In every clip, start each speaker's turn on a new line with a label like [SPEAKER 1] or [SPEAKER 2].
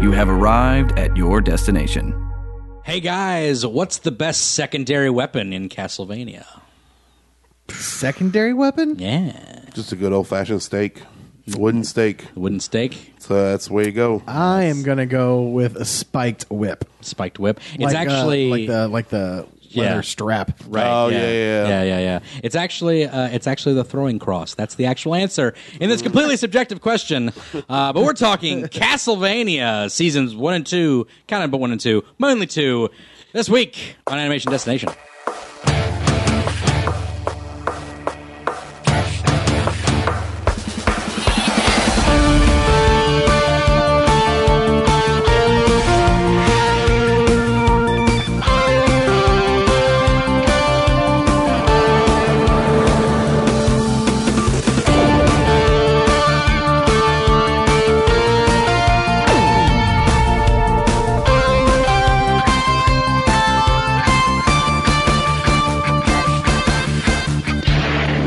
[SPEAKER 1] You have arrived at your destination.
[SPEAKER 2] Hey guys, what's the best secondary weapon in Castlevania?
[SPEAKER 3] Secondary weapon?
[SPEAKER 2] Yeah,
[SPEAKER 4] Just a good old fashioned steak, wooden steak.
[SPEAKER 2] the wooden stake,
[SPEAKER 4] So that's the way you go.
[SPEAKER 3] I am gonna go with a spiked whip.
[SPEAKER 2] spiked whip. It's
[SPEAKER 3] Like, uh,
[SPEAKER 2] actually
[SPEAKER 3] like the like the
[SPEAKER 2] Yeah.
[SPEAKER 3] leather strap. Uh,
[SPEAKER 2] Right,
[SPEAKER 4] Oh, yeah,
[SPEAKER 2] yeah,
[SPEAKER 4] yeah.
[SPEAKER 2] yeah, yeah, yeah. It's actually uh, it's actually the throwing cross. That's the actual answer in this completely subjective question. Uh, but we're talking Castlevania seasons one and two, kind of, but one and two, mainly two. This week on Animation Destination.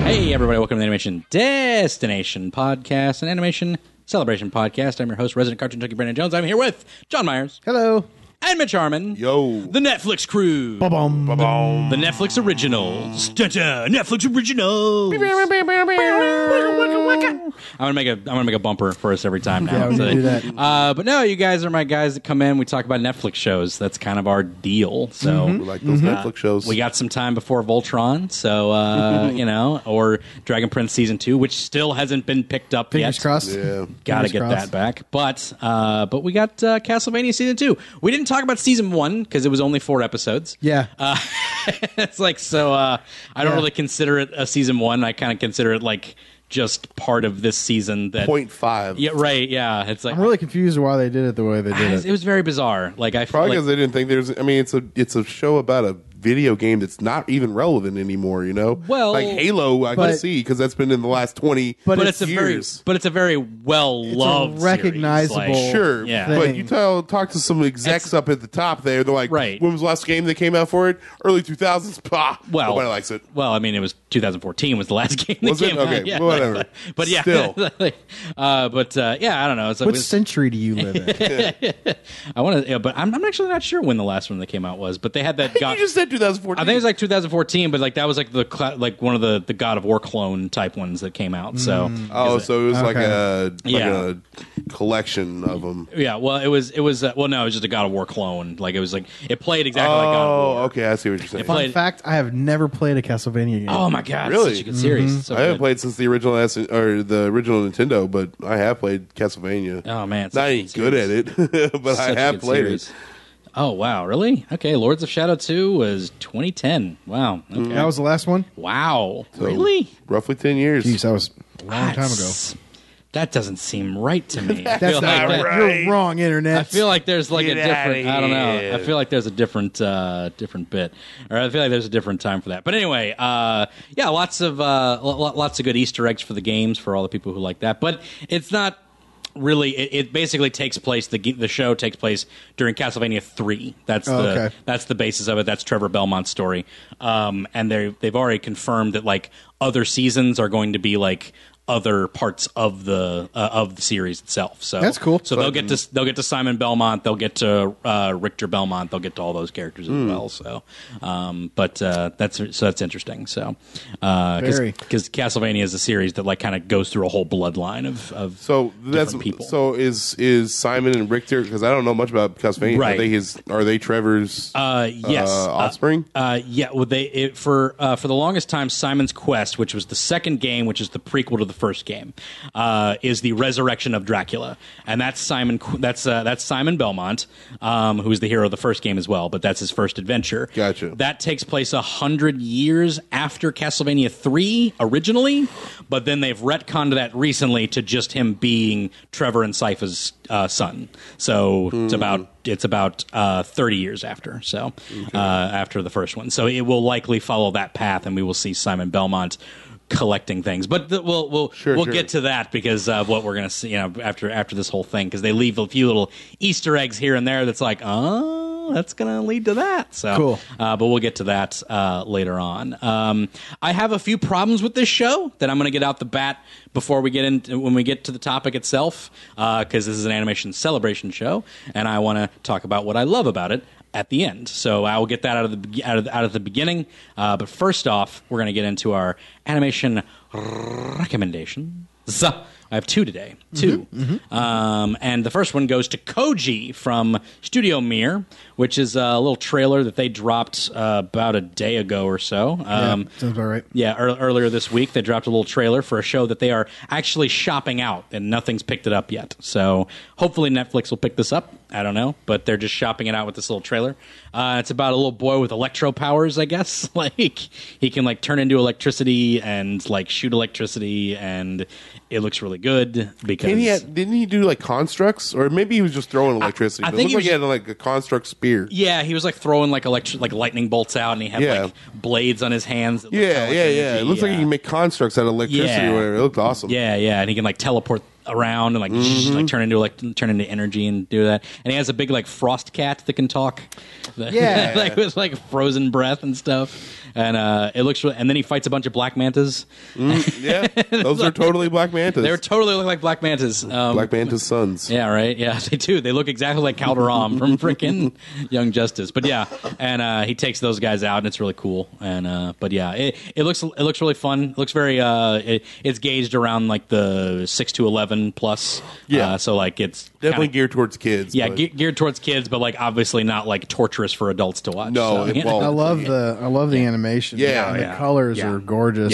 [SPEAKER 2] Hey, everybody, welcome to the Animation Destination Podcast, an animation celebration podcast. I'm your host, resident cartoon junkie Brandon Jones. I'm here with John Myers
[SPEAKER 3] Hello.
[SPEAKER 2] and Mitch Harmon.
[SPEAKER 4] Yo.
[SPEAKER 2] The Netflix crew.
[SPEAKER 3] Ba-bum.
[SPEAKER 2] The Netflix originals. Da-da, Netflix originals. I'm gonna make a I'm gonna make a bumper for us every time now.
[SPEAKER 3] Yeah, we
[SPEAKER 2] So-
[SPEAKER 3] need to do that.
[SPEAKER 2] Uh, but no, you guys are my guys that come in. We talk about Netflix shows. That's kind of our deal. So
[SPEAKER 4] We
[SPEAKER 3] Mm-hmm.
[SPEAKER 4] like those Netflix shows.
[SPEAKER 2] Mm-hmm. we got some time before Voltron, so uh, you know, or Dragon Prince season two, which still hasn't been picked up
[SPEAKER 3] Fingers
[SPEAKER 2] yet.
[SPEAKER 3] crossed.
[SPEAKER 4] Yeah.
[SPEAKER 2] Gotta
[SPEAKER 3] Fingers
[SPEAKER 2] get that
[SPEAKER 3] crossed.
[SPEAKER 2] back, but uh, but we got uh, Castlevania season two. We didn't talk about season one because it was only four episodes.
[SPEAKER 3] Yeah.
[SPEAKER 2] Uh, it's like so. Uh, I don't
[SPEAKER 3] Yeah.
[SPEAKER 2] really consider it a season one. I kind of consider it like just part of this season. That
[SPEAKER 4] point five.
[SPEAKER 2] Yeah, right. Yeah, it's like
[SPEAKER 3] I'm really confused why they did it the way they
[SPEAKER 2] it was, it
[SPEAKER 3] did it.
[SPEAKER 2] was very bizarre. Like I feel
[SPEAKER 4] Probably
[SPEAKER 2] like,
[SPEAKER 4] because they didn't think there's. I mean, it's a it's a show about a video game that's not even relevant anymore. You know,
[SPEAKER 2] Well-
[SPEAKER 4] like Halo, I can
[SPEAKER 3] But-
[SPEAKER 4] see because that's been in the last twenty.
[SPEAKER 3] But
[SPEAKER 2] but
[SPEAKER 3] it's
[SPEAKER 2] it's, a very
[SPEAKER 4] years.
[SPEAKER 2] but it's a very well loved
[SPEAKER 3] recognizable-
[SPEAKER 4] sure,
[SPEAKER 2] Yeah.
[SPEAKER 4] but
[SPEAKER 3] thing.
[SPEAKER 4] you tell talk to some execs
[SPEAKER 2] Ex-
[SPEAKER 4] up at the top there. They're like,
[SPEAKER 2] Right.
[SPEAKER 4] When was the last game that came out for it? Early two thousands. Bah,
[SPEAKER 2] well,
[SPEAKER 4] nobody likes it.
[SPEAKER 2] Well, I mean, it was 2014 was the last game that
[SPEAKER 4] Was it?
[SPEAKER 2] came
[SPEAKER 4] Okay,
[SPEAKER 2] out. Yeah,
[SPEAKER 4] whatever.
[SPEAKER 2] But, but yeah,
[SPEAKER 4] Still.
[SPEAKER 2] uh, but uh, yeah, I don't know. It's like,
[SPEAKER 3] What century do you live in?
[SPEAKER 2] I want to, yeah, but I'm, I'm actually not sure when the last one that came out was. But they had that.
[SPEAKER 4] I think
[SPEAKER 2] God-
[SPEAKER 4] you just said two thousand fourteen.
[SPEAKER 2] I think it was like 2014, but like that was like the cla like one of the the God of War clone type ones that came out. So
[SPEAKER 4] Oh, so it was like
[SPEAKER 3] Okay.
[SPEAKER 4] a like
[SPEAKER 2] Yeah.
[SPEAKER 4] a collection of them.
[SPEAKER 2] yeah, well, it was it was uh, well no, it was just a God of War clone. Like it was like it played exactly like God of
[SPEAKER 4] Oh,
[SPEAKER 2] War.
[SPEAKER 4] okay, I see what you're saying.
[SPEAKER 2] If I-
[SPEAKER 4] I
[SPEAKER 2] Played-
[SPEAKER 3] In fact, I have never played a Castlevania game.
[SPEAKER 2] Oh my god,
[SPEAKER 4] Really? Mm-hmm.
[SPEAKER 2] such a good series. So
[SPEAKER 4] haven't
[SPEAKER 2] good.
[SPEAKER 4] played since the original S or the original Nintendo, but I have played Castlevania.
[SPEAKER 2] Oh, man, it's
[SPEAKER 4] not
[SPEAKER 2] such a
[SPEAKER 4] even
[SPEAKER 2] good
[SPEAKER 4] good at it, but
[SPEAKER 2] Such
[SPEAKER 4] I
[SPEAKER 2] a
[SPEAKER 4] have
[SPEAKER 2] good
[SPEAKER 4] played
[SPEAKER 2] series.
[SPEAKER 4] it.
[SPEAKER 2] Oh wow, really? Okay, Lords of Shadow 2 was 2010. Wow. Okay.
[SPEAKER 3] That was the last one?
[SPEAKER 2] wow.
[SPEAKER 4] Mm. So,
[SPEAKER 2] really?
[SPEAKER 4] Roughly ten years.
[SPEAKER 3] Jeez, that was a long time ago.
[SPEAKER 2] That's- That doesn't seem right to me. I
[SPEAKER 3] That's
[SPEAKER 2] feel
[SPEAKER 3] not
[SPEAKER 2] like that-
[SPEAKER 3] right. You're wrong, internet.
[SPEAKER 2] I feel like there's like
[SPEAKER 4] Get
[SPEAKER 2] a
[SPEAKER 4] outta
[SPEAKER 2] different. I don't know.
[SPEAKER 4] here.
[SPEAKER 2] I feel like there's a different uh, different bit, or I feel like there's a different time for that. But anyway, uh, yeah, lots of uh, lo- lo- lots of good Easter eggs for the games for all the people who like that. But it's not really. It, it basically takes place. The ge- the show takes place during Castlevania three. That's
[SPEAKER 3] Oh,
[SPEAKER 2] the
[SPEAKER 3] okay.
[SPEAKER 2] that's the basis of it. That's Trevor Belmont's story. Um, and they they've already confirmed that like other seasons are going to be like other parts of the uh, of the series itself. So
[SPEAKER 3] That's cool.
[SPEAKER 2] So they'll get to they'll get to Simon Belmont, they'll get to uh, Richter Belmont, they'll get to all those characters
[SPEAKER 4] Hmm.
[SPEAKER 2] as well. So, um, but uh, that's so that's interesting. So, because
[SPEAKER 3] Very.
[SPEAKER 2] Castlevania is a series that like kind of goes through a whole bloodline of of
[SPEAKER 4] So that's
[SPEAKER 2] different people.
[SPEAKER 4] so is is Simon and Richter because I don't know much about Castlevania.
[SPEAKER 2] Right.
[SPEAKER 4] Are they his? Are they Trevor's?
[SPEAKER 2] Uh, yes,
[SPEAKER 4] uh, offspring?
[SPEAKER 2] Uh, uh, yeah, well, they it, for uh, for the longest time, Simon's Quest, which was the second game, which is the prequel to the first game, uh, is the resurrection of Dracula, and that's Simon. Qu- That's uh, that's Simon Belmont, um, who is the hero of the first game as well, but that's his first adventure.
[SPEAKER 4] Gotcha.
[SPEAKER 2] That takes place a hundred years after Castlevania three originally, but then they've retconned that recently to just him being Trevor and Sypha's uh, son. So it's
[SPEAKER 4] Hmm.
[SPEAKER 2] about it's about uh, thirty years after. So uh, after the first one, so it will likely follow that path, and we will see Simon Belmont collecting things. But th- we'll we'll we'll
[SPEAKER 4] sure.
[SPEAKER 2] get to that because of what we're gonna see. You know, after after this whole thing, because they leave a few little Easter eggs here and there. That's like, oh. well, that's going to lead to that. So,
[SPEAKER 3] Cool.
[SPEAKER 2] uh, but we'll get to that uh, later on. Um, I have a few problems with this show that I'm going to get out the bat before we get into when we get to the topic itself, because this is an animation celebration show, and I want to talk about what I love about it at the end. So I will get that out of the be- out of, out of the beginning. Uh, but first off, we're going to get into our animation recommendations. I have two today, 2 Um, and the first one goes to Koji from Studio Mir, which is a little trailer that they dropped uh, about a day ago or so. Um,
[SPEAKER 3] yeah, sounds about right.
[SPEAKER 2] yeah, ear earlier this week they dropped a little trailer for a show that they are actually shopping out, and nothing's picked it up yet. So hopefully Netflix will pick this up. I don't know, but they're just shopping it out with this little trailer. Uh, it's about a little boy with electro powers, I guess. like he can like turn into electricity and like shoot electricity, and it looks really good because
[SPEAKER 4] And he had, didn't he do like constructs, or maybe he was just throwing electricity?
[SPEAKER 2] I
[SPEAKER 4] but
[SPEAKER 2] think
[SPEAKER 4] it
[SPEAKER 2] he
[SPEAKER 4] looked
[SPEAKER 2] was-
[SPEAKER 4] like he had like a construct spear.
[SPEAKER 2] Yeah, he was like throwing like electric like lightning bolts out, and he had
[SPEAKER 4] Yeah.
[SPEAKER 2] like blades on his hands. that looked
[SPEAKER 4] Yeah,
[SPEAKER 2] kinda
[SPEAKER 4] yeah,
[SPEAKER 2] like
[SPEAKER 4] yeah.
[SPEAKER 2] energy.
[SPEAKER 4] It looks like
[SPEAKER 2] Yeah.
[SPEAKER 4] he can make constructs out of electricity
[SPEAKER 2] Yeah.
[SPEAKER 4] or whatever. It looked awesome.
[SPEAKER 2] Yeah, yeah, and he can like teleport around and like zzz, like turn into like turn into energy and do that. And he has a big like frost cat that can talk.
[SPEAKER 3] Yeah.
[SPEAKER 2] like with like frozen breath and stuff. And uh it looks really, and then he fights a bunch of black mantas.
[SPEAKER 4] yeah. Those are totally Black Manta's.
[SPEAKER 2] They were totally look like black mantas. Um,
[SPEAKER 4] Black Manta's sons.
[SPEAKER 2] yeah, right. Yeah, they do. They look exactly like Calderon from freaking Young Justice. But yeah, and uh, he takes those guys out, and it's really cool. And uh, but yeah, it, it looks it looks really fun. It looks very uh, it, it's gauged around like the six to eleven plus.
[SPEAKER 4] Yeah.
[SPEAKER 2] uh, so like it's
[SPEAKER 4] Definitely
[SPEAKER 2] kinda-
[SPEAKER 4] geared towards kids.
[SPEAKER 2] yeah
[SPEAKER 4] but-
[SPEAKER 2] ge- geared towards kids, but like obviously not like torturous for adults to watch. So,
[SPEAKER 4] No, it
[SPEAKER 2] Oh, yeah.
[SPEAKER 4] won't.
[SPEAKER 3] I love the I love the animation.
[SPEAKER 4] Yeah,
[SPEAKER 3] And
[SPEAKER 2] yeah,
[SPEAKER 3] the colors
[SPEAKER 2] yeah.
[SPEAKER 3] are gorgeous.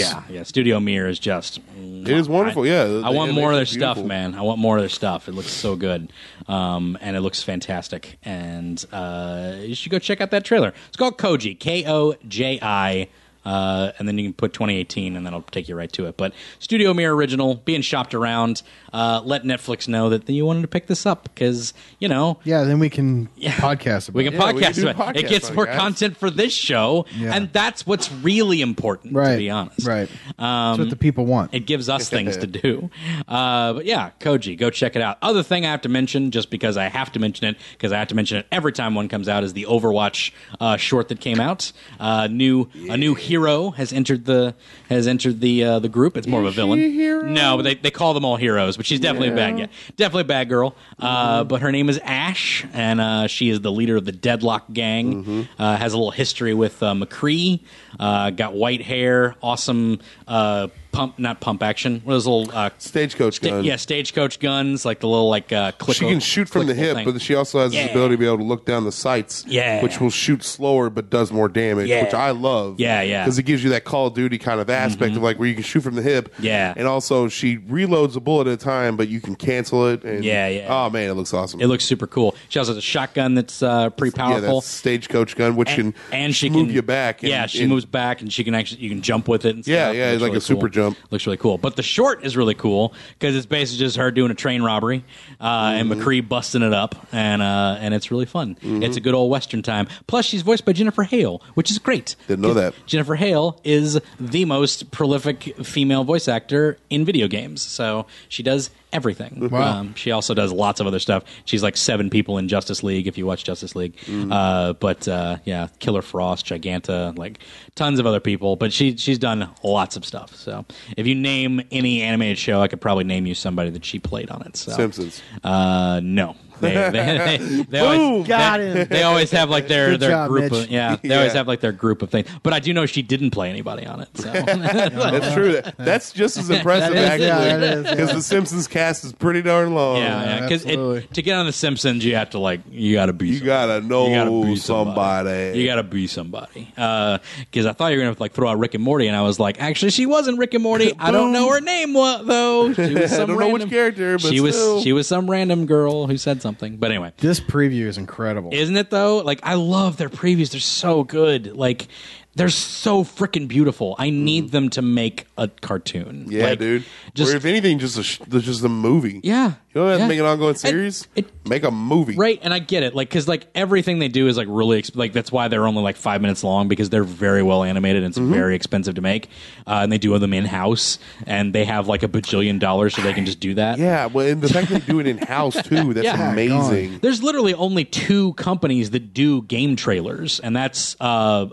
[SPEAKER 2] Yeah, yeah. Studio Mirror is just
[SPEAKER 4] It is wonderful. yeah. the-
[SPEAKER 2] I
[SPEAKER 4] the
[SPEAKER 2] want more of their
[SPEAKER 4] animation's
[SPEAKER 2] stuff,
[SPEAKER 4] beautiful.
[SPEAKER 2] man. I want more of their stuff. It looks so good, um, and it looks fantastic. And uh, you should go check out that trailer. It's called Koji, K O J I, uh, and then you can put 2018, and that'll take you right to it. But Studio Mirror original being shopped around. Uh, let Netflix know that you wanted to pick this up because you know
[SPEAKER 3] Yeah, then we can podcast about
[SPEAKER 2] we can
[SPEAKER 3] it.
[SPEAKER 4] Yeah, we can
[SPEAKER 2] podcast
[SPEAKER 4] do
[SPEAKER 2] about it. It
[SPEAKER 4] podcasts
[SPEAKER 2] gets
[SPEAKER 4] on it,
[SPEAKER 2] more
[SPEAKER 4] guys.
[SPEAKER 2] content for this show,
[SPEAKER 3] Yeah.
[SPEAKER 2] and that's what's really important.
[SPEAKER 3] right,
[SPEAKER 2] To be honest, Um,
[SPEAKER 3] Right. That's what the people want.
[SPEAKER 2] it gives us things to do. Uh, but yeah, Koji, go check it out. Other thing I have to mention, just because I have to mention it, because I have to mention it every time one comes out, is the Overwatch uh, short that came out. Uh, new a new hero has entered the has entered the uh, the group. It's more of a villain. No, but they, they call them all heroes, but she's definitely a bad guy, definitely a bad girl. Uh,
[SPEAKER 4] Mm-hmm.
[SPEAKER 2] But her name is Ash, and uh, she is the leader of the Deadlock gang.
[SPEAKER 4] Mm-hmm.
[SPEAKER 2] Uh, has a little history with uh, McCree. Uh, got white hair, awesome. Uh, pump not pump action what is little uh
[SPEAKER 4] Stagecoach
[SPEAKER 2] sta-
[SPEAKER 4] gun.
[SPEAKER 2] yeah stagecoach guns like the little like uh click
[SPEAKER 4] She can shoot from the hip, but she also has
[SPEAKER 2] Yeah.
[SPEAKER 4] this ability to be able to look down the sights,
[SPEAKER 2] Yeah.
[SPEAKER 4] which will shoot slower but does more damage,
[SPEAKER 2] Yeah.
[SPEAKER 4] which I love.
[SPEAKER 2] Yeah, yeah. Mm-hmm.
[SPEAKER 4] Because it gives you that Call of Duty kind of aspect of like where you can shoot from the hip.
[SPEAKER 2] Yeah.
[SPEAKER 4] And also, she reloads a bullet at a time, but you can cancel it. And,
[SPEAKER 2] Yeah, yeah.
[SPEAKER 4] Oh, man, it looks awesome.
[SPEAKER 2] it looks super cool she also has a shotgun that's uh pretty
[SPEAKER 4] yeah,
[SPEAKER 2] powerful
[SPEAKER 4] that stagecoach gun, which
[SPEAKER 2] and,
[SPEAKER 4] can
[SPEAKER 2] and she
[SPEAKER 4] move
[SPEAKER 2] can
[SPEAKER 4] you back. and-
[SPEAKER 2] yeah, she
[SPEAKER 4] and-
[SPEAKER 2] moves back, and she can actually you can jump with it. And
[SPEAKER 4] Yeah,
[SPEAKER 2] stuff.
[SPEAKER 4] yeah,
[SPEAKER 2] Looks
[SPEAKER 4] like a super
[SPEAKER 2] cool.
[SPEAKER 4] jump.
[SPEAKER 2] Looks really cool. But the short is really cool because it's basically just her doing a train robbery uh, and
[SPEAKER 4] Mm-hmm.
[SPEAKER 2] McCree busting it up, and uh, and it's really fun. It's a good old western time. Plus, she's voiced by Jennifer Hale, which is great.
[SPEAKER 4] Didn't know
[SPEAKER 2] 'Cause
[SPEAKER 4] that.
[SPEAKER 2] Jennifer Hale is the most prolific female voice actor in video games. So she does everything. Um,
[SPEAKER 3] Wow.
[SPEAKER 2] she also does lots of other stuff. She's like seven people in Justice League. If you watch Justice League, uh, but uh, yeah, Killer Frost, Giganta, like tons of other people. But she she's done lots of stuff. So if you name any animated show, I could probably name you somebody that she played on it. So
[SPEAKER 4] Simpsons.
[SPEAKER 2] Uh, no. They, they, they, they always,
[SPEAKER 3] Got
[SPEAKER 2] they,
[SPEAKER 3] him.
[SPEAKER 2] they always have like their
[SPEAKER 3] Good
[SPEAKER 2] their
[SPEAKER 3] job,
[SPEAKER 2] group
[SPEAKER 3] Mitch.
[SPEAKER 2] of yeah they always
[SPEAKER 4] Yeah.
[SPEAKER 2] have like their group of things but i do know she didn't play anybody on it so
[SPEAKER 4] That's true. That- That's just as impressive,
[SPEAKER 3] That is, yeah,
[SPEAKER 4] actually,
[SPEAKER 3] that is,
[SPEAKER 4] because the Simpsons cast is pretty darn long.
[SPEAKER 2] yeah yeah, 'cause it-
[SPEAKER 3] absolutely.
[SPEAKER 2] to get on the simpsons you have to like you gotta be
[SPEAKER 4] You gotta know
[SPEAKER 2] You
[SPEAKER 4] somebody.
[SPEAKER 2] You gotta be somebody. Because I thought you were gonna like throw out Rick and Morty, and I was like, actually, she wasn't Rick and Morty. I don't know her name wa- though. She was some
[SPEAKER 4] don't know
[SPEAKER 2] random,
[SPEAKER 4] which character, but
[SPEAKER 2] she
[SPEAKER 4] still.
[SPEAKER 2] was she was some random girl who said something. But anyway,
[SPEAKER 3] This preview is incredible.
[SPEAKER 2] isn't it though? Like I love their previews. They're so good. Like they're so freaking beautiful. I need them to make a cartoon.
[SPEAKER 4] Mm-hmm. Yeah,
[SPEAKER 2] Like,
[SPEAKER 4] dude.
[SPEAKER 2] Just
[SPEAKER 4] or if anything, just a sh- just a movie.
[SPEAKER 2] yeah.
[SPEAKER 4] You don't have
[SPEAKER 2] yeah.
[SPEAKER 4] to make an ongoing
[SPEAKER 2] And
[SPEAKER 4] series.
[SPEAKER 2] It,
[SPEAKER 4] Make a movie.
[SPEAKER 2] Right, and I get it, like because like everything they do is like really exp- like that's why they're only like five minutes long because they're very well animated and it's
[SPEAKER 4] Mm-hmm.
[SPEAKER 2] very expensive to make, uh, and they do them in house and they have like a bajillion dollars so they can just do that.
[SPEAKER 4] Yeah. Well, and the fact they do it in house too, that's
[SPEAKER 2] Yeah.
[SPEAKER 4] amazing.
[SPEAKER 2] There's literally only two companies that do game trailers, and that's uh,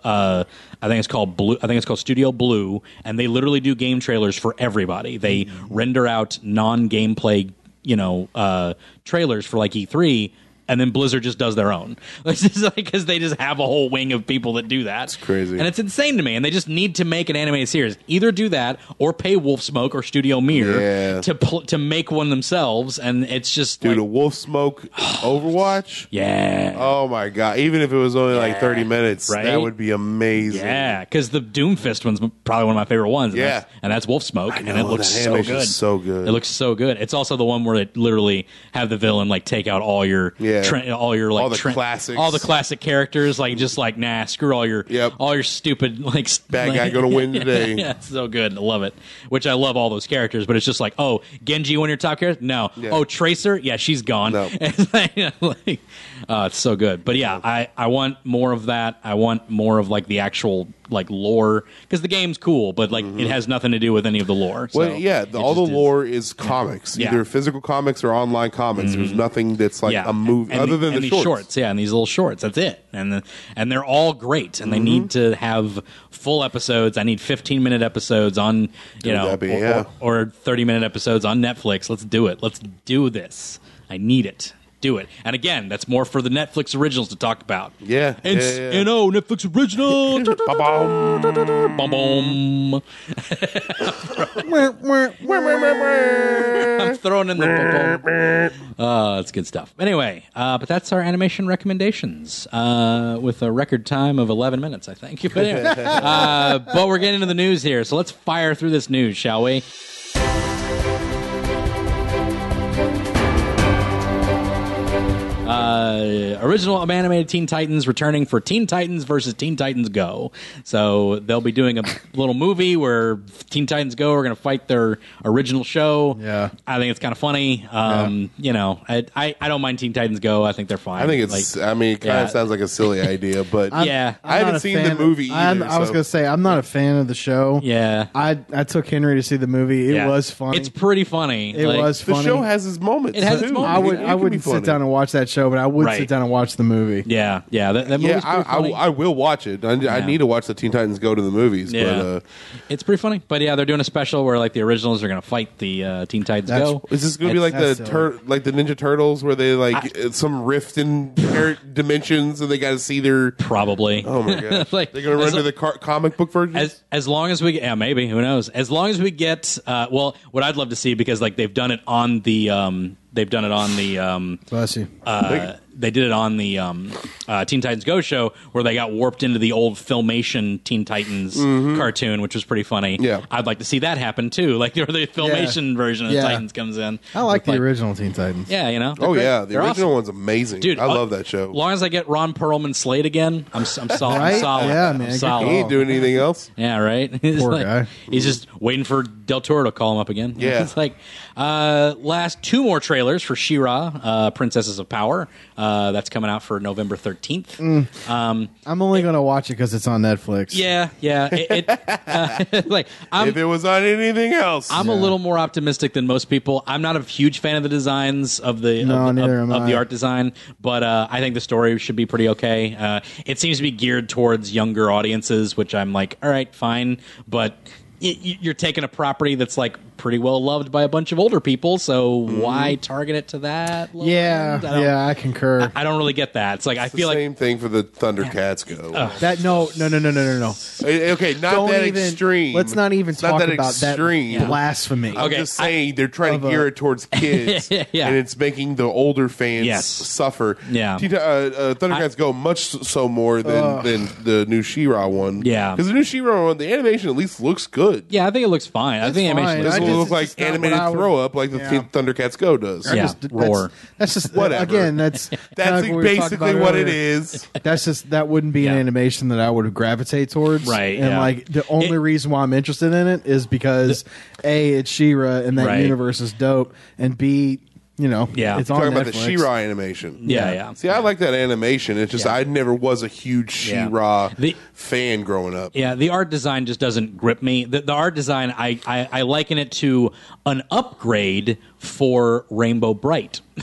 [SPEAKER 2] uh, I think it's called Blue. I think it's called Studio Blue, and they literally do game trailers for everybody. They
[SPEAKER 4] Mm-hmm.
[SPEAKER 2] render out non-gameplay, you know, uh, trailers for like E3. And then Blizzard just does their own. It's just like because they just have a whole wing of people that do that. It's
[SPEAKER 4] crazy.
[SPEAKER 2] and it's insane to me. And they just need to make an animated series. Either do that or pay Wolf Smoke or Studio Mirror
[SPEAKER 4] Yeah.
[SPEAKER 2] to pl- to make one themselves. And it's just
[SPEAKER 4] Dude,
[SPEAKER 2] like, Oh,
[SPEAKER 4] a wolf smoke Overwatch.
[SPEAKER 2] yeah.
[SPEAKER 4] Oh my god! Even if it was only like thirty minutes,
[SPEAKER 2] Right?
[SPEAKER 4] that would be amazing.
[SPEAKER 2] yeah, because the Doomfist one's probably one of my favorite ones. and
[SPEAKER 4] Yeah.
[SPEAKER 2] that's- and that's Wolf Smoke, and it
[SPEAKER 4] know,
[SPEAKER 2] looks
[SPEAKER 4] that
[SPEAKER 2] so
[SPEAKER 4] animation's
[SPEAKER 2] good.
[SPEAKER 4] so good.
[SPEAKER 2] It looks so good. It's also the one where they literally have the villain like take out all your
[SPEAKER 4] Yeah.
[SPEAKER 2] tre- all your like
[SPEAKER 4] All the
[SPEAKER 2] tre-
[SPEAKER 4] classics.
[SPEAKER 2] all the classic characters. Like just like nah, screw all your
[SPEAKER 4] Yep.
[SPEAKER 2] all your stupid like s-
[SPEAKER 4] Bad
[SPEAKER 2] like-
[SPEAKER 4] guy gonna win today.
[SPEAKER 2] yeah, it's so good. I love it. Which I love all those characters, but it's just like oh Genji, one of your top characters? No.
[SPEAKER 4] Yeah.
[SPEAKER 2] Oh Tracer? Yeah, she's gone.
[SPEAKER 4] No.
[SPEAKER 2] It's like, like, uh, it's so good. But yeah, I, I want more of that. I want more of like the actual like lore because the game's cool, but like it has nothing to do with any of the lore. So
[SPEAKER 4] Mm-hmm. Well, yeah,
[SPEAKER 2] it
[SPEAKER 4] the, all the
[SPEAKER 2] just is-
[SPEAKER 4] lore is, comics,
[SPEAKER 2] Yeah. Mm-hmm.
[SPEAKER 4] either physical comics or online comics. There's nothing that's like
[SPEAKER 2] yeah,
[SPEAKER 4] a movie
[SPEAKER 2] and
[SPEAKER 4] other
[SPEAKER 2] the-
[SPEAKER 4] than
[SPEAKER 2] and
[SPEAKER 4] the
[SPEAKER 2] these
[SPEAKER 4] shorts.
[SPEAKER 2] Yeah, and these little shorts. That's it. And the, and they're all great. And they
[SPEAKER 4] Mm-hmm.
[SPEAKER 2] need to have full episodes. I need fifteen minute episodes on you know
[SPEAKER 4] that'd be-
[SPEAKER 2] or-
[SPEAKER 4] yeah.
[SPEAKER 2] or, or thirty minute episodes on Netflix. Let's do it. Let's do this. I need it. Do it. And again, that's more for the Netflix originals to talk about.
[SPEAKER 4] Yeah,
[SPEAKER 2] And
[SPEAKER 4] yeah,
[SPEAKER 2] s-
[SPEAKER 4] yeah.
[SPEAKER 2] and oh, Netflix original.
[SPEAKER 4] Ba-bum.
[SPEAKER 2] Bum, bum. I'm throwing in the. Uh, it's good stuff. Anyway, uh, but that's our animation recommendations uh, with a record time of 11 minutes, I think. But, anyway, uh, but we're getting into the news here, so let's fire through this news, shall we? Uh, original animated Teen Titans returning for Teen Titans versus Teen Titans Go. So they'll be doing a little movie where Teen Titans Go are going to fight their original show.
[SPEAKER 3] Yeah.
[SPEAKER 2] I think it's kind of funny. Um, You know, I, I I don't mind Teen Titans Go. I think they're fine.
[SPEAKER 4] I think it's.
[SPEAKER 2] Like,
[SPEAKER 4] I mean, it kind
[SPEAKER 2] yeah.
[SPEAKER 4] of sounds like a silly idea, but
[SPEAKER 2] I'm- Yeah.
[SPEAKER 4] I haven't
[SPEAKER 3] not a
[SPEAKER 4] seen the
[SPEAKER 3] fan of-
[SPEAKER 4] movie either,
[SPEAKER 3] I'm- I was
[SPEAKER 4] so-
[SPEAKER 3] gonna say I'm not a fan of the show.
[SPEAKER 2] Yeah.
[SPEAKER 3] I I took Henry to see the movie. It
[SPEAKER 2] yeah.
[SPEAKER 3] was funny.
[SPEAKER 2] It's pretty funny.
[SPEAKER 3] it
[SPEAKER 2] Like,
[SPEAKER 3] was
[SPEAKER 4] the
[SPEAKER 3] funny.
[SPEAKER 4] show has its moments.
[SPEAKER 2] It has
[SPEAKER 4] too.
[SPEAKER 2] its moments.
[SPEAKER 3] I would
[SPEAKER 4] It- it
[SPEAKER 3] I
[SPEAKER 4] can be
[SPEAKER 3] wouldn't
[SPEAKER 4] funny.
[SPEAKER 3] sit down and watch that show, but I would
[SPEAKER 2] Right.
[SPEAKER 3] sit down and watch the movie.
[SPEAKER 2] Yeah, yeah. That, that
[SPEAKER 4] Yeah,
[SPEAKER 2] movie's
[SPEAKER 4] I,
[SPEAKER 2] pretty funny.
[SPEAKER 4] I, I will watch it. I, I need to watch the Teen Titans go to the movies.
[SPEAKER 2] yeah.
[SPEAKER 4] But uh,
[SPEAKER 2] it's pretty funny, but yeah, they're doing a special where like the originals are going to fight the uh, Teen Titans
[SPEAKER 3] That's-
[SPEAKER 2] Go.
[SPEAKER 4] is this going to be like the
[SPEAKER 3] That's silly.
[SPEAKER 4] tur- like the Ninja Turtles where they like uh some rift in their dimensions and they got to see their?
[SPEAKER 2] Probably.
[SPEAKER 4] Oh my gosh!
[SPEAKER 2] Like,
[SPEAKER 4] They're going to run
[SPEAKER 2] as-
[SPEAKER 4] to the car- comic book version.
[SPEAKER 2] as as long as we yeah maybe who knows as long as we get uh, well what I'd love to see because like they've done it on the um, they've done it on the um,
[SPEAKER 3] Bless you.
[SPEAKER 2] uh, they did it on the um, uh, Teen Titans Go show where they got warped into the old Filmation Teen Titans cartoon which was pretty funny
[SPEAKER 4] Mm-hmm. Yeah.
[SPEAKER 2] I'd like to see that happen too like the, the Filmation version of
[SPEAKER 3] Yeah.
[SPEAKER 2] Titans comes in
[SPEAKER 3] I like
[SPEAKER 2] With,
[SPEAKER 3] the original Teen Titans.
[SPEAKER 2] yeah you know
[SPEAKER 4] oh
[SPEAKER 2] They're
[SPEAKER 4] yeah,
[SPEAKER 2] great.
[SPEAKER 4] the
[SPEAKER 2] They're
[SPEAKER 4] original
[SPEAKER 2] awesome.
[SPEAKER 4] one's amazing.
[SPEAKER 2] dude
[SPEAKER 4] I
[SPEAKER 2] uh,
[SPEAKER 4] love that show.
[SPEAKER 2] as long as I get Ron Perlman Slade again I'm s- I'm, sol- I'm
[SPEAKER 3] Right?
[SPEAKER 2] solid
[SPEAKER 3] Yeah,
[SPEAKER 2] I'm
[SPEAKER 3] man, good
[SPEAKER 2] solid
[SPEAKER 4] he ain't doing anything else.
[SPEAKER 2] Yeah, right. He's
[SPEAKER 3] Poor
[SPEAKER 2] like-
[SPEAKER 3] guy.
[SPEAKER 2] He's just waiting for Del Toro to call him up again.
[SPEAKER 4] Yeah.
[SPEAKER 2] it's like uh, last two more trailers for She-Ra, uh, Princesses of Power. Uh, that's coming out for November thirteenth.
[SPEAKER 4] Mm.
[SPEAKER 3] I'm only gonna watch it because it's on Netflix.
[SPEAKER 2] Yeah, yeah. It, it, uh, like I'm,
[SPEAKER 4] if it was on anything else,
[SPEAKER 2] I'm a little more optimistic than most people. I'm not a huge fan of the designs of the
[SPEAKER 3] No,
[SPEAKER 2] of, the-
[SPEAKER 3] neither
[SPEAKER 2] of-
[SPEAKER 3] am
[SPEAKER 2] of the
[SPEAKER 3] I.
[SPEAKER 2] art design, but uh, I think the story should be pretty okay. Uh, it seems to be geared towards younger audiences, which I'm like, all right, fine, but. y- y- You're taking a property that's like pretty well loved by a bunch of older people, so why target it to that? low
[SPEAKER 3] Mm-hmm. yeah,
[SPEAKER 2] end? I don't-
[SPEAKER 3] yeah. I concur.
[SPEAKER 2] I don't really get that. It's like I
[SPEAKER 4] It's
[SPEAKER 2] feel
[SPEAKER 4] the
[SPEAKER 2] like
[SPEAKER 4] same thing for the Thundercats go.
[SPEAKER 3] that no, no, no, no, no, no, no.
[SPEAKER 4] Eh, okay, not
[SPEAKER 3] Don't
[SPEAKER 4] that
[SPEAKER 3] even.
[SPEAKER 4] extreme.
[SPEAKER 3] Let's not even
[SPEAKER 4] It's
[SPEAKER 3] talk
[SPEAKER 4] that
[SPEAKER 3] about
[SPEAKER 4] extreme.
[SPEAKER 3] that blasphemy.
[SPEAKER 4] I'm
[SPEAKER 2] Okay,
[SPEAKER 4] just
[SPEAKER 2] I-
[SPEAKER 4] saying they're trying
[SPEAKER 3] of
[SPEAKER 4] to
[SPEAKER 3] a-
[SPEAKER 4] gear it towards kids,
[SPEAKER 2] Yeah.
[SPEAKER 4] and it's making the older fans
[SPEAKER 2] Yes.
[SPEAKER 4] suffer.
[SPEAKER 2] Yeah.
[SPEAKER 4] Teen- uh, uh, Thundercats go much so more than, than the new She-Ra one.
[SPEAKER 2] Yeah.
[SPEAKER 4] because the new She-Ra one, the animation at least looks good.
[SPEAKER 2] yeah, I think it looks fine. I think animation
[SPEAKER 3] fine.
[SPEAKER 2] looks
[SPEAKER 4] This
[SPEAKER 3] I
[SPEAKER 4] will
[SPEAKER 3] just-
[SPEAKER 4] look
[SPEAKER 3] it's
[SPEAKER 4] like
[SPEAKER 3] just not what
[SPEAKER 4] animated
[SPEAKER 3] I would-
[SPEAKER 4] throw up, like the
[SPEAKER 3] Yeah.
[SPEAKER 4] Th- Thundercats Go does.
[SPEAKER 2] Yeah.
[SPEAKER 3] Just- that's-
[SPEAKER 2] roar.
[SPEAKER 3] That's, just
[SPEAKER 4] Whatever.
[SPEAKER 3] again. That's kinda like
[SPEAKER 4] That's
[SPEAKER 3] what we were talking
[SPEAKER 4] basically
[SPEAKER 3] about
[SPEAKER 4] what it
[SPEAKER 3] earlier.
[SPEAKER 4] is.
[SPEAKER 3] That's just that wouldn't be
[SPEAKER 2] Yeah.
[SPEAKER 3] an animation that I would gravitate towards,
[SPEAKER 2] Right,
[SPEAKER 3] And
[SPEAKER 2] yeah.
[SPEAKER 3] like the only
[SPEAKER 2] It-
[SPEAKER 3] reason why I'm interested in it is because a it's Shira and that
[SPEAKER 2] Right.
[SPEAKER 3] universe is dope, and b you know,
[SPEAKER 2] Yeah.
[SPEAKER 3] it's on
[SPEAKER 4] Talking about the
[SPEAKER 3] Netflix.
[SPEAKER 4] She-Ra animation.
[SPEAKER 2] Yeah, yeah.
[SPEAKER 4] See, I like that animation. It's just
[SPEAKER 2] Yeah.
[SPEAKER 4] I never was a huge
[SPEAKER 2] Yeah.
[SPEAKER 4] She-Ra
[SPEAKER 2] The-
[SPEAKER 4] fan growing up.
[SPEAKER 2] Yeah, the art design just doesn't grip me. The, the art design, I, I, I liken it to an upgrade for Rainbow Bright,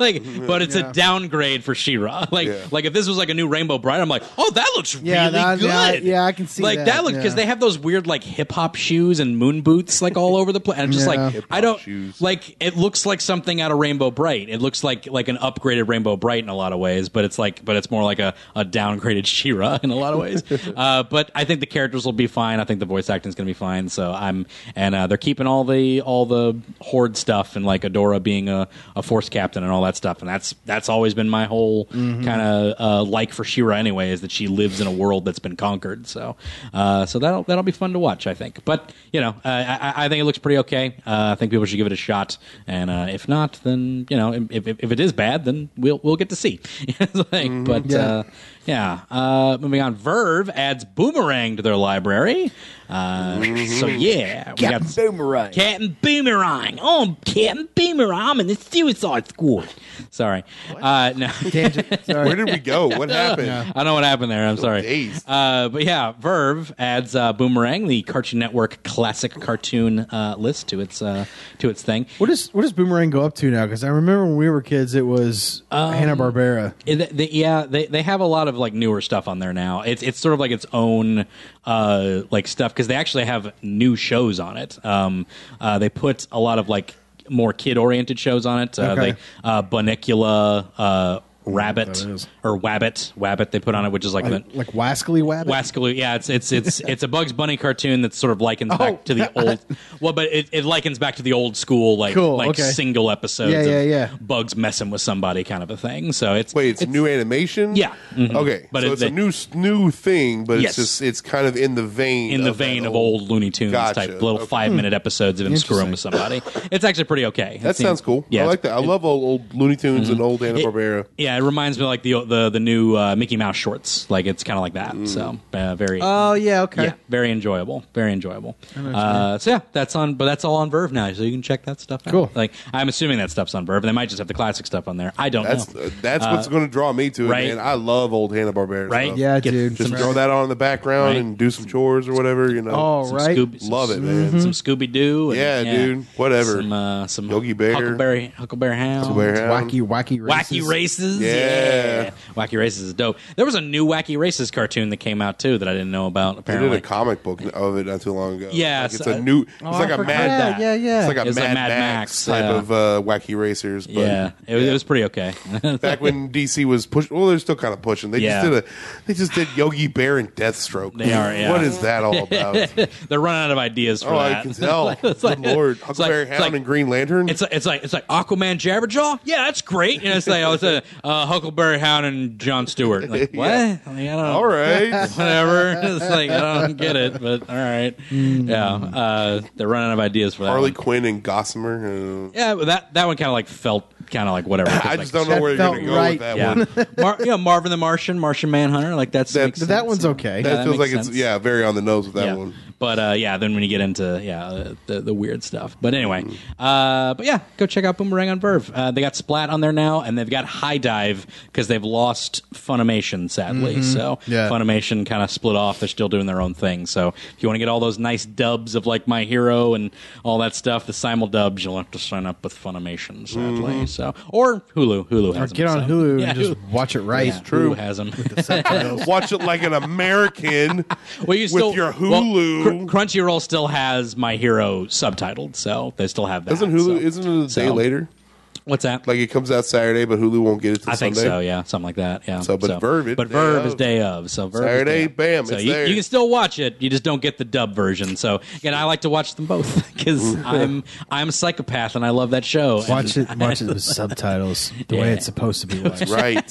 [SPEAKER 2] like,
[SPEAKER 3] Mm-hmm.
[SPEAKER 2] but it's a downgrade for Shira. Like,
[SPEAKER 4] Yeah.
[SPEAKER 2] like if this was like a new Rainbow Bright, I'm like, oh, that looks
[SPEAKER 3] Yeah,
[SPEAKER 2] really
[SPEAKER 3] that-
[SPEAKER 2] good.
[SPEAKER 3] that- yeah, I can see
[SPEAKER 2] like
[SPEAKER 3] that,
[SPEAKER 2] looks because
[SPEAKER 3] yeah.
[SPEAKER 2] they have those weird like hip hop shoes and moon boots like all over the place. And I'm just
[SPEAKER 3] Yeah.
[SPEAKER 2] like, I don't
[SPEAKER 4] shoes.
[SPEAKER 2] like. It looks like something out of Rainbow Bright. It looks like like an upgraded Rainbow Bright in a lot of ways, but it's like, but it's more like a a downgraded Shira in a lot of ways. uh, but I think the characters will be fine. I think the voice acting's going to be fine. So I'm and uh, they're keeping all the all the horde stuff and like Adora being a, a force captain and all that stuff. And that's that's always been my whole kind of uh, like for Shira anyway is that she lives in a world that's been conquered. So uh, so that'll that'll be fun to watch, I think. But you know, uh, I, I- I think it looks pretty okay. Uh, I think people should give it a shot, and uh, if not, then you know, if, if, if it is bad, then we'll we'll get to see. It's like, But yeah, uh, yeah. Uh, moving on, Verve adds Boomerang to their library. Uh, So yeah, we
[SPEAKER 5] Captain Boomerang.
[SPEAKER 2] Captain Boomerang. Oh, I'm Captain Boomerang. I'm in the Suicide Squad. Sorry, uh, no.
[SPEAKER 3] Tangent. Sorry.
[SPEAKER 4] Where did we go? What happened?
[SPEAKER 2] I don't know what happened there. I'm sorry.
[SPEAKER 4] dazed.
[SPEAKER 2] Uh, but yeah, Verve adds uh, Boomerang, the Cartoon Network classic cartoon uh, list to its uh, to its thing.
[SPEAKER 3] What does what does Boomerang go up to now? Because I remember when we were kids, it was Hanna Barbera.
[SPEAKER 2] It- th- th- Um, yeah, they they have a lot of like newer stuff on there now. It's it's sort of like its own uh, like stuff because they actually have new shows on it. Um, uh, they put a lot of like more kid oriented shows on it. Uh,
[SPEAKER 3] Okay.
[SPEAKER 2] They uh, Bonicula, uh, Rabbit
[SPEAKER 3] that is.
[SPEAKER 2] or Wabbit, Wabbit they put on it, which is like, the
[SPEAKER 3] Like Wascally Wabbit.
[SPEAKER 2] Waskaloo. Yeah, it's it's it's it's a Bugs Bunny cartoon that sort of
[SPEAKER 3] Oh.
[SPEAKER 2] likens back to the old. Well, but it, it likens back to the old school, like
[SPEAKER 3] Cool,
[SPEAKER 2] like
[SPEAKER 3] okay.
[SPEAKER 2] single episodes.
[SPEAKER 3] Yeah,
[SPEAKER 2] of
[SPEAKER 3] yeah, yeah.
[SPEAKER 2] Bugs messing with somebody, kind of a thing. So it's
[SPEAKER 4] Wait, it's, new animation.
[SPEAKER 2] Yeah. Mhm.
[SPEAKER 4] Okay,
[SPEAKER 2] But
[SPEAKER 4] so
[SPEAKER 2] it-
[SPEAKER 4] it's
[SPEAKER 2] they-
[SPEAKER 4] a new s- new thing, but
[SPEAKER 2] Yes.
[SPEAKER 4] it's just it's kind of in the vein
[SPEAKER 2] in the
[SPEAKER 4] that
[SPEAKER 2] vein of old Looney Tunes
[SPEAKER 4] oh, Gotcha.
[SPEAKER 2] type little
[SPEAKER 4] Okay. Hmm.
[SPEAKER 2] five minute episodes of him screwing with somebody. It's actually pretty okay. It
[SPEAKER 4] That
[SPEAKER 2] seems-
[SPEAKER 4] sounds cool.
[SPEAKER 2] Yeah,
[SPEAKER 4] I
[SPEAKER 2] it's-
[SPEAKER 4] like that. I love old, old Looney Tunes and old Hanna Barbera.
[SPEAKER 2] Yeah, Mm-hmm. it reminds me of, like the the the new uh, Mickey Mouse shorts. Like it's kind of like that. So
[SPEAKER 4] Mm.
[SPEAKER 2] uh, very.
[SPEAKER 3] Oh yeah, okay.
[SPEAKER 2] yeah, very enjoyable. Very enjoyable. Uh, so yeah, that's on, but that's all on Verve now, so you can check that stuff out.
[SPEAKER 3] Cool.
[SPEAKER 2] Like I'm assuming that stuff's on Verve. They might just have the classic stuff on there. I don't
[SPEAKER 4] That's
[SPEAKER 2] know.
[SPEAKER 4] uh, that's what's going to draw me to it.
[SPEAKER 2] right.
[SPEAKER 4] And I love old Hanna Barbera.
[SPEAKER 2] right?
[SPEAKER 3] Yeah,
[SPEAKER 2] Get
[SPEAKER 3] dude.
[SPEAKER 4] Just
[SPEAKER 2] Some,
[SPEAKER 4] throw that on in the background
[SPEAKER 2] Right.
[SPEAKER 4] and do some chores or whatever. You know.
[SPEAKER 3] All
[SPEAKER 2] some
[SPEAKER 3] right.
[SPEAKER 2] Scoob- some-
[SPEAKER 4] Love it, man.
[SPEAKER 2] Some Scooby Doo.
[SPEAKER 4] Yeah, dude. Whatever.
[SPEAKER 2] Some, uh, some
[SPEAKER 4] Yogi Bear.
[SPEAKER 2] Huckleberry, Huckleberry Hound.
[SPEAKER 4] Huckleberry Hound.
[SPEAKER 3] Wacky, wacky,
[SPEAKER 2] Wacky Races.
[SPEAKER 4] Yeah.
[SPEAKER 2] Wacky Races is dope. There was a new Wacky Races cartoon that came out too that I didn't know about.
[SPEAKER 4] They did
[SPEAKER 2] Apparently,
[SPEAKER 4] a comic book of it not too long ago.
[SPEAKER 2] Yeah,
[SPEAKER 4] Like, it's
[SPEAKER 2] so- Oh,
[SPEAKER 4] a new. It's
[SPEAKER 3] I
[SPEAKER 4] like a
[SPEAKER 3] forgot
[SPEAKER 4] Mad.
[SPEAKER 2] that. Yeah,
[SPEAKER 3] yeah.
[SPEAKER 4] It's like a
[SPEAKER 2] It's like
[SPEAKER 4] Mad,
[SPEAKER 2] Mad
[SPEAKER 4] Max,
[SPEAKER 2] Max,
[SPEAKER 4] type
[SPEAKER 2] yeah.
[SPEAKER 4] of uh, wacky racers. But
[SPEAKER 2] yeah, it, was- it was pretty okay.
[SPEAKER 4] back when DC was pushing. Well, they're still kind of pushing. They
[SPEAKER 2] Yeah.
[SPEAKER 4] just did a. They just did Yogi Bear and Deathstroke.
[SPEAKER 2] They are, yeah.
[SPEAKER 4] What is that all about?
[SPEAKER 2] They're running out of ideas for
[SPEAKER 4] oh,
[SPEAKER 2] that.
[SPEAKER 4] I can tell.
[SPEAKER 2] It's like-
[SPEAKER 4] Good lord,
[SPEAKER 2] it's
[SPEAKER 4] Huckleberry
[SPEAKER 2] like- it's
[SPEAKER 4] Hound
[SPEAKER 2] like-
[SPEAKER 4] and Green Lantern.
[SPEAKER 2] It's like, it's like it's like Aquaman Jabberjaw. Yeah, that's great. And it's like oh, it's a uh, Huckleberry Hound and John Stewart. Like what?
[SPEAKER 4] Yeah.
[SPEAKER 2] I, mean, I don't.
[SPEAKER 4] all right.
[SPEAKER 2] Whatever. It's like I don't get it, but all right. Yeah, uh, they're running out of ideas for that.
[SPEAKER 4] Hmm. Harley
[SPEAKER 2] one.
[SPEAKER 4] Quinn and Gossamer. uh,
[SPEAKER 2] Yeah, but that that one kind of like felt kind of like whatever.
[SPEAKER 4] I just don't know where you're
[SPEAKER 3] felt
[SPEAKER 4] going to go
[SPEAKER 3] right.
[SPEAKER 4] with that
[SPEAKER 2] Yeah,
[SPEAKER 4] one.
[SPEAKER 2] Mar- you know, Marvin the Martian, Martian Manhunter. Like that's
[SPEAKER 4] That-
[SPEAKER 2] makes
[SPEAKER 4] that
[SPEAKER 2] sense.
[SPEAKER 3] one's okay.
[SPEAKER 4] That
[SPEAKER 2] that
[SPEAKER 4] feels like
[SPEAKER 2] makes sense.
[SPEAKER 4] it's yeah, very on the nose with that
[SPEAKER 2] yeah.
[SPEAKER 4] one.
[SPEAKER 2] But uh, yeah, then when you get into yeah uh, the the weird stuff. But anyway,
[SPEAKER 3] Mm.
[SPEAKER 2] uh, but yeah, go check out Boomerang on Verve. Uh, they got Splat on there now, and they've got High Dive because they've lost Funimation sadly. So
[SPEAKER 3] Mm-hmm. Yeah.
[SPEAKER 2] Funimation kind of split off. They're still doing their own thing. So if you want to get all those nice dubs of like My Hero and all that stuff, the simul dubs, you'll have to sign up with Funimation sadly. So or Hulu, Hulu has them,
[SPEAKER 3] Mm-hmm. Get on
[SPEAKER 2] so.
[SPEAKER 3] Hulu
[SPEAKER 2] Yeah,
[SPEAKER 3] and just
[SPEAKER 2] Hulu.
[SPEAKER 3] watch it right.
[SPEAKER 2] Yeah, Hulu has them.
[SPEAKER 4] Watch it like an American.
[SPEAKER 2] well, you
[SPEAKER 4] with
[SPEAKER 2] still,
[SPEAKER 4] your
[SPEAKER 2] well,
[SPEAKER 4] Hulu.
[SPEAKER 2] Cr- Crunchyroll still has My Hero subtitled, so they still have that.
[SPEAKER 4] isn't Hulu?
[SPEAKER 2] so-
[SPEAKER 4] Isn't it a day
[SPEAKER 2] so-
[SPEAKER 4] later?
[SPEAKER 2] What's that?
[SPEAKER 4] Like it comes out Saturday, but Hulu won't get it till
[SPEAKER 2] I think
[SPEAKER 4] Sunday.
[SPEAKER 2] so. Yeah, something like that. Yeah.
[SPEAKER 4] So, but Verve is
[SPEAKER 2] but
[SPEAKER 4] day
[SPEAKER 2] Verve
[SPEAKER 4] of.
[SPEAKER 2] is day of. So Verve is
[SPEAKER 4] Saturday,
[SPEAKER 2] day of.
[SPEAKER 4] bam,
[SPEAKER 2] So
[SPEAKER 4] it's
[SPEAKER 2] you,
[SPEAKER 4] there.
[SPEAKER 2] you can still watch it. You just don't get the dub version. So again, I like to watch them both because
[SPEAKER 4] Mm-hmm.
[SPEAKER 2] I'm I'm a psychopath and I love that show. And
[SPEAKER 3] Watch it. Watch it with subtitles the way it's supposed to be watched.
[SPEAKER 4] Right.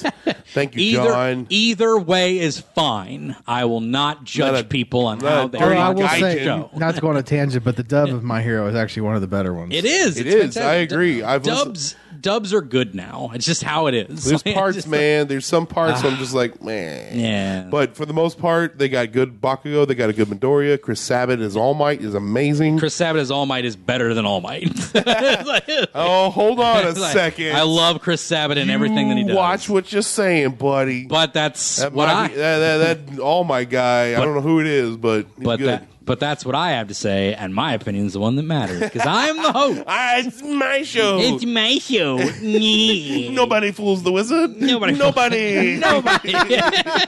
[SPEAKER 4] Thank you,
[SPEAKER 2] Either E
[SPEAKER 4] John.
[SPEAKER 2] either way is fine. I will not judge
[SPEAKER 4] a-
[SPEAKER 2] people on
[SPEAKER 4] not
[SPEAKER 2] how
[SPEAKER 4] a
[SPEAKER 2] they
[SPEAKER 4] dirty
[SPEAKER 3] Although Oh, I
[SPEAKER 2] watch
[SPEAKER 3] will
[SPEAKER 4] Gaijin.
[SPEAKER 2] the
[SPEAKER 3] say,
[SPEAKER 2] show.
[SPEAKER 3] not to go on a tangent, but the dub of My Hero is actually one of the better ones.
[SPEAKER 2] It is.
[SPEAKER 4] It
[SPEAKER 2] It's
[SPEAKER 4] is. I
[SPEAKER 2] fantastic.
[SPEAKER 4] agree.
[SPEAKER 2] Du-
[SPEAKER 4] I've
[SPEAKER 2] dubs.
[SPEAKER 4] listened-
[SPEAKER 2] dubs are good now. It's just how it is.
[SPEAKER 4] There's
[SPEAKER 2] Like,
[SPEAKER 4] parts,
[SPEAKER 2] just-
[SPEAKER 4] man. There's some parts I'm just like, man.
[SPEAKER 2] Yeah.
[SPEAKER 4] But for the most part, they got good Bakugo. They got a good Midoriya. Chris Sabat is All Might is amazing.
[SPEAKER 2] Chris Sabat as All Might is better than All Might.
[SPEAKER 4] oh, hold on a second. Mm,
[SPEAKER 2] I love Chris Sabat and everything that he does.
[SPEAKER 4] Watch what you're saying, buddy.
[SPEAKER 2] but that's
[SPEAKER 4] that
[SPEAKER 2] what
[SPEAKER 4] might
[SPEAKER 2] I.
[SPEAKER 4] be- that, that, that All Might guy. I don't know who it is, but he's
[SPEAKER 2] but
[SPEAKER 4] good.
[SPEAKER 2] that. But that's what I have to say, and my opinion is the one that matters because I am the host.
[SPEAKER 4] Ah, it's my show.
[SPEAKER 2] my show.
[SPEAKER 4] Nobody fools the wizard.
[SPEAKER 2] Nobody fools-
[SPEAKER 4] Nobody.
[SPEAKER 2] Nobody.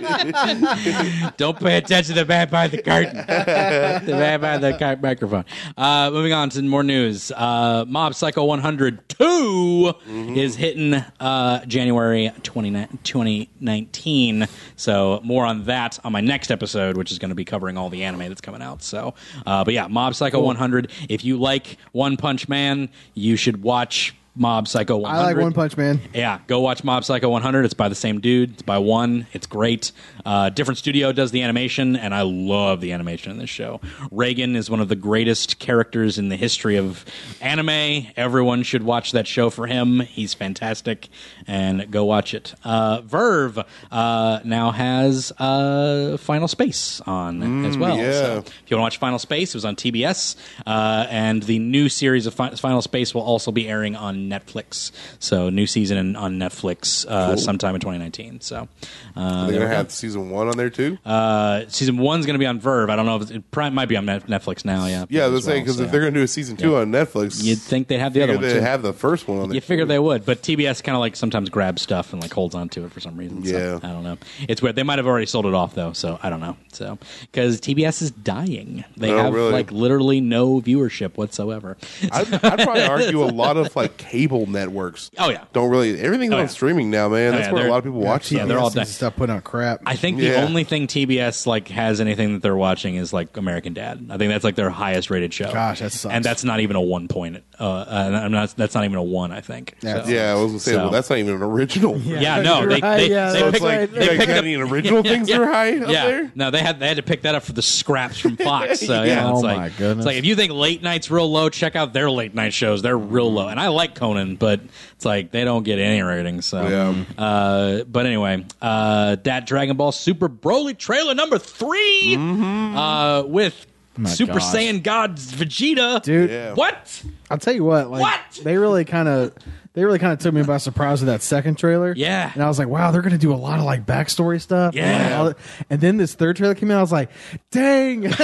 [SPEAKER 2] Don't pay attention to the man behind the curtain. the man behind the cur- microphone. Uh, moving on to more news. Uh, Mob Psycho 102
[SPEAKER 3] Mm-hmm.
[SPEAKER 2] is hitting uh, January 29 2019. So more on that on my next episode, which is going to be covering all the anime that's coming out. So, uh, but yeah, Mob Psycho 100. If you like One Punch Man, you should watch Mob Psycho 100.
[SPEAKER 3] I like One Punch Man.
[SPEAKER 2] Yeah, go watch Mob Psycho 100. It's by the same dude. It's by One. It's great. Uh, different studio does the animation, and I love the animation in this show. Reagan is one of the greatest characters in the history of anime. Everyone should watch that show for him. He's fantastic, and go watch it. Uh, Verve uh, now has uh, Final Space on as well.
[SPEAKER 4] yeah.
[SPEAKER 2] So if you want to watch Final Space, it was on TBS, uh, and the new series of Fi- Final Space will also be airing on Netflix. So new season in, on Netflix uh, sometime in 2019. So uh,
[SPEAKER 4] They're
[SPEAKER 2] there
[SPEAKER 4] gonna
[SPEAKER 2] we go.
[SPEAKER 4] have season one on there too.
[SPEAKER 2] uh, season one's going to be on Verve. I don't know if it's, it probably might be on Net- Netflix now. Yeah,
[SPEAKER 4] yeah,
[SPEAKER 2] as
[SPEAKER 4] that's saying
[SPEAKER 2] well,
[SPEAKER 4] because
[SPEAKER 2] so,
[SPEAKER 4] if they're
[SPEAKER 2] yeah.
[SPEAKER 4] gonna do a season two on Netflix,
[SPEAKER 2] You'd think they'd have the
[SPEAKER 4] figure
[SPEAKER 2] other one
[SPEAKER 4] they
[SPEAKER 2] too.
[SPEAKER 4] have the first one on there.
[SPEAKER 2] You figure they would, but TBS kind of like sometimes grabs stuff and like holds on to it for some reason. So,
[SPEAKER 4] Yeah.
[SPEAKER 2] I don't know. It's weird. They might have already sold it off though, so I don't know. So because TBS is dying, they
[SPEAKER 4] Oh,
[SPEAKER 2] have
[SPEAKER 4] really?
[SPEAKER 2] like literally no viewership whatsoever.
[SPEAKER 4] I'd, I'd probably argue a lot of like cable networks.
[SPEAKER 2] Oh, yeah.
[SPEAKER 4] don't really everything's
[SPEAKER 2] Oh,
[SPEAKER 4] on
[SPEAKER 2] yeah.
[SPEAKER 4] streaming now, man.
[SPEAKER 2] Oh,
[SPEAKER 4] That's
[SPEAKER 2] yeah,
[SPEAKER 4] where a
[SPEAKER 2] they're-
[SPEAKER 4] lot of people watch.
[SPEAKER 2] yeah,
[SPEAKER 4] them.
[SPEAKER 2] they're all
[SPEAKER 3] Stop putting out crap.
[SPEAKER 2] I think the
[SPEAKER 4] Yeah.
[SPEAKER 2] only thing TBS like has anything that they're watching is like American Dad. I think that's like their highest rated show.
[SPEAKER 3] Gosh, that sucks.
[SPEAKER 2] And that's not even a one point. Uh, uh, I'm not. That's not even a one. I think.
[SPEAKER 3] Yeah.
[SPEAKER 4] yeah, I was gonna say, well,
[SPEAKER 2] So-
[SPEAKER 4] that's not even an original.
[SPEAKER 2] Yeah, no, they,
[SPEAKER 3] Right,
[SPEAKER 2] they,
[SPEAKER 3] yeah,
[SPEAKER 2] they
[SPEAKER 3] that's
[SPEAKER 2] picked,
[SPEAKER 4] like,
[SPEAKER 2] they
[SPEAKER 4] you guys
[SPEAKER 2] picked
[SPEAKER 4] got
[SPEAKER 2] up
[SPEAKER 4] any original things that are high up
[SPEAKER 2] yeah.
[SPEAKER 4] there?
[SPEAKER 2] No, they had they had to pick that up for the scraps from Fox. So yeah,
[SPEAKER 4] Yeah.
[SPEAKER 2] it's
[SPEAKER 3] Oh,
[SPEAKER 2] like,
[SPEAKER 3] my goodness.
[SPEAKER 2] It's like if you think late night's real low, check out their late night shows. They're real low, and I like Conan, but it's like they don't get any ratings. So,
[SPEAKER 4] Yeah.
[SPEAKER 2] uh, but anyway, uh, that Dragon Ball Super Broly trailer number 3
[SPEAKER 4] Mm-hmm.
[SPEAKER 2] uh, with Super
[SPEAKER 3] gosh.
[SPEAKER 2] Saiyan God's Vegeta,
[SPEAKER 3] Dude.
[SPEAKER 4] Yeah.
[SPEAKER 2] What?
[SPEAKER 3] I'll tell you what, like
[SPEAKER 2] What?
[SPEAKER 3] they really kind of they really kind of took me by surprise with that second trailer.
[SPEAKER 2] Yeah.
[SPEAKER 3] and I was like, wow, they're gonna do a lot of like backstory stuff.
[SPEAKER 2] Yeah.
[SPEAKER 3] and, like, all that- and then this third trailer came out. I was like, dang, this,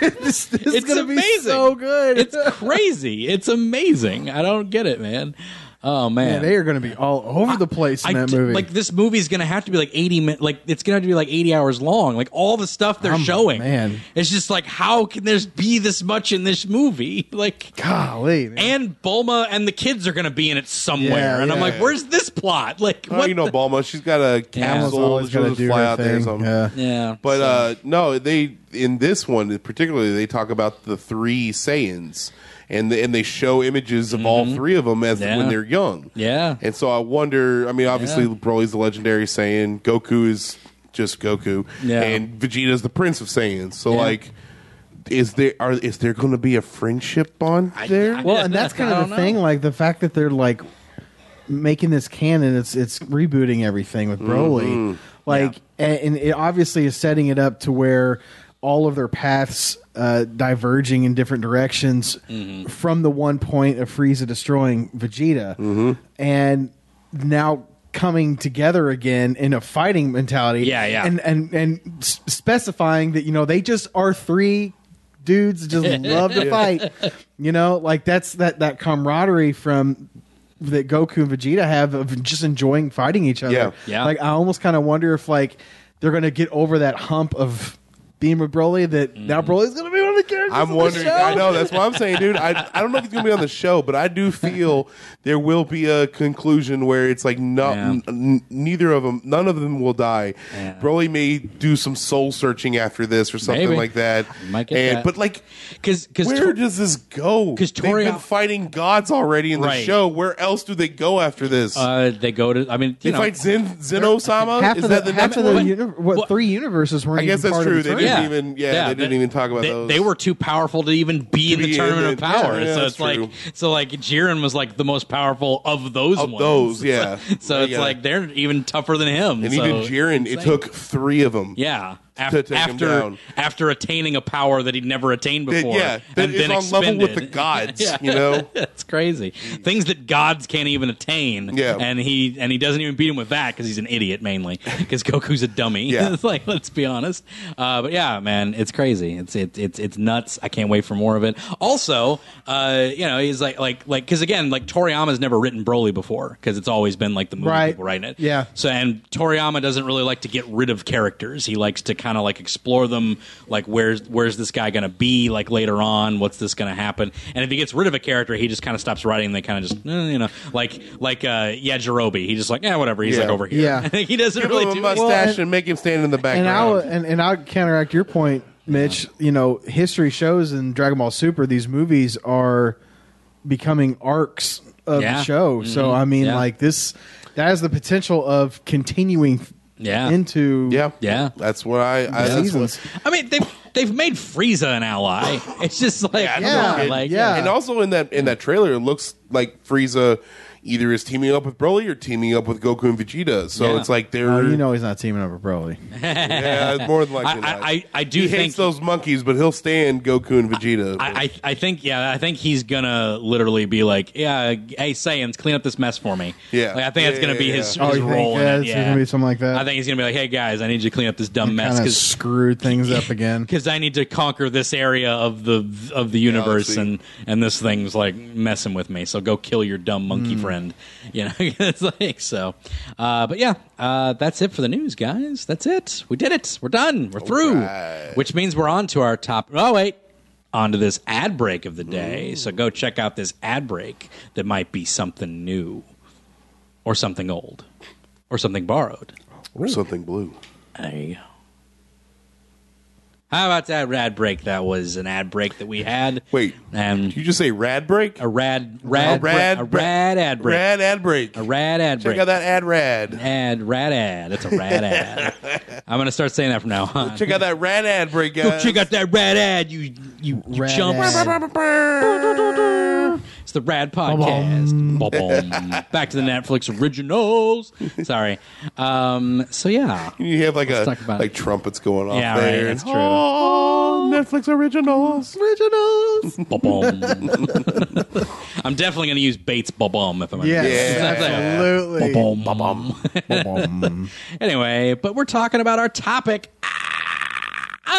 [SPEAKER 3] this is
[SPEAKER 2] It's
[SPEAKER 3] gonna be
[SPEAKER 2] amazing.
[SPEAKER 3] so good.
[SPEAKER 2] It's crazy. It's amazing. I don't get it, man. Oh
[SPEAKER 3] Man, they are gonna be all over the place in
[SPEAKER 2] I
[SPEAKER 3] that
[SPEAKER 2] d-
[SPEAKER 3] movie.
[SPEAKER 2] Like this movie's gonna have to be like eighty minutes. Like it's gonna have to be like eighty hours long. Like all the stuff they're
[SPEAKER 3] I'm-
[SPEAKER 2] showing.
[SPEAKER 3] Oh, man.
[SPEAKER 2] it's just like how can there be this much in this movie? Like.
[SPEAKER 3] golly, man.
[SPEAKER 2] And Bulma and the kids are going to be in it somewhere,
[SPEAKER 3] Yeah,
[SPEAKER 2] and I'm
[SPEAKER 3] yeah.
[SPEAKER 2] like, "Where's this plot? Like,
[SPEAKER 4] Oh,
[SPEAKER 2] what
[SPEAKER 4] you know,
[SPEAKER 2] the-
[SPEAKER 4] Balma, she's got a
[SPEAKER 3] Alma's
[SPEAKER 4] capsule.
[SPEAKER 3] always
[SPEAKER 4] She
[SPEAKER 3] gonna
[SPEAKER 4] does
[SPEAKER 3] do
[SPEAKER 4] fly
[SPEAKER 3] her
[SPEAKER 4] out there or
[SPEAKER 3] thing.
[SPEAKER 4] something.
[SPEAKER 3] Yeah.
[SPEAKER 2] yeah,
[SPEAKER 4] But
[SPEAKER 2] so-
[SPEAKER 4] uh, no, they in this one particularly they talk about the three Saiyans, and the, and they show images of all three of them as
[SPEAKER 2] Mm-hmm. Yeah.
[SPEAKER 4] when they're young.
[SPEAKER 2] Yeah.
[SPEAKER 4] and so I wonder. I mean, obviously
[SPEAKER 2] Yeah.
[SPEAKER 4] Broly's the legendary Saiyan. Goku is just Goku.
[SPEAKER 2] Yeah.
[SPEAKER 4] and Vegeta's the Prince of Saiyans. So
[SPEAKER 2] Yeah.
[SPEAKER 4] like. Is there are is there going to be a friendship bond there?
[SPEAKER 2] I-
[SPEAKER 3] well, and that's kind
[SPEAKER 2] I
[SPEAKER 3] of
[SPEAKER 2] don't
[SPEAKER 3] the
[SPEAKER 2] know.
[SPEAKER 3] thing. Like the fact that they're like making this canon, it's it's rebooting everything with Broly.
[SPEAKER 2] Mm-hmm.
[SPEAKER 3] Like, a- and it obviously is setting it up to where all of their paths uh, diverging in different directions
[SPEAKER 2] Mm-hmm.
[SPEAKER 3] from the one point of Frieza destroying Vegeta,
[SPEAKER 2] Mm-hmm.
[SPEAKER 3] and now coming together again in a fighting mentality.
[SPEAKER 2] Yeah, yeah.
[SPEAKER 3] and and and s- specifying that you know they just are three dudes that just love to fight. You know, like that's that that camaraderie from that Goku and Vegeta have of just enjoying fighting each other.
[SPEAKER 4] Yeah.
[SPEAKER 2] Yeah.
[SPEAKER 3] Like I almost kind of wonder if like they're gonna get over that hump of being with Broly that now Broly's gonna be one of the characters.
[SPEAKER 4] I'm
[SPEAKER 3] of
[SPEAKER 4] wondering.
[SPEAKER 3] The show.
[SPEAKER 4] I know that's what I'm saying, dude. I, I don't know if it's gonna be on the show, but I do feel there will be a conclusion where it's like not
[SPEAKER 2] Yeah.
[SPEAKER 4] n- n- neither of them, none of them will die.
[SPEAKER 2] Yeah.
[SPEAKER 4] Broly may do some soul searching after this or something
[SPEAKER 2] Maybe.
[SPEAKER 4] like that.
[SPEAKER 2] Might get
[SPEAKER 4] and,
[SPEAKER 2] that.
[SPEAKER 4] But like,
[SPEAKER 2] because because
[SPEAKER 4] where does this go?
[SPEAKER 2] 'Cause
[SPEAKER 4] they've been
[SPEAKER 2] Toriyama-
[SPEAKER 4] fighting gods already in the
[SPEAKER 2] Right.
[SPEAKER 4] show. Where else do they go after this?
[SPEAKER 2] uh, they go to. I mean,
[SPEAKER 4] they
[SPEAKER 2] you know,
[SPEAKER 4] fight Zen Zeno Sama.
[SPEAKER 3] Half
[SPEAKER 4] Is
[SPEAKER 3] of the,
[SPEAKER 4] that the
[SPEAKER 3] half
[SPEAKER 4] next
[SPEAKER 3] of the
[SPEAKER 4] one?
[SPEAKER 3] uni- what,
[SPEAKER 2] Well,
[SPEAKER 3] three universes weren't.
[SPEAKER 4] I guess
[SPEAKER 3] even
[SPEAKER 4] that's
[SPEAKER 3] part of
[SPEAKER 4] true.
[SPEAKER 3] the
[SPEAKER 4] They
[SPEAKER 3] tournament.
[SPEAKER 4] didn't even- yeah, they didn't even talk about
[SPEAKER 2] they,
[SPEAKER 4] those.
[SPEAKER 2] They were two powerful to even be in
[SPEAKER 4] Be
[SPEAKER 2] the
[SPEAKER 4] in
[SPEAKER 2] tournament
[SPEAKER 4] it.
[SPEAKER 2] of power.
[SPEAKER 4] Yeah, yeah,
[SPEAKER 2] so
[SPEAKER 4] that's
[SPEAKER 2] it's
[SPEAKER 4] true.
[SPEAKER 2] like so like Jiren was like the most powerful of those
[SPEAKER 4] Of
[SPEAKER 2] ones.
[SPEAKER 4] those, yeah.
[SPEAKER 2] so it's
[SPEAKER 4] Yeah.
[SPEAKER 2] like they're even tougher than him.
[SPEAKER 4] And
[SPEAKER 2] so-
[SPEAKER 4] even Jiren, it took three of them.
[SPEAKER 2] yeah. Af-
[SPEAKER 4] to take him
[SPEAKER 2] after
[SPEAKER 4] down.
[SPEAKER 2] after attaining a power that he'd never attained
[SPEAKER 4] That-
[SPEAKER 2] before,
[SPEAKER 4] yeah, that
[SPEAKER 2] and
[SPEAKER 4] is
[SPEAKER 2] then
[SPEAKER 4] on
[SPEAKER 2] expended.
[SPEAKER 4] level with the gods. You know,
[SPEAKER 2] That's crazy. Things that gods can't even attain.
[SPEAKER 4] Yeah.
[SPEAKER 2] and he and he doesn't even beat him with that because he's an idiot mainly because Goku's a dummy.
[SPEAKER 4] Yeah.
[SPEAKER 2] it's like let's be honest. Uh, but yeah, man, it's crazy. It's it's it's it's nuts. I can't wait for more of it. Also, uh, you know, he's like like like because again, like Toriyama's never written Broly before because it's always been like the movie
[SPEAKER 3] Right.
[SPEAKER 2] people writing it.
[SPEAKER 3] Yeah.
[SPEAKER 2] So and Toriyama doesn't really like to get rid of characters. He likes to kind of like explore them. Like where's where's this guy going to be? Like later on, what's this going to happen? And if he gets rid of a character, he just kind of stops writing. and They kind of just eh, you know like like uh, yeah, Jirobe. He just like yeah, whatever. He's
[SPEAKER 4] Yeah.
[SPEAKER 2] like over here.
[SPEAKER 3] Yeah.
[SPEAKER 2] he doesn't
[SPEAKER 4] give
[SPEAKER 2] really
[SPEAKER 4] him a
[SPEAKER 2] do
[SPEAKER 4] mustache
[SPEAKER 2] anything.
[SPEAKER 4] and, make him stand in the
[SPEAKER 3] and
[SPEAKER 4] background.
[SPEAKER 3] I'll and, and I'll counteract your point, Mitch. You know, history shows in Dragon Ball Super these movies are becoming arcs of
[SPEAKER 2] Yeah. Mm-hmm.
[SPEAKER 3] the show. So I mean,
[SPEAKER 2] Yeah.
[SPEAKER 3] like this, that has the potential of continuing
[SPEAKER 2] Yeah.
[SPEAKER 3] into
[SPEAKER 4] yeah,
[SPEAKER 2] Yeah.
[SPEAKER 4] That's what I. I that's what,
[SPEAKER 3] seasons.
[SPEAKER 2] I mean they've they've made Frieza an ally. It's just like
[SPEAKER 4] Yeah,
[SPEAKER 2] yeah,
[SPEAKER 3] no
[SPEAKER 2] like
[SPEAKER 3] kidding. Yeah.
[SPEAKER 4] and also in that in that trailer, it looks like Frieza either is teaming up with Broly or teaming up with Goku and Vegeta. So
[SPEAKER 2] Yeah.
[SPEAKER 4] it's like they're
[SPEAKER 3] Oh, you know, he's not teaming up with Broly.
[SPEAKER 4] yeah, it's more than
[SPEAKER 2] I,
[SPEAKER 4] likely. not.
[SPEAKER 2] I, I, I do
[SPEAKER 4] he
[SPEAKER 2] think
[SPEAKER 4] hates those monkeys, but he'll stand Goku and Vegeta.
[SPEAKER 2] I, I I think yeah I think he's gonna literally be like yeah hey Saiyans clean up this mess for me
[SPEAKER 4] Yeah.
[SPEAKER 2] like, I think that's
[SPEAKER 4] Yeah,
[SPEAKER 2] gonna be
[SPEAKER 4] yeah,
[SPEAKER 2] his,
[SPEAKER 4] yeah.
[SPEAKER 3] Oh,
[SPEAKER 2] his
[SPEAKER 3] you think,
[SPEAKER 2] role
[SPEAKER 3] yeah,
[SPEAKER 2] in it
[SPEAKER 3] it's
[SPEAKER 2] yeah
[SPEAKER 3] gonna be something like that?
[SPEAKER 2] I think he's gonna be like hey guys I need you to clean up this dumb mess
[SPEAKER 3] Kind of
[SPEAKER 2] because
[SPEAKER 3] screwed things up again.
[SPEAKER 2] I need to conquer this area of the of the universe
[SPEAKER 4] Galaxy.
[SPEAKER 2] and and this thing's like messing with me so go kill your dumb monkey friend you know it's like so uh, but yeah uh, that's it for the news guys that's it we did it we're done we're through
[SPEAKER 4] right.
[SPEAKER 2] which means we're on to our top oh wait onto this ad break of the day so go check out this ad break that might be something new or something old or something borrowed
[SPEAKER 4] or something blue.
[SPEAKER 2] there you go. How about that rad break? That was an ad break that we had.
[SPEAKER 4] Wait,
[SPEAKER 2] and
[SPEAKER 4] did you just say rad break?
[SPEAKER 2] a rad, rad,
[SPEAKER 4] A rad
[SPEAKER 2] a
[SPEAKER 4] bre-
[SPEAKER 2] rad ad break,
[SPEAKER 4] Rad ad break.
[SPEAKER 2] a rad ad
[SPEAKER 4] Check
[SPEAKER 2] break.
[SPEAKER 4] out that ad rad.
[SPEAKER 2] Ad, rad ad. That's a rad ad. I'm gonna start saying that from now on.
[SPEAKER 4] Check out that rad ad break,
[SPEAKER 2] Go
[SPEAKER 4] guys.
[SPEAKER 2] check out that rad ad. You, you, you
[SPEAKER 3] Rad
[SPEAKER 2] chumps.
[SPEAKER 3] ad.
[SPEAKER 2] It's the Rad Podcast. Ba-boom. Back to the Netflix originals. Sorry. Um, so yeah.
[SPEAKER 4] You have like
[SPEAKER 2] talk
[SPEAKER 4] a
[SPEAKER 2] about
[SPEAKER 4] like
[SPEAKER 2] it.
[SPEAKER 4] trumpets going off
[SPEAKER 2] Yeah, right,
[SPEAKER 4] there.
[SPEAKER 2] that's true.
[SPEAKER 4] Oh, Netflix originals. Originals.
[SPEAKER 2] Ba-boom. I'm definitely going to use Bates ba-boom if I'm gonna do
[SPEAKER 3] Yes,
[SPEAKER 2] this.
[SPEAKER 4] Yeah.
[SPEAKER 3] absolutely.
[SPEAKER 2] Ba-boom, ba-boom.
[SPEAKER 3] Ba-bum.
[SPEAKER 2] Anyway, but we're talking about our topic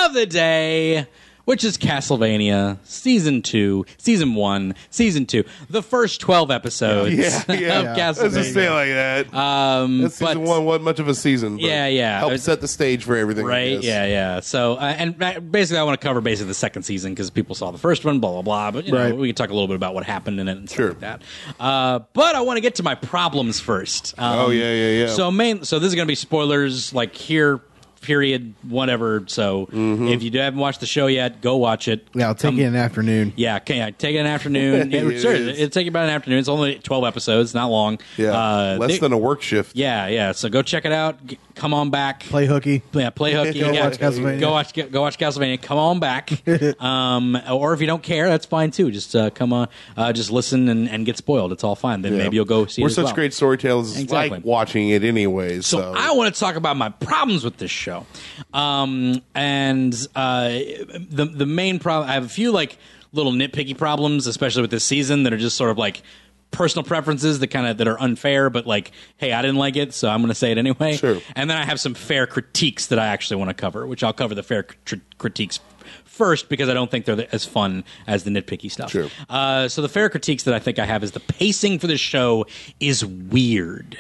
[SPEAKER 2] of the day, which is Castlevania Season 2, Season 1, Season 2, the first 12 episodes
[SPEAKER 4] Yeah,
[SPEAKER 2] of
[SPEAKER 4] yeah. Let's just
[SPEAKER 2] Castlevania.
[SPEAKER 4] say it like that.
[SPEAKER 2] Um,
[SPEAKER 4] That's season
[SPEAKER 2] but-
[SPEAKER 4] one wasn't much of a season. But
[SPEAKER 2] Yeah, yeah.
[SPEAKER 4] Helped
[SPEAKER 2] It's-
[SPEAKER 4] set the stage for everything. I
[SPEAKER 2] Right?
[SPEAKER 4] guess.
[SPEAKER 2] Yeah, yeah. So, uh, and ba- basically, I want to cover basically the second season because people saw the first one, blah blah blah. But you know,
[SPEAKER 3] Right.
[SPEAKER 2] we can talk a little bit about what happened in it and stuff
[SPEAKER 4] Sure.
[SPEAKER 2] like that. Uh, but I want to get to my problems first. Um,
[SPEAKER 4] Oh, yeah, yeah, yeah.
[SPEAKER 2] So main, so this is going to be spoilers, like here, period, whatever. So
[SPEAKER 4] Mm-hmm.
[SPEAKER 2] if you haven't watched the show yet, go watch it.
[SPEAKER 3] Yeah, I'll take
[SPEAKER 2] Come-
[SPEAKER 3] it in the afternoon.
[SPEAKER 2] Um, yeah, can yeah, take it an afternoon. it,
[SPEAKER 4] It
[SPEAKER 2] sure,
[SPEAKER 4] is.
[SPEAKER 2] it'll take you about an afternoon. It's only twelve episodes, not long.
[SPEAKER 4] Yeah.
[SPEAKER 2] uh,
[SPEAKER 4] Less
[SPEAKER 2] they-
[SPEAKER 4] than a work shift.
[SPEAKER 2] yeah, yeah. So go check it out. G- come on back
[SPEAKER 3] Play hooky.
[SPEAKER 2] yeah, play hooky.
[SPEAKER 3] Go
[SPEAKER 2] yeah.
[SPEAKER 3] watch Castlevania.
[SPEAKER 2] Go watch go watch Castlevania. Come on back, um, or if you don't care, that's fine too. Just uh, come on, uh, just listen and, and get spoiled. It's all fine. Then
[SPEAKER 4] Yeah.
[SPEAKER 2] maybe you'll go see.
[SPEAKER 4] We're
[SPEAKER 2] it as
[SPEAKER 4] such
[SPEAKER 2] well.
[SPEAKER 4] great storytellers. It's
[SPEAKER 2] Exactly.
[SPEAKER 4] Like watching it anyways. So,
[SPEAKER 2] So, I want to talk about my problems with this show, um, and uh, the the main problem. I have a few like little nitpicky problems, especially with this season, that are just sort of like personal preferences that kind of that are unfair. But like, hey, I didn't like it, so I'm going to say it anyway.
[SPEAKER 4] Sure.
[SPEAKER 2] And then I have some fair critiques that I actually want to cover, which I'll cover the fair cr- critiques first because I don't think they're as fun as the nitpicky stuff.
[SPEAKER 4] Sure.
[SPEAKER 2] Uh, so the fair critiques that I think I have is the pacing for the show is weird.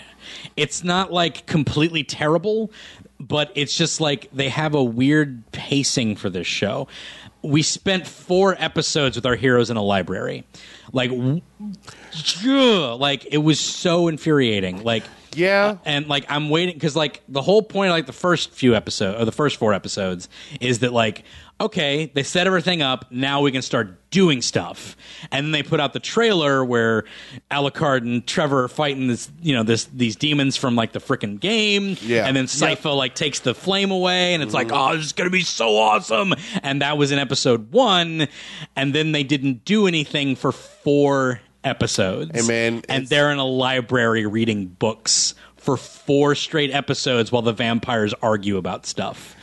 [SPEAKER 2] It's not like completely terrible, but it's just like they have a weird pacing for this show. We spent four episodes with our heroes in a library. Like, w- ugh, like it was so infuriating. Like, uh,
[SPEAKER 4] yeah.
[SPEAKER 2] and like I'm waiting because like the whole point of like the first few episodes or the first four episodes is that like okay, they set everything up. Now we can start doing stuff. And then they put out the trailer where Alucard and Trevor are fighting this, you know, this these demons from like the frickin' game.
[SPEAKER 4] Yeah. Mm-hmm.
[SPEAKER 2] And then Sypha like takes the flame away, and it's like, oh, this is gonna be so awesome. And that was in episode one. And then they didn't do anything for four episodes.
[SPEAKER 4] Hey, man,
[SPEAKER 2] and
[SPEAKER 4] it's-
[SPEAKER 2] they're in a library reading books for four straight episodes while the vampires argue about stuff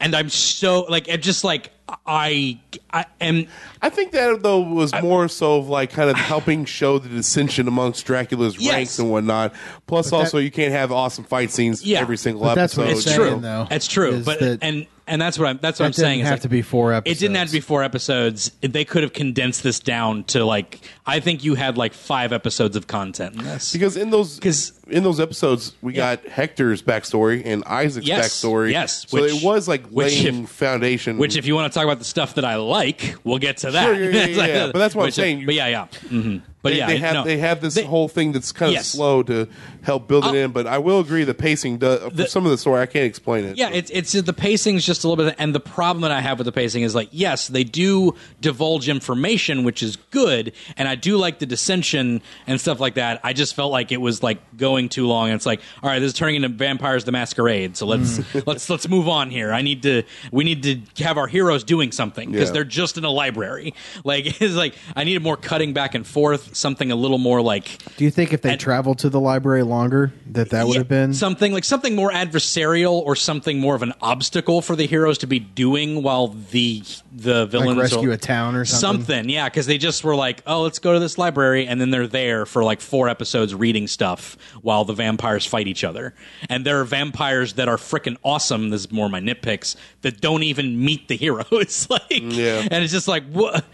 [SPEAKER 2] and I'm so like it just like I I am
[SPEAKER 4] I think that though was more so of like kind of helping show the dissension amongst Dracula's
[SPEAKER 2] Yes.
[SPEAKER 4] ranks and whatnot. Plus, also you can't have awesome fight scenes
[SPEAKER 2] Yeah.
[SPEAKER 4] every single
[SPEAKER 3] But that's
[SPEAKER 4] episode.
[SPEAKER 3] what I'm
[SPEAKER 2] it's
[SPEAKER 3] saying,
[SPEAKER 2] true.
[SPEAKER 3] though,
[SPEAKER 2] it's true.
[SPEAKER 3] is
[SPEAKER 2] But
[SPEAKER 3] that-
[SPEAKER 2] and and that's what I'm that's what
[SPEAKER 3] That
[SPEAKER 2] I'm saying.
[SPEAKER 3] didn't
[SPEAKER 2] is,
[SPEAKER 3] have
[SPEAKER 2] like,
[SPEAKER 3] to be four
[SPEAKER 2] It didn't have to be
[SPEAKER 3] episodes.
[SPEAKER 2] four episodes. They could have condensed this down to like I think you had like five episodes of content in this.
[SPEAKER 4] Because in those
[SPEAKER 2] 'Cause-
[SPEAKER 4] in those episodes, we
[SPEAKER 2] Yeah.
[SPEAKER 4] got Hector's backstory and Isaac's
[SPEAKER 2] Yes,
[SPEAKER 4] backstory.
[SPEAKER 2] yes,
[SPEAKER 4] so
[SPEAKER 2] which-
[SPEAKER 4] it was like
[SPEAKER 2] which if-
[SPEAKER 4] laying foundation.
[SPEAKER 2] Which, if you want to talk about the stuff that I like, we'll get to that.
[SPEAKER 4] Sure, yeah, yeah,
[SPEAKER 2] It's like-
[SPEAKER 4] yeah. But that's what I'm
[SPEAKER 2] which-
[SPEAKER 4] saying.
[SPEAKER 2] But yeah, yeah. hmm But
[SPEAKER 4] they,
[SPEAKER 2] yeah,
[SPEAKER 4] they have
[SPEAKER 2] no.
[SPEAKER 4] they have this
[SPEAKER 2] They-
[SPEAKER 4] whole thing that's kind of
[SPEAKER 2] Yes. Uh,
[SPEAKER 4] slow to help build
[SPEAKER 2] I'll-
[SPEAKER 4] it in. But I will agree the pacing does for some of the story. I can't explain it.
[SPEAKER 2] Yeah, it's it's the pacing's just a little bit, and the problem that I have with the pacing is like, yes, they do divulge information, which is good, and I do like the dissension and stuff like that. I just felt like it was like going too long, and it's like, all right, this is turning into Vampires the Masquerade, so let's
[SPEAKER 4] Mm-hmm.
[SPEAKER 2] let's let's move on here. I need to we need to have our heroes doing something because
[SPEAKER 4] Yeah.
[SPEAKER 2] they're just in a library. Like it's like I needed more cutting back and forth, something a little more like
[SPEAKER 3] Do you think if they traveled to the library longer, that that would
[SPEAKER 2] yeah,
[SPEAKER 3] have been?
[SPEAKER 2] something like something more adversarial or something more of an obstacle for the heroes to be doing while the the villains
[SPEAKER 3] rescue
[SPEAKER 2] are-
[SPEAKER 3] a town or something?
[SPEAKER 2] yeah, because they just were like, oh, let's go to this library, and then they're there for like four episodes reading stuff while the vampires fight each other. And there are vampires that are freaking awesome. This is more my nitpicks that don't even meet the heroes. like,
[SPEAKER 4] Yeah.
[SPEAKER 2] and it's just like what.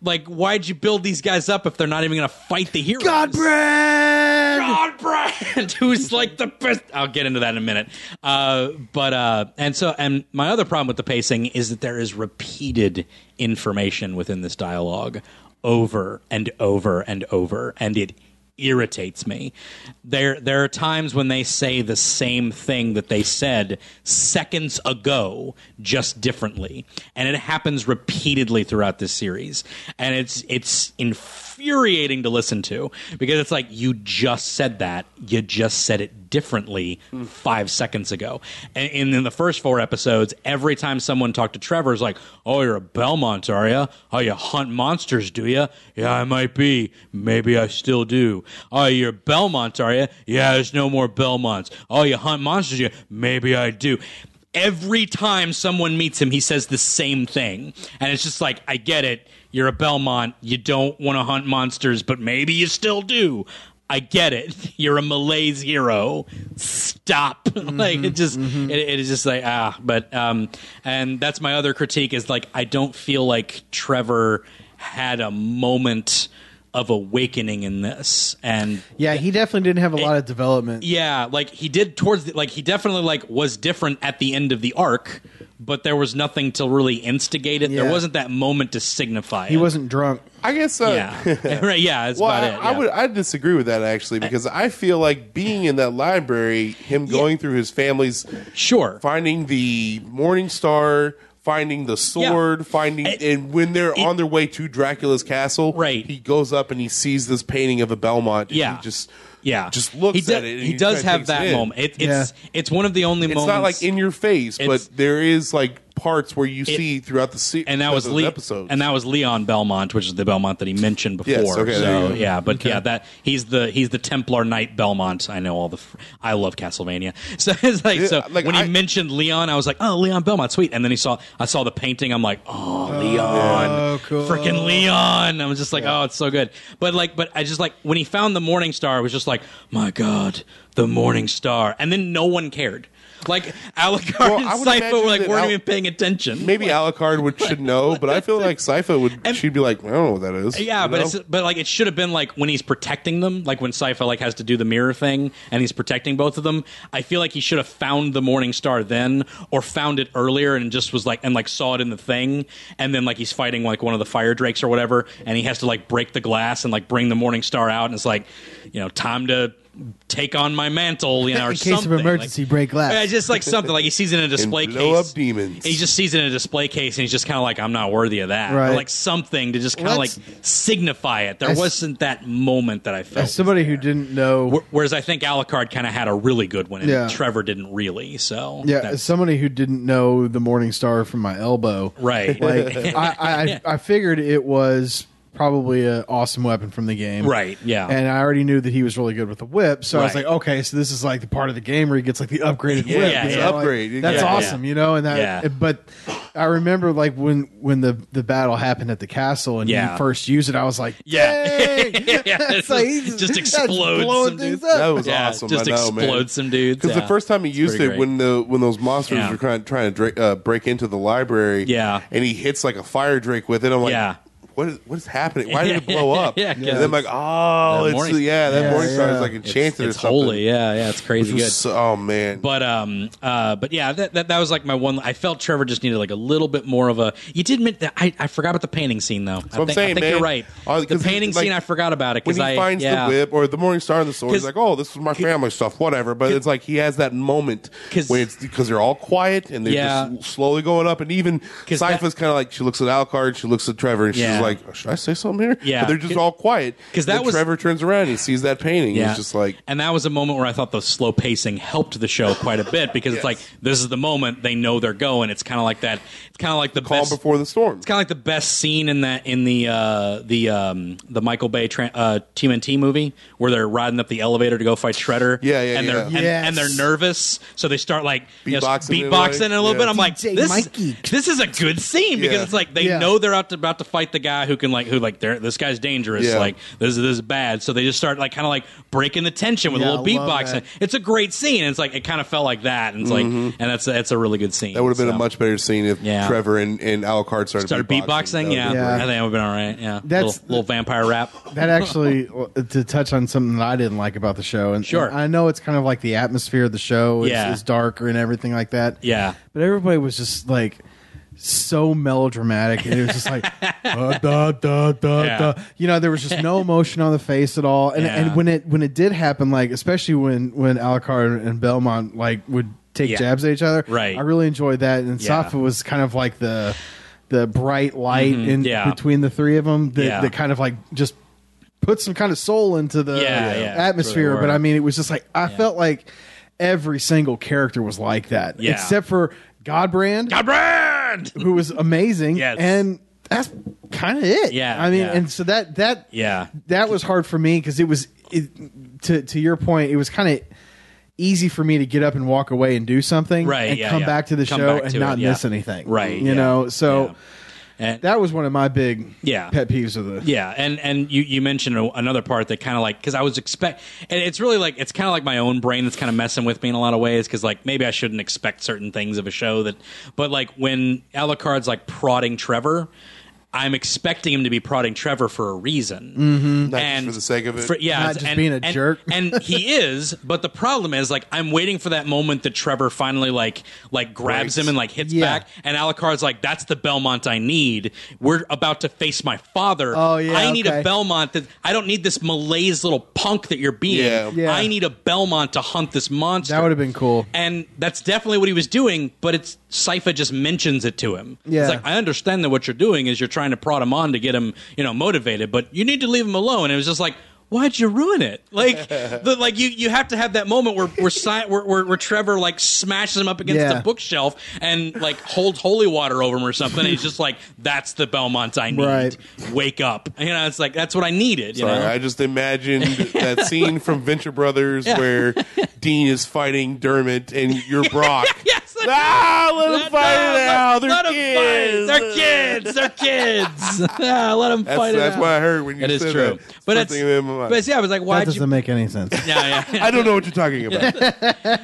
[SPEAKER 2] Like, why'd you build these guys up if they're not even going to fight the heroes?
[SPEAKER 3] Godbrand!
[SPEAKER 2] Godbrand, who's like the best. I'll get into that in a minute. Uh, but uh, and so and my other problem with the pacing is that there is repeated information within this dialogue over and over and over, and it irritates me. There there are times when they say the same thing that they said seconds ago, just differently, and it happens repeatedly throughout this series, and it's it's infuriating to listen to because it's like you just said that, you just said it differently five seconds ago, and, and in the first four episodes, every time someone talked to Trevor, it's like, "Oh, you're a Belmont, are you? Oh, you hunt monsters, do you? Yeah, I might be. Maybe I still do. Oh, you're Belmont, are you? Yeah, there's no more Belmonts. Oh, you hunt monsters, you? Maybe I do." Every time someone meets him, he says the same thing, and it's just like, "I get it. You're a Belmont. You don't want to hunt monsters, but maybe you still do." I get it. You're a Malays hero. Stop. like it just it, it is just like ah, but um and that's my other critique is like I don't feel like Trevor had a moment of awakening in this and
[SPEAKER 3] Yeah, he definitely didn't have a lot of development.
[SPEAKER 2] yeah, like he did towards the, like he definitely like was different at the end of the arc, but there was nothing to really instigate it. There
[SPEAKER 3] Yeah.
[SPEAKER 2] wasn't that moment to signify
[SPEAKER 3] He
[SPEAKER 2] it.
[SPEAKER 3] wasn't drunk.
[SPEAKER 4] I guess. Uh,
[SPEAKER 2] yeah. right, yeah, that's
[SPEAKER 4] Well,
[SPEAKER 2] about
[SPEAKER 4] I,
[SPEAKER 2] it.
[SPEAKER 4] I
[SPEAKER 2] yeah.
[SPEAKER 4] would I disagree with that actually because I feel like being in that library, him going through his family's,
[SPEAKER 2] sure.
[SPEAKER 4] finding the Morning Star, finding the sword, finding
[SPEAKER 2] It-
[SPEAKER 4] and when they're
[SPEAKER 2] it-
[SPEAKER 4] on their way to Dracula's castle,
[SPEAKER 2] Right.
[SPEAKER 4] He goes up and he sees this painting of a Belmont. and
[SPEAKER 2] Yeah.
[SPEAKER 4] he just
[SPEAKER 2] Yeah,
[SPEAKER 4] just looks
[SPEAKER 2] he do-
[SPEAKER 4] at it. and
[SPEAKER 2] he does
[SPEAKER 4] kinda
[SPEAKER 2] have
[SPEAKER 4] takes
[SPEAKER 2] that
[SPEAKER 4] it in.
[SPEAKER 2] moment. It, it's it's one of the only
[SPEAKER 4] It's
[SPEAKER 2] moments.
[SPEAKER 4] not like in your face,
[SPEAKER 2] It's-
[SPEAKER 4] but there is like parts where you
[SPEAKER 2] It-
[SPEAKER 4] see throughout the se-
[SPEAKER 2] and that
[SPEAKER 4] throughout
[SPEAKER 2] was
[SPEAKER 4] those
[SPEAKER 2] Le-
[SPEAKER 4] episodes.
[SPEAKER 2] and that was Leon Belmont, which is the Belmont that he mentioned before.
[SPEAKER 4] Yes, okay, there
[SPEAKER 2] so
[SPEAKER 4] you go.
[SPEAKER 2] yeah, but yeah, that he's the he's the Templar Knight Belmont. I know all the fr- I love Castlevania, so it's like so
[SPEAKER 4] like,
[SPEAKER 2] when
[SPEAKER 4] I-
[SPEAKER 2] he mentioned Leon, I was like, oh, Leon Belmont, sweet. And then he saw I saw the painting, I'm like, oh, Leon,
[SPEAKER 3] Oh, cool.
[SPEAKER 2] freaking Leon. I was just like, oh, it's so good. But like, but I just like when he found the Morning Star, it was just like, my God, the Morning Star, and then no one cared. Like Alucard
[SPEAKER 4] Well, I
[SPEAKER 2] and
[SPEAKER 4] would
[SPEAKER 2] Sypha
[SPEAKER 4] imagine
[SPEAKER 2] were like,
[SPEAKER 4] that
[SPEAKER 2] weren't
[SPEAKER 4] Al-
[SPEAKER 2] even paying attention.
[SPEAKER 4] Maybe Alucard would should know, but I feel like Sypha would. she'd be like, I don't know what that is.
[SPEAKER 2] Yeah,
[SPEAKER 4] you
[SPEAKER 2] but
[SPEAKER 4] know?
[SPEAKER 2] it's, but like it should have been like when he's protecting them, like when Sypha like has to do the mirror thing and he's protecting both of them. I feel like he should have found the Morning Star then, or found it earlier and just was like and like saw it in the thing, and then like he's fighting like one of the fire drakes or whatever, and he has to like break the glass and like bring the Morning Star out, and it's like, you know, time to take on my mantle, you know, or
[SPEAKER 3] In case
[SPEAKER 2] something.
[SPEAKER 3] of emergency,
[SPEAKER 2] like,
[SPEAKER 3] break left.
[SPEAKER 2] Yeah, just like something like he sees it in a display
[SPEAKER 4] blow
[SPEAKER 2] case.
[SPEAKER 4] up demons.
[SPEAKER 2] He just sees it in a display case, and he's just kind of like, "I'm not worthy of that," or
[SPEAKER 3] Right.
[SPEAKER 2] like something to just kind of like
[SPEAKER 3] Let's-
[SPEAKER 2] signify it. There
[SPEAKER 3] As-
[SPEAKER 2] wasn't that moment that I felt.
[SPEAKER 3] As somebody who didn't know,
[SPEAKER 2] Wh- Whereas I think Alucard kind of had a really good one, and
[SPEAKER 3] Yeah.
[SPEAKER 2] Trevor didn't really. So
[SPEAKER 3] yeah,
[SPEAKER 2] that-
[SPEAKER 3] as somebody who didn't know the Morning Star from my elbow,
[SPEAKER 2] right,
[SPEAKER 3] like I, I, I figured it was probably an awesome weapon from the game,
[SPEAKER 2] Right, yeah.
[SPEAKER 3] And I already knew that he was really good with the whip, so I was
[SPEAKER 2] Right.
[SPEAKER 3] like, okay, so this is like the part of the game where he gets like the upgraded
[SPEAKER 2] Yeah,
[SPEAKER 3] whip.
[SPEAKER 2] yeah,
[SPEAKER 3] you
[SPEAKER 2] yeah.
[SPEAKER 3] know, like,
[SPEAKER 4] Upgrade,
[SPEAKER 3] that's
[SPEAKER 4] yeah.
[SPEAKER 3] awesome, you know. And that,
[SPEAKER 2] Yeah.
[SPEAKER 3] but I remember like when when the the battle happened at the castle and
[SPEAKER 2] Yeah.
[SPEAKER 3] you first used it, I was like,
[SPEAKER 2] yeah,
[SPEAKER 3] "Yay!"
[SPEAKER 2] yeah.
[SPEAKER 3] It's like, he's-
[SPEAKER 2] just
[SPEAKER 3] that's
[SPEAKER 2] explodes
[SPEAKER 3] blowing
[SPEAKER 2] some
[SPEAKER 3] things
[SPEAKER 2] dudes.
[SPEAKER 3] up.
[SPEAKER 4] That was
[SPEAKER 2] Yeah,
[SPEAKER 4] awesome.
[SPEAKER 2] just
[SPEAKER 4] I know, man.
[SPEAKER 2] explode some dudes.
[SPEAKER 4] Because
[SPEAKER 2] yeah.
[SPEAKER 4] the first time he used
[SPEAKER 2] pretty
[SPEAKER 4] it,
[SPEAKER 2] great.
[SPEAKER 4] when the when those monsters
[SPEAKER 2] Yeah.
[SPEAKER 4] were trying, trying to dra- uh, break into the library,
[SPEAKER 2] Yeah.
[SPEAKER 4] and he hits like a fire drake with it. I'm like,
[SPEAKER 2] Yeah.
[SPEAKER 4] what is what is happening? Why did it blow up?
[SPEAKER 2] Yeah, 'cause
[SPEAKER 4] and then I'm like,
[SPEAKER 2] that
[SPEAKER 4] oh, it's
[SPEAKER 2] morning-
[SPEAKER 4] yeah, that
[SPEAKER 3] Yeah,
[SPEAKER 4] morning star
[SPEAKER 3] yeah.
[SPEAKER 4] is like enchanted
[SPEAKER 2] it's
[SPEAKER 4] or something.
[SPEAKER 2] holy. Yeah, yeah, it's
[SPEAKER 4] Which
[SPEAKER 2] crazy
[SPEAKER 4] was
[SPEAKER 2] good.
[SPEAKER 4] so- oh man,
[SPEAKER 2] But um, uh, but yeah, that, that that was like my one. I felt Trevor just needed like a little bit more of a. You did admit that I, I forgot about the painting scene though. I
[SPEAKER 4] what I'm
[SPEAKER 2] think, I
[SPEAKER 4] saying,
[SPEAKER 2] think
[SPEAKER 4] man.
[SPEAKER 2] you're right.
[SPEAKER 4] Uh,
[SPEAKER 2] the
[SPEAKER 4] 'cause he-
[SPEAKER 2] painting
[SPEAKER 4] like,
[SPEAKER 2] scene, I forgot about it
[SPEAKER 4] when
[SPEAKER 2] because
[SPEAKER 4] he
[SPEAKER 2] I
[SPEAKER 4] finds
[SPEAKER 2] yeah.
[SPEAKER 4] the whip or the morning star and the sword, he's
[SPEAKER 2] 'Cause-
[SPEAKER 4] like, oh, this was my family stuff, whatever. But it's like he has that moment
[SPEAKER 2] 'Cause-
[SPEAKER 4] when it's because they're all quiet and they're
[SPEAKER 2] Yeah.
[SPEAKER 4] just slowly going up. And even
[SPEAKER 2] 'Cause
[SPEAKER 4] Sypha's kind of like she looks at Alucard, she looks at Trevor, and
[SPEAKER 2] Yeah.
[SPEAKER 4] she's like, should I say something here?
[SPEAKER 2] Yeah.
[SPEAKER 4] but they're just
[SPEAKER 2] 'Cause-
[SPEAKER 4] all quiet
[SPEAKER 2] 'cause
[SPEAKER 4] And
[SPEAKER 2] that
[SPEAKER 4] then
[SPEAKER 2] was-
[SPEAKER 4] Trevor turns around, and he sees that painting, and
[SPEAKER 2] Yeah.
[SPEAKER 4] he's just like,
[SPEAKER 2] and that was a moment where I thought the slow pacing helped the show quite a bit because it's
[SPEAKER 4] Yes.
[SPEAKER 2] like this is the moment they know they're going. It's kind of like that. It's kind of like the
[SPEAKER 4] calm
[SPEAKER 2] best.
[SPEAKER 4] before the storm.
[SPEAKER 2] it's kind of like the best scene in that in the uh, the um, the Michael Bay tra- uh, TMNT movie where they're riding up the elevator to go fight Shredder.
[SPEAKER 4] Yeah, yeah,
[SPEAKER 2] and
[SPEAKER 4] yeah.
[SPEAKER 2] They're, and,
[SPEAKER 3] Yes.
[SPEAKER 2] and they're nervous, so they start like you know,
[SPEAKER 4] Beatboxing in a
[SPEAKER 2] beatboxing
[SPEAKER 4] way.
[SPEAKER 2] in a little
[SPEAKER 4] Yeah.
[SPEAKER 2] bit. I'm like,
[SPEAKER 3] DJ
[SPEAKER 2] this,
[SPEAKER 3] Mikey.
[SPEAKER 2] this is a good scene because
[SPEAKER 4] Yeah.
[SPEAKER 2] it's like they
[SPEAKER 3] Yeah.
[SPEAKER 2] know they're out to, about to fight the guy who can like who like they're, this guy's dangerous.
[SPEAKER 4] Yeah.
[SPEAKER 2] Like this is this is bad. So they just start like kind of like breaking the tension with
[SPEAKER 3] Yeah,
[SPEAKER 2] a little
[SPEAKER 3] I love
[SPEAKER 2] beatboxing.
[SPEAKER 3] that.
[SPEAKER 2] It's a great scene. And it's like it kind of felt like that. And it's like and that's that's a really good scene.
[SPEAKER 4] Mm-hmm. That would have been
[SPEAKER 2] So,
[SPEAKER 4] a much better scene if
[SPEAKER 2] Yeah.
[SPEAKER 4] Trevor and, and Alucard started,
[SPEAKER 2] started beatboxing. Yeah,
[SPEAKER 3] Yeah.
[SPEAKER 2] I think that would have been all right. Yeah,
[SPEAKER 3] That's-
[SPEAKER 2] little, little vampire rap.
[SPEAKER 3] that actually uh, to touch on something that I didn't like about the show, and
[SPEAKER 2] Sure.
[SPEAKER 3] and I know it's kind of like the atmosphere of the show is,
[SPEAKER 2] Yeah.
[SPEAKER 3] is darker and everything like that.
[SPEAKER 2] Yeah.
[SPEAKER 3] but everybody was just like so melodramatic, and it was just like uh, da, da, da,
[SPEAKER 2] Yeah.
[SPEAKER 3] da. you know, there was just no emotion on the face at all. And
[SPEAKER 2] Yeah.
[SPEAKER 3] and when it when it did happen, like especially when when Alucard and Belmont like would take
[SPEAKER 2] Yeah.
[SPEAKER 3] jabs at each other,
[SPEAKER 2] Right.
[SPEAKER 3] I really enjoyed that, and
[SPEAKER 2] Yeah.
[SPEAKER 3] Safa was kind of like the the bright light in
[SPEAKER 2] Mm-hmm. Yeah.
[SPEAKER 3] between the three of them that,
[SPEAKER 2] Yeah.
[SPEAKER 3] that kind of like just put some kind of soul into the
[SPEAKER 2] Yeah, yeah.
[SPEAKER 3] atmosphere.
[SPEAKER 2] That's really
[SPEAKER 3] but
[SPEAKER 2] where-
[SPEAKER 3] I mean, it was just like I felt like every single character was like that,
[SPEAKER 2] Yeah.
[SPEAKER 3] except for Godbrand,
[SPEAKER 2] God brand.
[SPEAKER 3] who was amazing.
[SPEAKER 2] Yes.
[SPEAKER 3] and that's kind of it.
[SPEAKER 2] Yeah,
[SPEAKER 3] I mean,
[SPEAKER 2] yeah.
[SPEAKER 3] and so that that
[SPEAKER 2] Yeah.
[SPEAKER 3] that was hard for me because it was it, to to your point, it was kind of. Easy for me to get up and walk away and do something,
[SPEAKER 2] Right,
[SPEAKER 3] And
[SPEAKER 2] yeah,
[SPEAKER 3] come
[SPEAKER 2] yeah.
[SPEAKER 3] back to the
[SPEAKER 2] Come
[SPEAKER 3] show
[SPEAKER 2] back
[SPEAKER 3] and
[SPEAKER 2] to
[SPEAKER 3] not
[SPEAKER 2] it, yeah.
[SPEAKER 3] miss anything,
[SPEAKER 2] Right,
[SPEAKER 3] You
[SPEAKER 2] yeah,
[SPEAKER 3] know, so
[SPEAKER 2] yeah. And-
[SPEAKER 3] that was one of my big
[SPEAKER 2] Yeah.
[SPEAKER 3] pet peeves of the
[SPEAKER 2] Yeah, and and you you mentioned a, another part that kind of like because I was expect and it's really like it's kind of like my own brain that's kind of messing with me in a lot of ways because like maybe I shouldn't expect certain things of a show that, but like when Alucard's like prodding Trevor. I'm expecting him to be prodding Trevor for a reason, mm-hmm.
[SPEAKER 4] Not just for the sake of it.
[SPEAKER 2] yeah,
[SPEAKER 3] Not
[SPEAKER 2] it's-
[SPEAKER 3] just
[SPEAKER 2] and,
[SPEAKER 3] being a
[SPEAKER 2] and-
[SPEAKER 3] jerk.
[SPEAKER 2] and he is. But the problem is, like, I'm waiting for that moment that Trevor finally like like grabs
[SPEAKER 4] Right.
[SPEAKER 2] him and like hits
[SPEAKER 3] Yeah.
[SPEAKER 2] back, and Alucard's like, "That's the Belmont I need. We're about to face my father.
[SPEAKER 3] Oh, yeah,
[SPEAKER 2] I need a
[SPEAKER 3] okay.
[SPEAKER 2] Belmont that I don't need this malaise little punk that you're being.
[SPEAKER 4] Yeah.
[SPEAKER 3] Yeah.
[SPEAKER 2] I need a Belmont to hunt this monster.
[SPEAKER 3] That would have been cool.
[SPEAKER 2] And that's definitely what he was doing, but it's Sypha just mentions it to him.
[SPEAKER 3] Yeah.
[SPEAKER 2] It's like, I understand that what you're doing is you're trying to prod him on to get him, you know, motivated, but you need to leave him alone. And it was just like, why'd you ruin it? Like, the, like you, you have to have that moment where where, Sy- where, where, where Trevor like smashes him up against
[SPEAKER 3] Yeah.
[SPEAKER 2] the bookshelf and like holds holy water over him or something. And he's just like, that's the Belmont I need.
[SPEAKER 3] Right.
[SPEAKER 2] Wake up. You know, it's like that's what I needed. You
[SPEAKER 4] Sorry,
[SPEAKER 2] know?
[SPEAKER 4] I just imagined that scene from Venture Brothers where Dean is fighting Dermot and you're Brock.
[SPEAKER 2] Yes, I know.
[SPEAKER 4] ah, let them fight it out. They're
[SPEAKER 2] Let 'em
[SPEAKER 4] kids.
[SPEAKER 2] Fight. They're kids. They're kids.
[SPEAKER 3] Ah,
[SPEAKER 2] yeah, let them
[SPEAKER 4] That's,
[SPEAKER 2] fight it
[SPEAKER 4] that's
[SPEAKER 2] out.
[SPEAKER 4] what I heard when you
[SPEAKER 2] It is
[SPEAKER 4] said
[SPEAKER 2] true,
[SPEAKER 4] that. It's
[SPEAKER 2] but
[SPEAKER 4] the
[SPEAKER 2] it's,
[SPEAKER 4] thing in my mind.
[SPEAKER 2] but it's- yeah, I was like,
[SPEAKER 3] That
[SPEAKER 2] why'd
[SPEAKER 3] doesn't
[SPEAKER 2] you?
[SPEAKER 3] make any sense.
[SPEAKER 2] Yeah, yeah,
[SPEAKER 4] I don't know what you're talking about.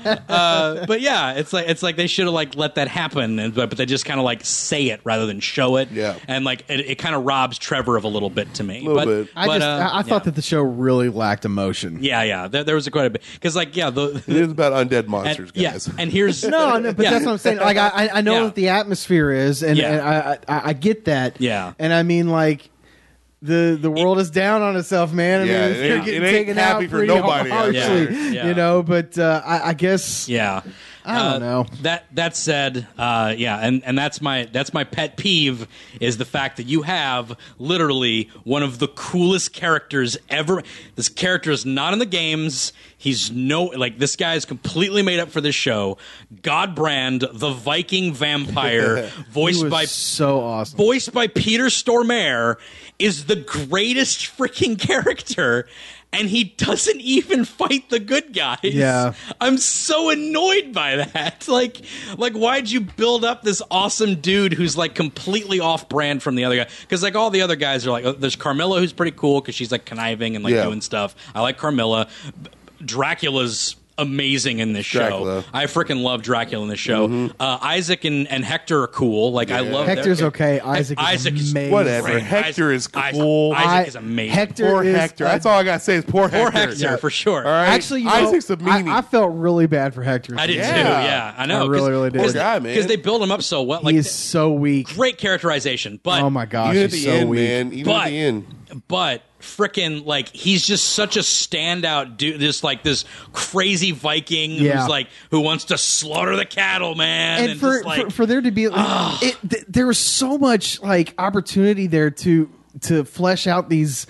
[SPEAKER 2] uh, but yeah, it's like it's like they should have like let that happen, and but, but they just kind of like say it rather than show it.
[SPEAKER 4] Yeah.
[SPEAKER 2] and like it, it kind of robs Trevor of a little bit to me.
[SPEAKER 4] Little
[SPEAKER 2] but,
[SPEAKER 4] bit.
[SPEAKER 3] I
[SPEAKER 2] but,
[SPEAKER 3] just
[SPEAKER 2] uh,
[SPEAKER 3] I, I thought
[SPEAKER 2] yeah.
[SPEAKER 3] that the show really lacked emotion.
[SPEAKER 2] yeah, yeah, there, there was quite a bit because like yeah, the
[SPEAKER 4] it is about undead
[SPEAKER 2] and,
[SPEAKER 4] monsters,
[SPEAKER 2] yeah,
[SPEAKER 4] guys.
[SPEAKER 2] and here's
[SPEAKER 3] No, no, but
[SPEAKER 2] yeah.
[SPEAKER 3] that's what I'm saying. Like I, I- I know
[SPEAKER 2] Yeah.
[SPEAKER 3] what the atmosphere is, and,
[SPEAKER 2] Yeah.
[SPEAKER 3] and I, I I get that.
[SPEAKER 2] Yeah.
[SPEAKER 3] and I mean like the the world is down on itself, man. I
[SPEAKER 4] Yeah,
[SPEAKER 3] mean,
[SPEAKER 4] it
[SPEAKER 3] you're
[SPEAKER 4] ain't-
[SPEAKER 3] getting
[SPEAKER 4] it ain't
[SPEAKER 3] taken
[SPEAKER 4] happy
[SPEAKER 3] out
[SPEAKER 4] for
[SPEAKER 3] pretty
[SPEAKER 4] nobody out
[SPEAKER 3] harshly,
[SPEAKER 2] there. Yeah.
[SPEAKER 3] you know. But uh, I, I guess
[SPEAKER 2] Yeah. Uh,
[SPEAKER 3] I don't know.
[SPEAKER 2] That that said, uh, yeah, and, and that's my that's my pet peeve is the fact that you have literally one of the coolest characters ever. This character is not in the games. He's no like this guy is completely made up for this show. Godbrand, the Viking vampire,
[SPEAKER 3] he
[SPEAKER 2] voiced
[SPEAKER 3] was
[SPEAKER 2] by
[SPEAKER 3] so awesome.
[SPEAKER 2] voiced by Peter Stormare, is the greatest freaking character, and he doesn't even fight the good guys.
[SPEAKER 3] Yeah.
[SPEAKER 2] I'm so annoyed by that. Like, like why'd you build up this awesome dude who's like completely off brand from the other guy? Because like all the other guys are like, oh, there's Carmilla who's pretty cool because she's like conniving and like
[SPEAKER 4] Yeah.
[SPEAKER 2] doing stuff. I like Carmilla. Dracula's amazing in this
[SPEAKER 4] Dracula. Mm-hmm.
[SPEAKER 2] show. I freaking love Dracula in this show. Uh, Isaac and, and Hector are cool. Like I
[SPEAKER 4] Yeah.
[SPEAKER 2] love
[SPEAKER 3] Hector's
[SPEAKER 2] that-
[SPEAKER 3] okay. Isaac is amazing.
[SPEAKER 4] Whatever.
[SPEAKER 2] Right.
[SPEAKER 4] Hector
[SPEAKER 2] Isaac-
[SPEAKER 4] is
[SPEAKER 2] Isaac-
[SPEAKER 4] cool.
[SPEAKER 2] Isaac,
[SPEAKER 3] I-
[SPEAKER 2] is amazing.
[SPEAKER 3] Hector
[SPEAKER 4] Poor
[SPEAKER 3] is
[SPEAKER 4] Hector.
[SPEAKER 3] a-
[SPEAKER 4] That's all I gotta say is poor
[SPEAKER 2] Poor
[SPEAKER 4] Hector.
[SPEAKER 2] Hector for sure.
[SPEAKER 4] All right.
[SPEAKER 3] Actually, you know,
[SPEAKER 4] Isaac's a meanie.
[SPEAKER 3] I, I felt really bad for Hector.
[SPEAKER 2] I did
[SPEAKER 4] Yeah.
[SPEAKER 2] too. Yeah, I know.
[SPEAKER 3] I really, really did.
[SPEAKER 4] Poor guy, man.
[SPEAKER 2] Because they build him up so well. Like
[SPEAKER 3] He's so weak.
[SPEAKER 2] great characterization, but
[SPEAKER 3] Oh my gosh,
[SPEAKER 4] Even at
[SPEAKER 3] he's
[SPEAKER 4] the
[SPEAKER 3] so
[SPEAKER 4] end,
[SPEAKER 3] weak.
[SPEAKER 4] man. Even
[SPEAKER 2] But
[SPEAKER 4] at the end.
[SPEAKER 2] but frickin' like he's just such a standout dude. This like this crazy Viking
[SPEAKER 3] Yeah.
[SPEAKER 2] who's like who wants to slaughter the cattle, man. And,
[SPEAKER 3] and, for,
[SPEAKER 2] just, like,
[SPEAKER 3] for for there to be it, th- there was so much like opportunity there to to flesh out these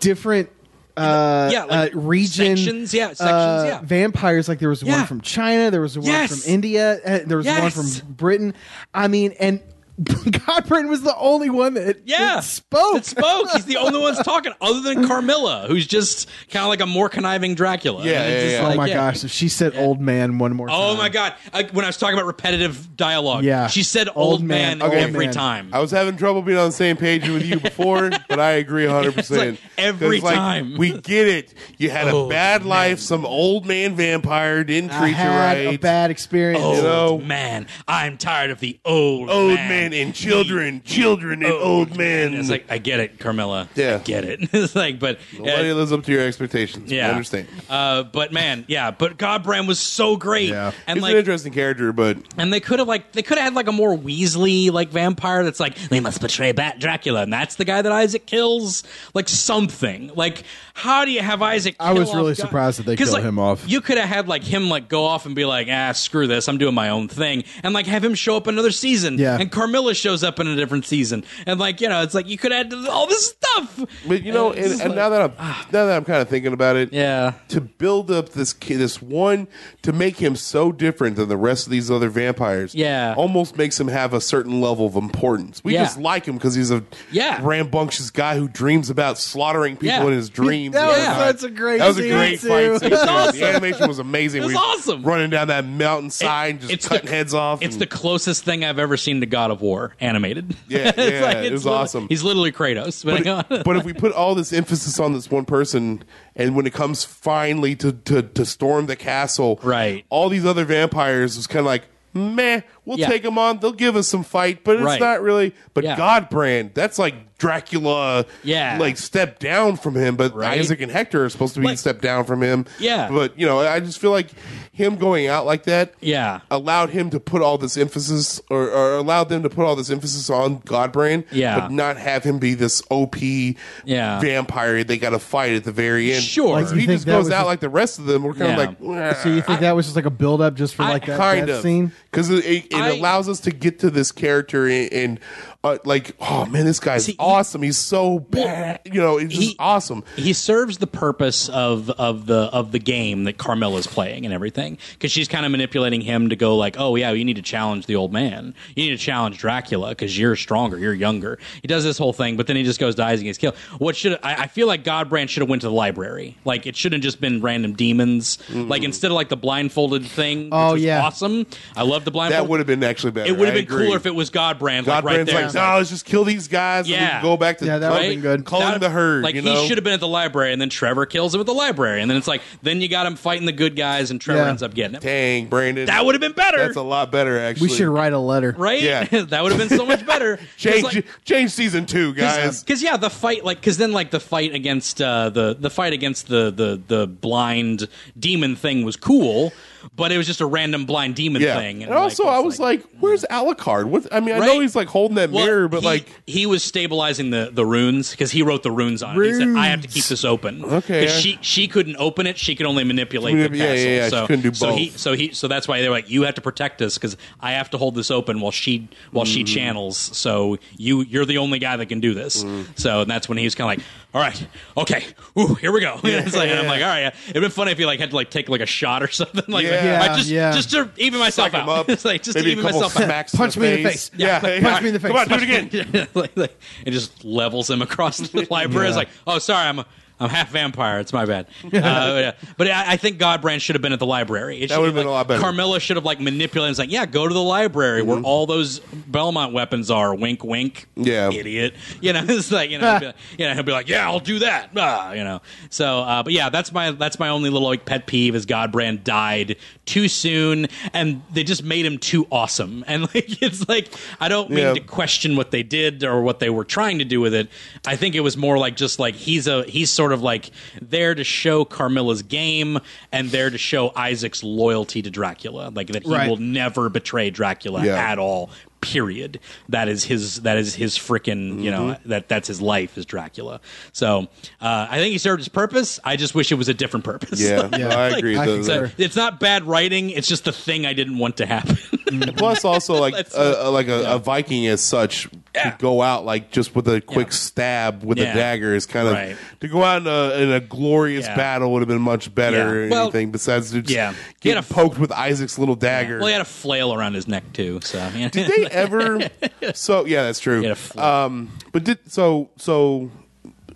[SPEAKER 3] different uh,
[SPEAKER 2] Yeah, like
[SPEAKER 3] uh, region
[SPEAKER 2] sections, yeah, sections,
[SPEAKER 3] uh,
[SPEAKER 2] yeah.
[SPEAKER 3] vampires like there was one
[SPEAKER 2] Yeah.
[SPEAKER 3] from China there was one
[SPEAKER 2] Yes.
[SPEAKER 3] from India uh, there was one
[SPEAKER 2] Yes.
[SPEAKER 3] from Britain I mean and Godbrand was the only one that
[SPEAKER 2] yeah,
[SPEAKER 3] that spoke
[SPEAKER 2] It spoke. He's the only one's talking, other than Carmilla, who's just kind of like a more conniving Dracula.
[SPEAKER 4] Yeah,
[SPEAKER 2] And it's
[SPEAKER 4] yeah,
[SPEAKER 2] just
[SPEAKER 4] yeah.
[SPEAKER 3] oh
[SPEAKER 2] like,
[SPEAKER 3] my
[SPEAKER 2] yeah.
[SPEAKER 3] gosh if she said old man one more
[SPEAKER 2] Oh
[SPEAKER 3] time
[SPEAKER 4] Uh,
[SPEAKER 2] my god! I, when I was talking about repetitive dialogue,
[SPEAKER 3] Yeah.
[SPEAKER 2] she said
[SPEAKER 3] Old
[SPEAKER 2] "old,
[SPEAKER 3] man,
[SPEAKER 2] man,
[SPEAKER 3] old
[SPEAKER 2] every
[SPEAKER 3] man.
[SPEAKER 2] time.
[SPEAKER 4] I was having trouble being on the same page with you before, but I agree 100%.
[SPEAKER 2] It's like every
[SPEAKER 4] 'Cause, like,
[SPEAKER 2] time.
[SPEAKER 4] We get it. You had a
[SPEAKER 2] Oh,
[SPEAKER 4] bad
[SPEAKER 2] man.
[SPEAKER 4] life. Some old man vampire didn't
[SPEAKER 3] I
[SPEAKER 4] treat
[SPEAKER 3] had
[SPEAKER 4] you right.
[SPEAKER 3] a bad experience
[SPEAKER 2] old
[SPEAKER 4] know-
[SPEAKER 2] man, I'm tired of the old
[SPEAKER 4] old
[SPEAKER 2] man. Oh,
[SPEAKER 4] man and children. Children and old men.
[SPEAKER 2] It's like I get it, Carmilla.
[SPEAKER 4] Yeah.
[SPEAKER 2] I get it. it's like, but
[SPEAKER 4] Nobody
[SPEAKER 2] uh,
[SPEAKER 4] lives up to your expectations.
[SPEAKER 2] yeah,
[SPEAKER 4] I understand.
[SPEAKER 2] Uh, but man, yeah, but Godbrand was so great,
[SPEAKER 3] Yeah.
[SPEAKER 2] and
[SPEAKER 4] He's
[SPEAKER 2] like,
[SPEAKER 4] an interesting character, but
[SPEAKER 2] and they could have like they could have had like a more Weasley like vampire that's like they must betray Bat Dracula, and that's the guy that Isaac kills, like something. Like, how do you have Isaac?
[SPEAKER 3] I
[SPEAKER 2] kill
[SPEAKER 3] was
[SPEAKER 2] off
[SPEAKER 3] really
[SPEAKER 2] God-
[SPEAKER 3] surprised that they
[SPEAKER 2] 'Cause,
[SPEAKER 3] killed
[SPEAKER 2] like,
[SPEAKER 3] him off.
[SPEAKER 2] You could have had like him like go off and be like, ah, screw this, I'm doing my own thing, and like have him show up another season,
[SPEAKER 3] Yeah.
[SPEAKER 2] and Carmilla shows up in a different season, and like you know, it's like you could have all this stuff.
[SPEAKER 4] but you know, and,
[SPEAKER 2] it's ah.
[SPEAKER 4] and now that I'm now that I'm kind of thinking about it,
[SPEAKER 2] Yeah.
[SPEAKER 4] to build up this ki- this one to make him so different than the rest of these other vampires,
[SPEAKER 2] Yeah.
[SPEAKER 4] almost makes him have a certain level of importance. We
[SPEAKER 2] Yeah.
[SPEAKER 4] just like him because he's a
[SPEAKER 2] Yeah.
[SPEAKER 4] rambunctious guy who dreams about slaughtering people
[SPEAKER 2] Yeah.
[SPEAKER 4] in his dreams.
[SPEAKER 3] That
[SPEAKER 4] and
[SPEAKER 3] was
[SPEAKER 4] whatnot.
[SPEAKER 3] such a great
[SPEAKER 4] That was a
[SPEAKER 3] scene,
[SPEAKER 4] great
[SPEAKER 3] too.
[SPEAKER 4] fight. Scene
[SPEAKER 2] It's
[SPEAKER 4] too.
[SPEAKER 2] awesome.
[SPEAKER 4] The animation was amazing.
[SPEAKER 2] It was
[SPEAKER 4] We were
[SPEAKER 2] awesome.
[SPEAKER 4] running down that mountainside, just cutting
[SPEAKER 2] the,
[SPEAKER 4] heads off.
[SPEAKER 2] It's
[SPEAKER 4] and-
[SPEAKER 2] the closest thing I've ever seen to God of War animated.
[SPEAKER 4] Yeah,
[SPEAKER 2] It's
[SPEAKER 4] yeah, it
[SPEAKER 2] it's
[SPEAKER 4] was
[SPEAKER 2] literally-
[SPEAKER 4] awesome.
[SPEAKER 2] He's literally Kratos. But,
[SPEAKER 4] but, it- but if we put all this emphasis on this one person, and when it comes finally to to, to storm the castle,
[SPEAKER 2] Right.
[SPEAKER 4] All these other vampires was kind of like, meh, we'll 'em
[SPEAKER 2] Yeah.
[SPEAKER 4] take them on. They'll give us some fight, but it's
[SPEAKER 2] Right.
[SPEAKER 4] not really. But
[SPEAKER 2] Yeah.
[SPEAKER 4] Godbrand, that's like Dracula,
[SPEAKER 2] Yeah.
[SPEAKER 4] like step down from him. But
[SPEAKER 2] Right.
[SPEAKER 4] Isaac and Hector are supposed to be
[SPEAKER 2] Like-
[SPEAKER 4] step down from him.
[SPEAKER 2] Yeah.
[SPEAKER 4] but you know, I just feel like him going out like that
[SPEAKER 2] Yeah.
[SPEAKER 4] allowed him to put all this emphasis or, or allowed them to put all this emphasis on Godbrand,
[SPEAKER 2] Yeah.
[SPEAKER 4] but not have him be this OP
[SPEAKER 2] Yeah.
[SPEAKER 4] vampire they got to fight at the very end.
[SPEAKER 2] Sure. Like,
[SPEAKER 4] If
[SPEAKER 3] you
[SPEAKER 4] he
[SPEAKER 3] think
[SPEAKER 4] just
[SPEAKER 3] that
[SPEAKER 4] goes
[SPEAKER 3] was
[SPEAKER 4] out
[SPEAKER 3] a-
[SPEAKER 4] like the rest of them. We're kind
[SPEAKER 2] Yeah.
[SPEAKER 4] of like,
[SPEAKER 3] So you think that was just like a build up just for
[SPEAKER 2] I-
[SPEAKER 3] like that
[SPEAKER 4] kind
[SPEAKER 3] death
[SPEAKER 4] of
[SPEAKER 3] scene?
[SPEAKER 4] because it, it, it
[SPEAKER 2] I-
[SPEAKER 4] allows us to get to this character and, and uh, like, oh man, this guy's
[SPEAKER 2] See, he-
[SPEAKER 4] awesome. He's so bad, you know, it's just
[SPEAKER 2] he-
[SPEAKER 4] awesome.
[SPEAKER 2] he serves the purpose of of the of the game that Carmilla's playing and everything because she's kind of manipulating him to go like, oh yeah, you need to challenge the old man. You need to challenge Dracula because you're stronger, you're younger. He does this whole thing, but then he just goes to Isaac and gets killed. What should I, I feel like Godbrand should have went to the library? Like it shouldn't just been random demons. Like instead of like the blindfolded thing. Which
[SPEAKER 3] Oh,
[SPEAKER 2] was
[SPEAKER 3] yeah.
[SPEAKER 2] awesome. I love the blindfolded.
[SPEAKER 4] That would have been actually better.
[SPEAKER 2] It would have
[SPEAKER 4] I
[SPEAKER 2] been
[SPEAKER 4] agree.
[SPEAKER 2] cooler if it was Godbrand, like right
[SPEAKER 4] Godbrand's
[SPEAKER 2] there.
[SPEAKER 4] like, no, let's just kill these guys. and we
[SPEAKER 2] Yeah.
[SPEAKER 4] can go back to
[SPEAKER 3] Yeah, that
[SPEAKER 4] cul-
[SPEAKER 3] would've been good.
[SPEAKER 4] Calling
[SPEAKER 2] That-
[SPEAKER 4] the herd.
[SPEAKER 2] Like
[SPEAKER 4] you know?
[SPEAKER 2] he should have been at the library, and then Trevor kills him at the library, and then it's like then you got him fighting the good guys, and Trevor
[SPEAKER 3] Yeah.
[SPEAKER 2] ends up getting it.
[SPEAKER 4] Dang, Brandon.
[SPEAKER 2] That would have been better,
[SPEAKER 4] That's a lot better, actually.
[SPEAKER 3] We should write a letter.
[SPEAKER 2] right?
[SPEAKER 4] Yeah.
[SPEAKER 2] that would have been so much better. 'Cause,
[SPEAKER 4] change
[SPEAKER 2] like-
[SPEAKER 4] change season two, guys.
[SPEAKER 2] because yeah, the fight like because then like the fight against uh, the the fight against the the the blind demon thing was cool, but it was just a random blind demon
[SPEAKER 4] Yeah,
[SPEAKER 2] thing.
[SPEAKER 4] and also
[SPEAKER 2] it's
[SPEAKER 4] I was like, "Where's Alucard? What? I mean, I know
[SPEAKER 2] mm. Right?
[SPEAKER 4] he's like holding that mirror, but
[SPEAKER 2] he,
[SPEAKER 4] like
[SPEAKER 2] he was stabilizing the the runes because he wrote the runes on it. He said, "I have to keep this open."
[SPEAKER 4] Okay.
[SPEAKER 2] 'Cause she she couldn't open it; she could only manipulate the
[SPEAKER 4] Yeah, yeah,
[SPEAKER 2] castle.
[SPEAKER 4] yeah, she
[SPEAKER 2] So
[SPEAKER 4] couldn't do
[SPEAKER 2] so he
[SPEAKER 4] both.
[SPEAKER 2] so he so that's why they were like, "You have to protect us because I have to hold this open while she while she
[SPEAKER 4] Mm.
[SPEAKER 2] channels." So you you're the only guy that can do this.
[SPEAKER 4] Mm.
[SPEAKER 2] So and that's when he was kind of like, "All right, okay, ooh, here we go." it's like, and I'm like, "All right." Yeah. It'd been funny if he like had to like take like a shot or something. Like,
[SPEAKER 4] Yeah.
[SPEAKER 2] like, I just
[SPEAKER 3] Yeah.
[SPEAKER 2] just to even myself
[SPEAKER 4] back him
[SPEAKER 2] out.
[SPEAKER 4] up.
[SPEAKER 2] it's like just
[SPEAKER 4] maybe
[SPEAKER 2] to even
[SPEAKER 4] a couple
[SPEAKER 2] myself out.
[SPEAKER 4] smacks
[SPEAKER 3] Punch
[SPEAKER 4] in
[SPEAKER 3] me
[SPEAKER 4] the
[SPEAKER 3] in the face. Yeah, punch me in the face.
[SPEAKER 4] Come on, do it
[SPEAKER 3] Punch
[SPEAKER 4] again.
[SPEAKER 2] like, like, and just levels him across the library. It's like, oh, sorry, I'm I'm half vampire. It's my bad. Uh, yeah. But I, I think Godbrand should have been at the library. It
[SPEAKER 4] That
[SPEAKER 2] should-
[SPEAKER 4] would've been
[SPEAKER 2] like,
[SPEAKER 4] a lot better. Mm-hmm.
[SPEAKER 2] Carmilla should have like manipulated. It's like, yeah, go to the library where all those Belmont weapons are. Wink, wink.
[SPEAKER 4] Yeah.
[SPEAKER 2] idiot. You know, it's like you know, he'll be like, you know, he'll be like, yeah, I'll do that. Ah, you know. So, uh, but yeah, that's my that's my only little like pet peeve is Godbrand died too soon, and they just made him too awesome. And like, it's like I don't mean
[SPEAKER 4] Yeah.
[SPEAKER 2] to question what they did or what they were trying to do with it. I think it was more like just like he's a he's sort of like there to show Carmilla's game and there to show Isaac's loyalty to Dracula, like that he
[SPEAKER 3] Right.
[SPEAKER 2] will never betray Dracula
[SPEAKER 4] Yeah.
[SPEAKER 2] at all. Period. That is his. That is his freaking. You know
[SPEAKER 4] Mm-hmm.
[SPEAKER 2] that that's his life is Dracula. So uh, I think he served his purpose. I just wish it was a different purpose.
[SPEAKER 4] Yeah,
[SPEAKER 3] Yeah.
[SPEAKER 4] I agree.
[SPEAKER 3] I think
[SPEAKER 4] with that.
[SPEAKER 2] So it's not bad writing. It's just the thing I didn't want to happen.
[SPEAKER 4] And plus, also like
[SPEAKER 2] That's
[SPEAKER 4] a, a- like a, a Viking as such to go out like just with a quick stab with
[SPEAKER 2] Yeah.
[SPEAKER 4] a dagger is kind of
[SPEAKER 2] Right.
[SPEAKER 4] to go out in a, in a glorious
[SPEAKER 2] Yeah.
[SPEAKER 4] battle would have been much better.
[SPEAKER 2] Yeah.
[SPEAKER 4] Or
[SPEAKER 2] Well,
[SPEAKER 4] anything besides just
[SPEAKER 2] yeah. He had
[SPEAKER 4] getting
[SPEAKER 2] a-
[SPEAKER 4] poked with Isaac's little dagger.
[SPEAKER 2] well, he had a flail around his neck too. So yeah.
[SPEAKER 4] did they ever? so yeah, that's true.
[SPEAKER 2] had a flail.
[SPEAKER 4] Um, but did so so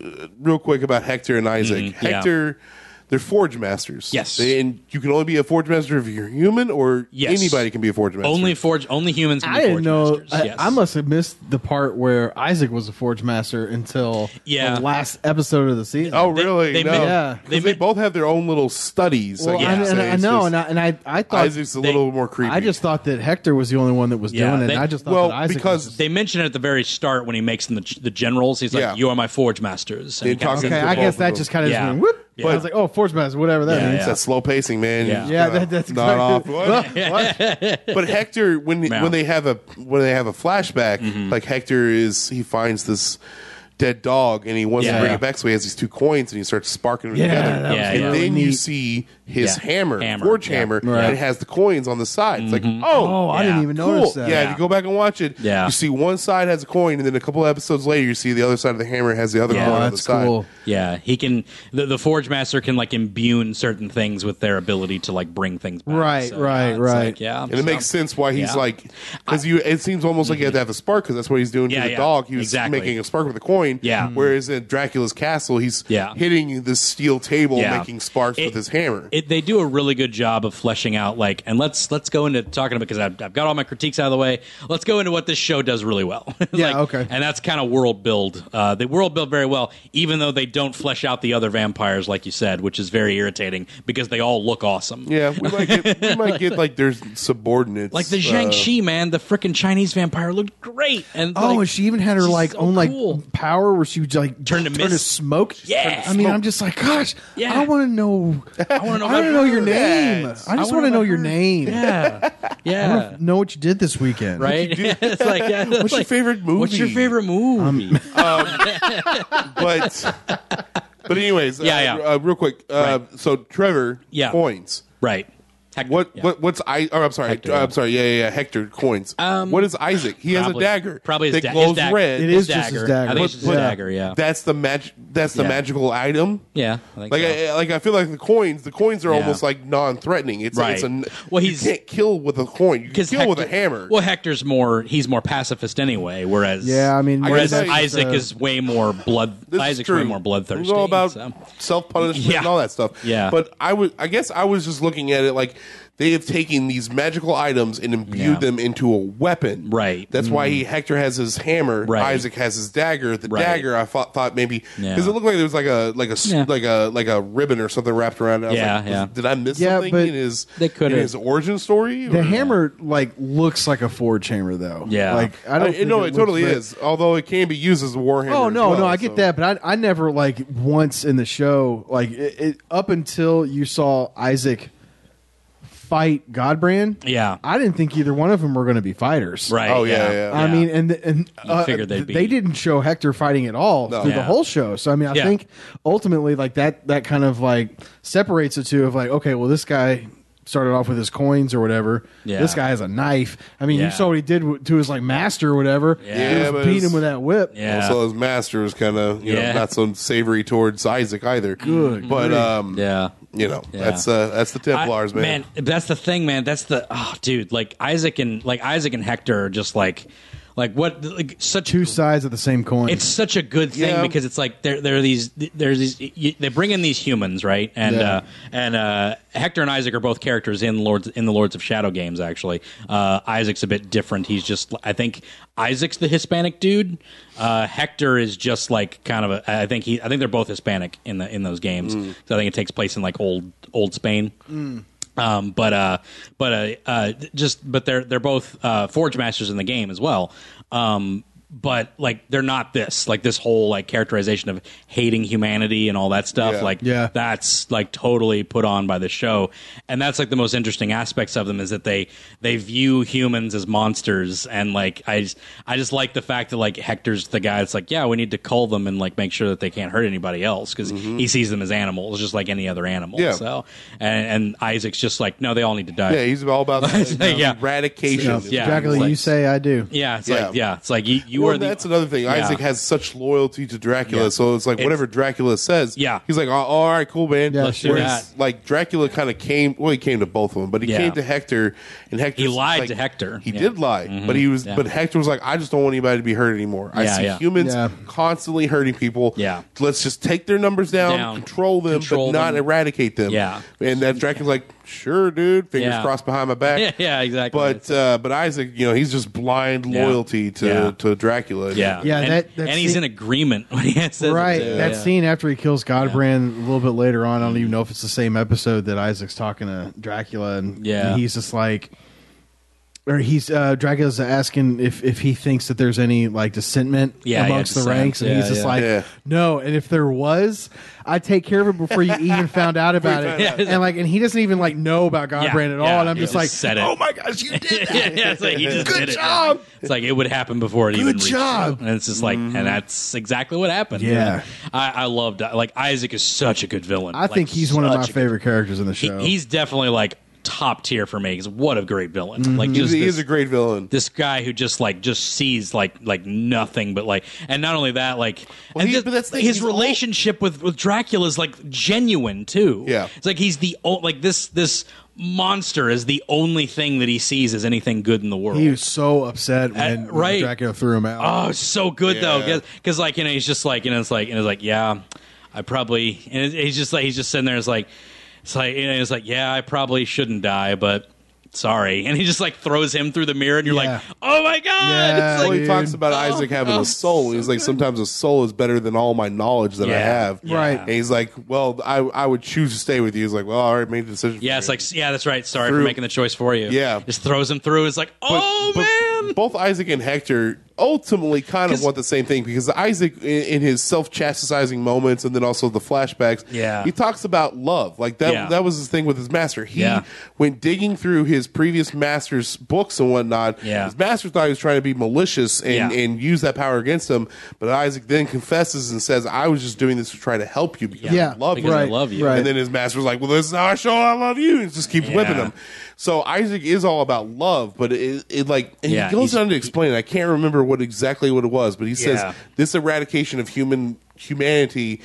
[SPEAKER 4] uh, real quick about Hector and Isaac.
[SPEAKER 2] Mm-hmm. yeah.
[SPEAKER 4] Hector. They're forge masters.
[SPEAKER 2] Yes.
[SPEAKER 4] They- and you can only be a forge master if you're human, or
[SPEAKER 2] Yes.
[SPEAKER 4] anybody can be a forge master.
[SPEAKER 2] Only forge. Only humans. Can be
[SPEAKER 3] I didn't
[SPEAKER 2] forge
[SPEAKER 3] know.
[SPEAKER 2] Masters.
[SPEAKER 3] I,
[SPEAKER 2] yes.
[SPEAKER 3] I must have missed the part where Isaac was a forge master until
[SPEAKER 2] Yeah.
[SPEAKER 3] the last episode of the season.
[SPEAKER 4] Oh, really?
[SPEAKER 2] they
[SPEAKER 4] no.
[SPEAKER 2] meant-
[SPEAKER 3] Yeah.
[SPEAKER 4] They,
[SPEAKER 2] they
[SPEAKER 4] they
[SPEAKER 2] meant-
[SPEAKER 4] both have their own little studies.
[SPEAKER 3] well,
[SPEAKER 4] I, guess
[SPEAKER 3] I,
[SPEAKER 4] you'd
[SPEAKER 3] and
[SPEAKER 4] say.
[SPEAKER 3] I
[SPEAKER 4] It's
[SPEAKER 3] know,
[SPEAKER 4] just-
[SPEAKER 3] and I, and I, I thought
[SPEAKER 4] Isaac's a
[SPEAKER 2] they-
[SPEAKER 4] little more creepy.
[SPEAKER 3] I just thought that Hector was the only one that was
[SPEAKER 2] Yeah,
[SPEAKER 3] doing it.
[SPEAKER 2] they-
[SPEAKER 3] and I just thought
[SPEAKER 4] well
[SPEAKER 3] that Isaac
[SPEAKER 4] because
[SPEAKER 3] was-
[SPEAKER 2] They mention it at the very start when he makes them the, the generals. He's like,
[SPEAKER 4] Yeah.
[SPEAKER 2] "You are my forge masters." And
[SPEAKER 4] They
[SPEAKER 2] he kinda
[SPEAKER 4] talk
[SPEAKER 2] says
[SPEAKER 3] okay,
[SPEAKER 4] the
[SPEAKER 3] I
[SPEAKER 4] both
[SPEAKER 3] guess
[SPEAKER 4] of
[SPEAKER 3] that
[SPEAKER 4] them.
[SPEAKER 3] just kind of
[SPEAKER 2] Yeah.
[SPEAKER 3] just went whoop.
[SPEAKER 2] Yeah.
[SPEAKER 3] I was like, oh, forge master, whatever that
[SPEAKER 2] Yeah,
[SPEAKER 3] means.
[SPEAKER 4] it's that slow pacing, man.
[SPEAKER 2] Yeah.
[SPEAKER 4] Just
[SPEAKER 3] Yeah,
[SPEAKER 4] kinda
[SPEAKER 3] that- that's
[SPEAKER 4] nod
[SPEAKER 3] exactly-
[SPEAKER 4] off. What? What? But Hector, when when they have a when they have a flashback,
[SPEAKER 2] Mm-hmm.
[SPEAKER 4] like Hector is he finds this dead dog and he wants to
[SPEAKER 2] Yeah.
[SPEAKER 4] bring
[SPEAKER 2] Yeah.
[SPEAKER 4] it back, so he has these two coins and he starts sparking them
[SPEAKER 3] Yeah,
[SPEAKER 4] together.
[SPEAKER 3] that was
[SPEAKER 2] Yeah,
[SPEAKER 4] and
[SPEAKER 2] yeah.
[SPEAKER 3] really
[SPEAKER 4] then you
[SPEAKER 3] neat.
[SPEAKER 4] see his
[SPEAKER 2] Yeah.
[SPEAKER 4] hammer,
[SPEAKER 2] Hammer,
[SPEAKER 4] forge
[SPEAKER 2] yeah. Mm-hmm.
[SPEAKER 4] hammer,
[SPEAKER 3] Right.
[SPEAKER 4] and it has the coins on the side. It's like,
[SPEAKER 3] oh, I
[SPEAKER 2] Yeah.
[SPEAKER 3] didn't even
[SPEAKER 4] cool.
[SPEAKER 3] notice that.
[SPEAKER 4] Yeah, if you go back and watch it,
[SPEAKER 2] Yeah.
[SPEAKER 4] you see one side has a coin, and then a couple episodes later, you see the other side of the hammer has the other
[SPEAKER 2] Yeah.
[SPEAKER 4] coin
[SPEAKER 2] Oh,
[SPEAKER 4] on the
[SPEAKER 3] that's
[SPEAKER 4] side.
[SPEAKER 3] cool.
[SPEAKER 2] Yeah, he can. The, the Forge Master can like imbue certain things with their ability to like bring things back.
[SPEAKER 3] Right,
[SPEAKER 2] So,
[SPEAKER 3] right,
[SPEAKER 2] yeah, it's
[SPEAKER 3] right.
[SPEAKER 2] like, yeah,
[SPEAKER 4] And it makes sense why he's
[SPEAKER 2] Yeah.
[SPEAKER 4] like, because you. It seems almost like you have to have a spark because that's what he's doing
[SPEAKER 2] Yeah,
[SPEAKER 4] to the
[SPEAKER 2] yeah.
[SPEAKER 4] dog. He was
[SPEAKER 2] Exactly.
[SPEAKER 4] making a spark with a coin. Mm-hmm.
[SPEAKER 2] Yeah.
[SPEAKER 4] Whereas at Dracula's castle, he's
[SPEAKER 2] Yeah.
[SPEAKER 4] hitting the steel table,
[SPEAKER 2] Yeah.
[SPEAKER 4] making sparks
[SPEAKER 2] It-
[SPEAKER 4] with his hammer.
[SPEAKER 2] It, they do a really good job of fleshing out like, and let's let's go into talking about because I've, I've got all my critiques out of the way. Let's go into what this show does really well.
[SPEAKER 3] Yeah,
[SPEAKER 2] Like,
[SPEAKER 3] okay.
[SPEAKER 2] And that's kind of world build. Uh, they world build very well, even though they don't flesh out the other vampires like you said, which is very irritating because they all look awesome.
[SPEAKER 4] yeah, we might get we might get like there's subordinates
[SPEAKER 2] Like the
[SPEAKER 4] uh,
[SPEAKER 2] Zhang Shi man, the freaking Chinese vampire looked great. And
[SPEAKER 3] Oh,
[SPEAKER 2] like,
[SPEAKER 3] and she even had her
[SPEAKER 2] she's
[SPEAKER 3] like
[SPEAKER 2] so
[SPEAKER 3] own like
[SPEAKER 2] cool.
[SPEAKER 3] power where she would like
[SPEAKER 2] Turn to mist.
[SPEAKER 3] smoke.
[SPEAKER 2] Yeah.
[SPEAKER 3] I mean, I'm just like, gosh,
[SPEAKER 2] Yeah.
[SPEAKER 3] I want to know. I
[SPEAKER 2] wanna know
[SPEAKER 3] I
[SPEAKER 2] about
[SPEAKER 3] want to know your
[SPEAKER 2] her.
[SPEAKER 3] name. I just
[SPEAKER 2] wanna
[SPEAKER 3] want to
[SPEAKER 2] know
[SPEAKER 3] know
[SPEAKER 2] about
[SPEAKER 3] your
[SPEAKER 2] her.
[SPEAKER 3] name.
[SPEAKER 2] yeah, yeah,
[SPEAKER 3] Know what you did this weekend,
[SPEAKER 2] right. it's like yeah, it's
[SPEAKER 4] your
[SPEAKER 2] like,
[SPEAKER 4] favorite
[SPEAKER 2] What's your
[SPEAKER 4] movie?
[SPEAKER 2] favorite movie?
[SPEAKER 4] Um, but but anyways, uh,
[SPEAKER 2] Yeah, yeah.
[SPEAKER 4] Uh, real quick. Uh, So Trevor,
[SPEAKER 2] Yeah.
[SPEAKER 4] coins.
[SPEAKER 2] right. Hector,
[SPEAKER 4] What,
[SPEAKER 2] yeah.
[SPEAKER 4] what what's I? Oh, I'm sorry.
[SPEAKER 2] Hector,
[SPEAKER 4] I'm
[SPEAKER 2] yeah.
[SPEAKER 4] sorry. Yeah, yeah, yeah. Hector coins.
[SPEAKER 2] Um,
[SPEAKER 4] what is Isaac? He has a
[SPEAKER 2] Probably-
[SPEAKER 4] dagger.
[SPEAKER 2] Probably his,
[SPEAKER 4] that
[SPEAKER 2] da- his
[SPEAKER 4] glows
[SPEAKER 2] dag-
[SPEAKER 4] red.
[SPEAKER 3] It is just his dagger.
[SPEAKER 2] I think it's just his
[SPEAKER 3] But-
[SPEAKER 2] dagger. Yeah,
[SPEAKER 4] That's the magic. That's the
[SPEAKER 2] Yeah.
[SPEAKER 4] magical item.
[SPEAKER 2] yeah. I think
[SPEAKER 4] Like
[SPEAKER 2] so.
[SPEAKER 4] I, like I feel like the coins. The coins are
[SPEAKER 2] Yeah.
[SPEAKER 4] almost like non-threatening. It's
[SPEAKER 2] Right.
[SPEAKER 4] it's a
[SPEAKER 2] Well,
[SPEAKER 4] you
[SPEAKER 2] he's-
[SPEAKER 4] can't kill with a coin. You can kill with a
[SPEAKER 2] Hector-
[SPEAKER 4] hammer.
[SPEAKER 2] Well, Hector's more he's more pacifist anyway. Whereas
[SPEAKER 3] Yeah, I mean,
[SPEAKER 2] whereas
[SPEAKER 4] I guess
[SPEAKER 3] that's,
[SPEAKER 2] Isaac
[SPEAKER 3] uh,
[SPEAKER 2] is way more blood.
[SPEAKER 4] This is
[SPEAKER 2] Isaac's
[SPEAKER 4] true.
[SPEAKER 2] way more bloodthirsty.
[SPEAKER 4] It's all about
[SPEAKER 2] so.
[SPEAKER 4] self punishment
[SPEAKER 2] Yeah.
[SPEAKER 4] and all that stuff.
[SPEAKER 2] Yeah.
[SPEAKER 4] But I would, I guess, I was just looking at it like they have taken these magical items and imbued
[SPEAKER 2] Yeah.
[SPEAKER 4] them into a weapon.
[SPEAKER 2] Right. Mm.
[SPEAKER 4] That's why he, Hector has his hammer.
[SPEAKER 2] Right.
[SPEAKER 4] Isaac has his dagger. The
[SPEAKER 2] Right.
[SPEAKER 4] dagger, I thought, thought maybe because
[SPEAKER 2] Yeah.
[SPEAKER 4] it looked like there was like a like a s-
[SPEAKER 2] Yeah.
[SPEAKER 4] like a like a ribbon or something wrapped around. it. I was
[SPEAKER 2] Yeah,
[SPEAKER 4] like,
[SPEAKER 2] yeah.
[SPEAKER 4] Did I miss
[SPEAKER 3] Yeah,
[SPEAKER 4] something
[SPEAKER 3] but
[SPEAKER 4] in his
[SPEAKER 2] they could've-
[SPEAKER 4] in his origin story?
[SPEAKER 3] The
[SPEAKER 4] or-
[SPEAKER 3] hammer like looks like a forge hammer though.
[SPEAKER 2] Yeah.
[SPEAKER 3] like I don't.
[SPEAKER 4] I-
[SPEAKER 3] think
[SPEAKER 4] no, it,
[SPEAKER 3] looks,
[SPEAKER 4] totally
[SPEAKER 3] but-
[SPEAKER 4] is. Although it can be used as a warhammer.
[SPEAKER 3] Oh
[SPEAKER 4] as
[SPEAKER 3] no,
[SPEAKER 4] well,
[SPEAKER 3] no, I get
[SPEAKER 4] so-
[SPEAKER 3] that, but I, I never like once in the show like it, it, up until you saw Isaac fight Godbrand.
[SPEAKER 2] Yeah.
[SPEAKER 3] I didn't think either one of them were going to be fighters.
[SPEAKER 2] Right.
[SPEAKER 4] Oh, yeah, yeah.
[SPEAKER 3] I mean, and and uh,
[SPEAKER 2] figured they'd be-
[SPEAKER 3] they didn't show Hector fighting at all through the
[SPEAKER 2] Yeah.
[SPEAKER 3] whole show. So I mean, I
[SPEAKER 2] Yeah.
[SPEAKER 3] think ultimately, like that, that kind of like separates the two of like, okay, well, this guy started off with his coins or whatever.
[SPEAKER 2] Yeah.
[SPEAKER 3] This guy has a knife. I mean,
[SPEAKER 2] Yeah.
[SPEAKER 3] you saw what he did w- to his like master or whatever.
[SPEAKER 2] Yeah,
[SPEAKER 3] he
[SPEAKER 4] but
[SPEAKER 3] was beating him
[SPEAKER 4] it's-
[SPEAKER 3] with that whip.
[SPEAKER 2] Yeah.
[SPEAKER 4] Also, his master is kind of you
[SPEAKER 2] Yeah.
[SPEAKER 4] know not so savory towards Isaac either.
[SPEAKER 3] Good
[SPEAKER 4] but
[SPEAKER 3] grief.
[SPEAKER 4] um,
[SPEAKER 2] yeah.
[SPEAKER 4] you know
[SPEAKER 2] Yeah.
[SPEAKER 4] that's uh, that's the
[SPEAKER 2] I-
[SPEAKER 4] Templars, man.
[SPEAKER 2] That's the thing, man. That's the oh, dude. Like Isaac and like Isaac and Hector are just like, like what? Like such
[SPEAKER 3] Two sides of the same coin.
[SPEAKER 2] It's such a good thing
[SPEAKER 4] Yeah.
[SPEAKER 2] because it's like there there are these there's these you, they bring in these humans right and
[SPEAKER 3] Yeah.
[SPEAKER 2] uh, and uh, Hector and Isaac are both characters in Lords in the Lords of Shadow games actually. Uh, Isaac's a bit different. He's just I think Isaac's the Hispanic dude. Uh, Hector is just like kind of a I think he I think they're both Hispanic in the in those games.
[SPEAKER 4] Mm.
[SPEAKER 2] So I think it takes place in like old old Spain. Um, but uh, but uh, uh, just but they're they're both uh, forge masters in the game as well. Um, but like they're not this like this whole like characterization of hating humanity and all that stuff
[SPEAKER 4] Yeah.
[SPEAKER 2] like
[SPEAKER 3] Yeah.
[SPEAKER 2] that's like totally put on by the show and that's like the most interesting aspects of them is that they they view humans as monsters and like i just i just like the fact that like hector's the guy that's like yeah we need to cull them and like make sure that they can't hurt anybody else because he sees them as animals just like any other animal
[SPEAKER 4] Mm-hmm. Yeah.
[SPEAKER 2] so and, and isaac's just like no they all need to die
[SPEAKER 4] yeah, he's all about the
[SPEAKER 2] Yeah.
[SPEAKER 4] eradication.
[SPEAKER 3] yeah,
[SPEAKER 2] yeah,
[SPEAKER 3] exactly.
[SPEAKER 2] like-
[SPEAKER 3] you say I do.
[SPEAKER 2] Yeah, it's
[SPEAKER 4] Yeah.
[SPEAKER 2] like yeah, it's like you, you
[SPEAKER 4] Well,
[SPEAKER 2] are the,
[SPEAKER 4] that's another thing. Isaac
[SPEAKER 2] Yeah.
[SPEAKER 4] has such loyalty to Dracula,
[SPEAKER 2] Yeah.
[SPEAKER 4] so it's like
[SPEAKER 2] It's-
[SPEAKER 4] whatever Dracula says,
[SPEAKER 2] Yeah.
[SPEAKER 4] he's like, oh, all right, cool, man.
[SPEAKER 3] Yeah, Let's
[SPEAKER 2] do
[SPEAKER 4] Whereas,
[SPEAKER 2] that.
[SPEAKER 4] Like Dracula kind of came. Well, he came to both of them, but he
[SPEAKER 2] Yeah.
[SPEAKER 4] came to Hector, and Hector
[SPEAKER 2] He lied
[SPEAKER 4] like-
[SPEAKER 2] to Hector.
[SPEAKER 4] He
[SPEAKER 2] Yeah. Mm-hmm.
[SPEAKER 4] did lie, but he was.
[SPEAKER 2] Yeah.
[SPEAKER 4] But Hector was like, I just don't want anybody to be hurt anymore. I
[SPEAKER 2] Yeah,
[SPEAKER 4] see
[SPEAKER 2] yeah.
[SPEAKER 4] humans
[SPEAKER 3] Yeah.
[SPEAKER 4] constantly hurting people.
[SPEAKER 2] Yeah.
[SPEAKER 4] let's just take their numbers down,
[SPEAKER 2] Down.
[SPEAKER 4] control them,
[SPEAKER 2] Control
[SPEAKER 4] but not
[SPEAKER 2] them.
[SPEAKER 4] eradicate them.
[SPEAKER 2] Yeah.
[SPEAKER 4] and that Dracula's like, sure, dude, fingers
[SPEAKER 2] Yeah.
[SPEAKER 4] crossed behind my back.
[SPEAKER 2] yeah, yeah, exactly.
[SPEAKER 4] But uh, but Isaac, you know, he's just blind
[SPEAKER 2] Yeah.
[SPEAKER 4] loyalty to
[SPEAKER 2] Yeah.
[SPEAKER 4] to Dracula.
[SPEAKER 2] yeah,
[SPEAKER 3] Yeah,
[SPEAKER 2] and,
[SPEAKER 3] that- that
[SPEAKER 2] and he's
[SPEAKER 3] scene-
[SPEAKER 2] in agreement when he says it,
[SPEAKER 3] Right.
[SPEAKER 2] too.
[SPEAKER 3] that
[SPEAKER 2] Yeah.
[SPEAKER 3] scene after he kills Godbrand a little bit later on, I don't even know if it's the same episode that Isaac's talking to Dracula and,
[SPEAKER 2] Yeah.
[SPEAKER 3] and he's just like or he's uh Dracula's asking if if he thinks that there's any like dissentment
[SPEAKER 2] Yeah, yeah,
[SPEAKER 3] amongst the
[SPEAKER 2] dissent.
[SPEAKER 3] ranks and
[SPEAKER 2] Yeah,
[SPEAKER 3] he's just
[SPEAKER 2] yeah.
[SPEAKER 3] like
[SPEAKER 4] Yeah.
[SPEAKER 3] no and if there was I'd take care of it before you even found out about it
[SPEAKER 4] found
[SPEAKER 2] out.
[SPEAKER 3] and like and he doesn't even like know about
[SPEAKER 2] Yeah,
[SPEAKER 3] Godbrand at all
[SPEAKER 2] yeah,
[SPEAKER 3] and I'm
[SPEAKER 2] he
[SPEAKER 3] just like
[SPEAKER 2] said it.
[SPEAKER 3] oh my gosh you did that
[SPEAKER 2] yeah, it's like he just
[SPEAKER 3] Good
[SPEAKER 2] did it.
[SPEAKER 3] job.
[SPEAKER 2] It's like it would happen before it even reached
[SPEAKER 3] job.
[SPEAKER 2] you. And it's just like,
[SPEAKER 4] Mm-hmm.
[SPEAKER 2] and that's exactly what happened.
[SPEAKER 3] Yeah.
[SPEAKER 2] I, I loved like Isaac is such a good villain.
[SPEAKER 3] I
[SPEAKER 2] Like,
[SPEAKER 3] think he's one of
[SPEAKER 2] such
[SPEAKER 3] my
[SPEAKER 2] a good-
[SPEAKER 3] favorite characters in the
[SPEAKER 2] he-
[SPEAKER 3] show
[SPEAKER 2] he's definitely like top tier for me. Because what a great villain!
[SPEAKER 3] Mm-hmm.
[SPEAKER 2] Like
[SPEAKER 4] He's,
[SPEAKER 2] just
[SPEAKER 4] he
[SPEAKER 2] this-
[SPEAKER 4] is a great villain.
[SPEAKER 2] this guy who just like just sees like like nothing but like and not only that like
[SPEAKER 4] Well,
[SPEAKER 2] and
[SPEAKER 4] he-
[SPEAKER 2] this-
[SPEAKER 4] but that's the thing,
[SPEAKER 2] his
[SPEAKER 4] he's
[SPEAKER 2] relationship with with Dracula is like genuine too
[SPEAKER 4] Yeah.
[SPEAKER 2] it's like he's the o- like this this monster is the only thing that he sees as anything good in the world
[SPEAKER 3] He was so upset when, when
[SPEAKER 2] Uh, right.
[SPEAKER 3] Dracula threw him out.
[SPEAKER 2] oh it's so good
[SPEAKER 4] Yeah.
[SPEAKER 2] though because like you know he's just like you know it's like and it's like yeah I probably and it- he's just like he's just sitting there it's like it's like you know it's like yeah I probably shouldn't die but sorry and he just like throws him through the mirror and you're
[SPEAKER 3] Yeah.
[SPEAKER 2] like oh my god
[SPEAKER 3] Yeah.
[SPEAKER 2] it's like
[SPEAKER 4] well, he
[SPEAKER 3] dude.
[SPEAKER 4] talks about Isaac having
[SPEAKER 2] Oh,
[SPEAKER 4] a soul. he's like, sometimes a soul is better than all my knowledge that I
[SPEAKER 2] Yeah.
[SPEAKER 4] have.
[SPEAKER 3] Right.
[SPEAKER 4] And he's like, well, I I would choose to stay with you. He's like, well, I already made the decision.
[SPEAKER 2] Yeah,
[SPEAKER 4] for
[SPEAKER 2] it's
[SPEAKER 4] you.
[SPEAKER 2] like yeah, that's right. Sorry
[SPEAKER 4] Through-
[SPEAKER 2] for making the choice for you.
[SPEAKER 4] Yeah.
[SPEAKER 2] just throws him through. It's like
[SPEAKER 4] But-
[SPEAKER 2] oh
[SPEAKER 4] but
[SPEAKER 2] man,
[SPEAKER 4] Both Isaac and Hector ultimately kind of
[SPEAKER 2] 'Cause-
[SPEAKER 4] want the same thing because Isaac, in, in his self-chastising moments, and then also the flashbacks,
[SPEAKER 2] Yeah.
[SPEAKER 4] he talks about love. Like that,
[SPEAKER 2] Yeah.
[SPEAKER 4] that was his thing with his master. He
[SPEAKER 2] Yeah.
[SPEAKER 4] went digging through his previous master's books and whatnot.
[SPEAKER 2] Yeah.
[SPEAKER 4] His master thought he was trying to be malicious and,
[SPEAKER 2] Yeah.
[SPEAKER 4] and use that power against him, but Isaac then confesses and says, "I was just doing this to try to help you because
[SPEAKER 3] Yeah.
[SPEAKER 4] I love
[SPEAKER 2] Because
[SPEAKER 4] you."
[SPEAKER 2] I
[SPEAKER 3] right,
[SPEAKER 2] love you.
[SPEAKER 3] Right.
[SPEAKER 4] And then his master was like, "Well, this is how I show I love you," and just keeps
[SPEAKER 2] Yeah.
[SPEAKER 4] whipping him. So Isaac is all about love, but it, it like and
[SPEAKER 2] Yeah,
[SPEAKER 4] he goes
[SPEAKER 2] he's-
[SPEAKER 4] on to explain. it. I can't remember what exactly what it was, but he
[SPEAKER 2] Yeah.
[SPEAKER 4] says this eradication of human humanity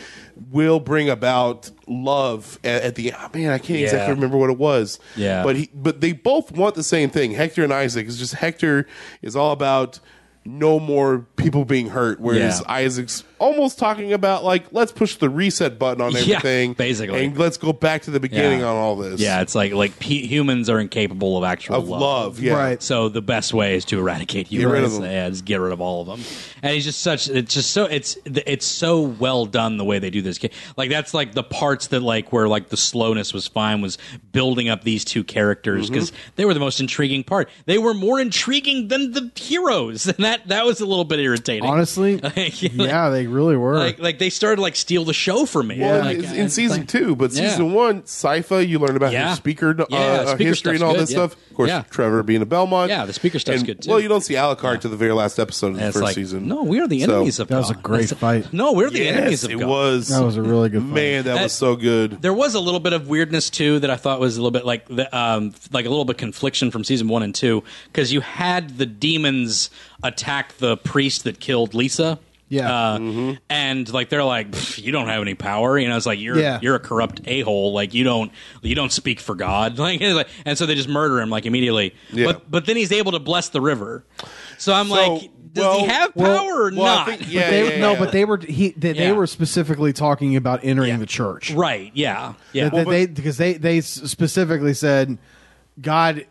[SPEAKER 4] will bring about love at, at the oh, man. I can't exactly remember what it was.
[SPEAKER 2] Yeah.
[SPEAKER 4] but he but they both want the same thing. Hector and Isaac is just Hector is all about. No more people being hurt. Whereas
[SPEAKER 2] Yeah.
[SPEAKER 4] Isaac's almost talking about like, let's push the reset button on
[SPEAKER 2] Yeah,
[SPEAKER 4] everything,
[SPEAKER 2] basically.
[SPEAKER 4] and let's go back to the beginning
[SPEAKER 2] Yeah.
[SPEAKER 4] on all this.
[SPEAKER 2] yeah, it's like like pe humans are incapable of actual
[SPEAKER 4] of love. yeah.
[SPEAKER 3] Right.
[SPEAKER 2] So the best way is to eradicate humans.
[SPEAKER 4] rid of them.
[SPEAKER 2] Yeah, just get rid of all of them. And he's just such. It's just so. It's it's so well done the way they do this. Like that's like the parts that like where like the slowness was fine was building up these two characters because they were the most intriguing part. They were more intriguing than the heroes, and that that was a little bit irritating.
[SPEAKER 3] Honestly,
[SPEAKER 2] Like,
[SPEAKER 3] yeah, they really were.
[SPEAKER 2] Like, like they started like steal the show from me.
[SPEAKER 4] Well,
[SPEAKER 2] Like,
[SPEAKER 4] it's
[SPEAKER 2] uh,
[SPEAKER 4] in season two, but season
[SPEAKER 2] Yeah.
[SPEAKER 4] one, Sypha, you learn about
[SPEAKER 2] Yeah.
[SPEAKER 4] his speaker, uh,
[SPEAKER 2] Yeah,
[SPEAKER 4] uh,
[SPEAKER 2] speaker
[SPEAKER 4] history and
[SPEAKER 2] stuff's
[SPEAKER 4] all
[SPEAKER 2] good,
[SPEAKER 4] that
[SPEAKER 2] yeah.
[SPEAKER 4] stuff. Of course,
[SPEAKER 2] Yeah.
[SPEAKER 4] Trevor being a Belmont.
[SPEAKER 2] Yeah, the speaker stuff's
[SPEAKER 4] And-
[SPEAKER 2] good, too.
[SPEAKER 4] Well, you don't see Alucard to the very last episode of the
[SPEAKER 2] and it's
[SPEAKER 4] first
[SPEAKER 2] like,
[SPEAKER 4] season.
[SPEAKER 2] No, we are the
[SPEAKER 4] So-
[SPEAKER 2] enemies of
[SPEAKER 3] that was a
[SPEAKER 2] God.
[SPEAKER 3] great
[SPEAKER 2] It's-
[SPEAKER 3] fight.
[SPEAKER 2] No, we're the enemies
[SPEAKER 4] Yes,
[SPEAKER 2] of
[SPEAKER 4] it
[SPEAKER 2] God.
[SPEAKER 4] was.
[SPEAKER 3] that was a really good fight.
[SPEAKER 4] man, that,
[SPEAKER 2] That-
[SPEAKER 4] was so good.
[SPEAKER 2] There was a little bit of weirdness too that I thought was a little bit like the, um, like a little bit confliction from season one and two because you had the demons attack the priest that killed Lisa.
[SPEAKER 3] Yeah.
[SPEAKER 2] uh,
[SPEAKER 4] Mm-hmm.
[SPEAKER 2] and like they're like, "Pff, you don't have any power. You know, it's like you're
[SPEAKER 3] Yeah.
[SPEAKER 2] you're a corrupt a hole. Like you don't you don't speak for God. Like, it's like- and so they just murder him like immediately.
[SPEAKER 4] Yeah.
[SPEAKER 2] But but then he's able to bless the river. So I'm
[SPEAKER 4] So,
[SPEAKER 2] like, does
[SPEAKER 4] well-
[SPEAKER 2] he have power
[SPEAKER 3] well-
[SPEAKER 2] or
[SPEAKER 4] well, I
[SPEAKER 2] not?
[SPEAKER 4] think-
[SPEAKER 3] But
[SPEAKER 4] yeah,
[SPEAKER 3] they,
[SPEAKER 4] yeah, yeah,
[SPEAKER 3] no,
[SPEAKER 4] yeah.
[SPEAKER 3] but they were he they, they
[SPEAKER 2] Yeah.
[SPEAKER 3] were specifically talking about entering
[SPEAKER 2] Yeah.
[SPEAKER 3] the church,
[SPEAKER 2] Right? Yeah. Yeah.
[SPEAKER 3] That- that they because they they specifically said God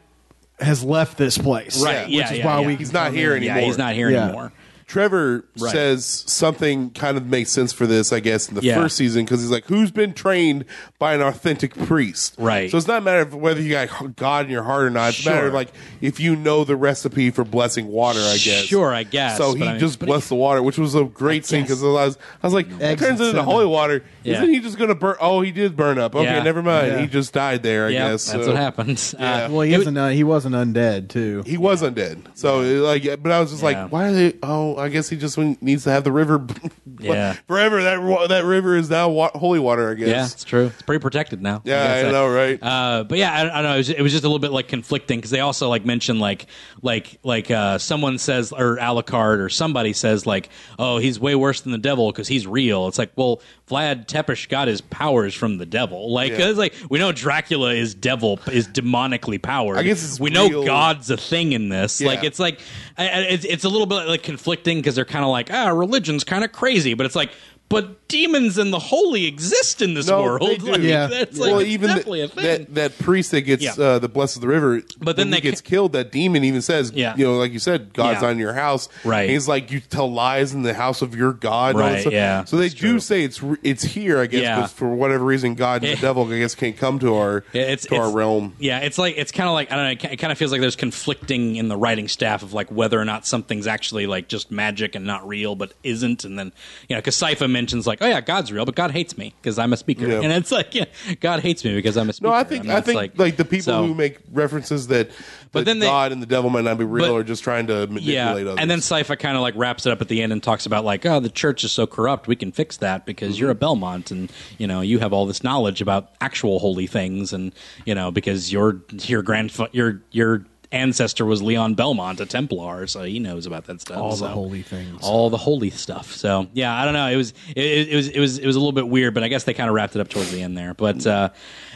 [SPEAKER 3] has left this place,
[SPEAKER 2] Right,
[SPEAKER 3] Which
[SPEAKER 2] yeah,
[SPEAKER 3] is
[SPEAKER 2] yeah,
[SPEAKER 3] why
[SPEAKER 2] yeah.
[SPEAKER 3] we
[SPEAKER 4] Oh, He's not here anymore.
[SPEAKER 2] yeah. He's not here
[SPEAKER 3] Yeah.
[SPEAKER 2] anymore.
[SPEAKER 4] Trevor
[SPEAKER 2] Right.
[SPEAKER 4] says something kind of makes sense for this, I guess, in the
[SPEAKER 2] Yeah.
[SPEAKER 4] first season because he's like, "Who's been trained by an authentic priest?"
[SPEAKER 2] Right.
[SPEAKER 4] So it's not a matter of whether you got God in your heart or not. It's a matter
[SPEAKER 2] Sure.
[SPEAKER 4] of like if you know the recipe for blessing water. I guess.
[SPEAKER 2] Sure, I guess,
[SPEAKER 4] So
[SPEAKER 2] but
[SPEAKER 4] he
[SPEAKER 2] I mean-
[SPEAKER 4] just blessed the water, which was a great scene because I was, I was like, it
[SPEAKER 3] Eggs and
[SPEAKER 4] turns it into
[SPEAKER 3] cinnamon.
[SPEAKER 4] holy water.
[SPEAKER 2] Yeah.
[SPEAKER 4] Isn't he just going to burn? Oh, he did burn up. Okay,
[SPEAKER 2] Yeah.
[SPEAKER 4] never mind.
[SPEAKER 3] Yeah.
[SPEAKER 4] He just died there. I
[SPEAKER 2] Yeah,
[SPEAKER 4] guess.
[SPEAKER 2] that's
[SPEAKER 4] So-
[SPEAKER 2] what happens.
[SPEAKER 4] Yeah.
[SPEAKER 3] Well, he
[SPEAKER 2] it
[SPEAKER 3] was an, uh, he wasn't undead too.
[SPEAKER 4] He was undead. So like, but I was just
[SPEAKER 2] Yeah.
[SPEAKER 4] like, why are they? Oh, I guess he just needs to have the river.
[SPEAKER 2] Yeah.
[SPEAKER 4] forever. That wa- that river is now wa- holy water. I
[SPEAKER 2] Yeah,
[SPEAKER 4] guess.
[SPEAKER 2] it's true. It's pretty protected now.
[SPEAKER 4] Yeah,
[SPEAKER 2] guess
[SPEAKER 4] I
[SPEAKER 2] that-
[SPEAKER 4] know, right?
[SPEAKER 2] Uh, but yeah, I, I don't know. It was, it was just a little bit like conflicting because they also like mentioned like like like uh, someone says or Alucard or somebody says like, oh, he's way worse than the devil because he's real. It's like, well, Vlad Tepish got his powers from the devil. Like,
[SPEAKER 4] Yeah.
[SPEAKER 2] it's like we know Dracula is devil is demonically powered.
[SPEAKER 4] I guess it's
[SPEAKER 2] we
[SPEAKER 4] real-
[SPEAKER 2] know God's a thing in this.
[SPEAKER 4] Yeah.
[SPEAKER 2] Like, it's like I- I- it's it's a little bit like conflicting because they're kind of like ah, religion's kind of crazy, but it's like. But demons and the holy exist in this
[SPEAKER 4] No,
[SPEAKER 2] world.
[SPEAKER 4] they do.
[SPEAKER 2] Like,
[SPEAKER 3] Yeah.
[SPEAKER 2] that's
[SPEAKER 4] well,
[SPEAKER 2] like it's
[SPEAKER 4] even th-
[SPEAKER 2] definitely a thing.
[SPEAKER 4] that that priest that gets
[SPEAKER 2] Yeah.
[SPEAKER 4] uh, the bless of the river,
[SPEAKER 2] But then
[SPEAKER 4] when
[SPEAKER 2] they
[SPEAKER 4] he gets
[SPEAKER 2] ca-
[SPEAKER 4] killed. That demon even says,
[SPEAKER 2] Yeah.
[SPEAKER 4] you know, like you said, God's
[SPEAKER 2] Yeah.
[SPEAKER 4] on your house.
[SPEAKER 2] Right.
[SPEAKER 4] And he's like, you tell lies in the house of your God. and all that
[SPEAKER 2] Right,
[SPEAKER 4] stuff.
[SPEAKER 2] yeah.
[SPEAKER 4] So they
[SPEAKER 2] That's
[SPEAKER 4] do
[SPEAKER 2] true.
[SPEAKER 4] say it's re- it's here. I guess,
[SPEAKER 2] Yeah.
[SPEAKER 4] because for whatever reason, God and the
[SPEAKER 2] Yeah.
[SPEAKER 4] devil, I guess, can't come to our
[SPEAKER 2] Yeah, it's,
[SPEAKER 4] to our
[SPEAKER 2] it's-
[SPEAKER 4] realm.
[SPEAKER 2] Yeah, it's like it's kind of like I don't know. it ki- It kind of feels like there's conflicting in the writing staff of like whether or not something's actually like just magic and not real, but isn't. And then you know, because Sypha mentions like, oh yeah, God's real, but God hates me because I'm a speaker,
[SPEAKER 4] Yeah.
[SPEAKER 2] and it's like, yeah, God hates me because I'm a speaker.
[SPEAKER 4] No, I think I,
[SPEAKER 2] mean, it's
[SPEAKER 4] think like, the people
[SPEAKER 2] so-
[SPEAKER 4] who make references that,
[SPEAKER 2] But
[SPEAKER 4] that
[SPEAKER 2] then they-
[SPEAKER 4] God and the devil might not be real
[SPEAKER 2] but-
[SPEAKER 4] are just trying to manipulate
[SPEAKER 2] yeah,
[SPEAKER 4] others.
[SPEAKER 2] and then Sypha kind of like wraps it up at the end and talks about like, oh, the church is so corrupt, we can fix that because you're a
[SPEAKER 3] Mm-hmm.
[SPEAKER 2] Belmont and you know you have all this knowledge about actual holy things, and you know because your your grandfa- your your ancestor was Leon Belmont, a Templar, so he knows about that stuff.
[SPEAKER 3] All the
[SPEAKER 2] so-
[SPEAKER 3] holy things.
[SPEAKER 2] all the holy stuff. So yeah, I don't know. It was it, it was it was it was a little bit weird, but I guess they kind of wrapped it up towards the end there. But uh,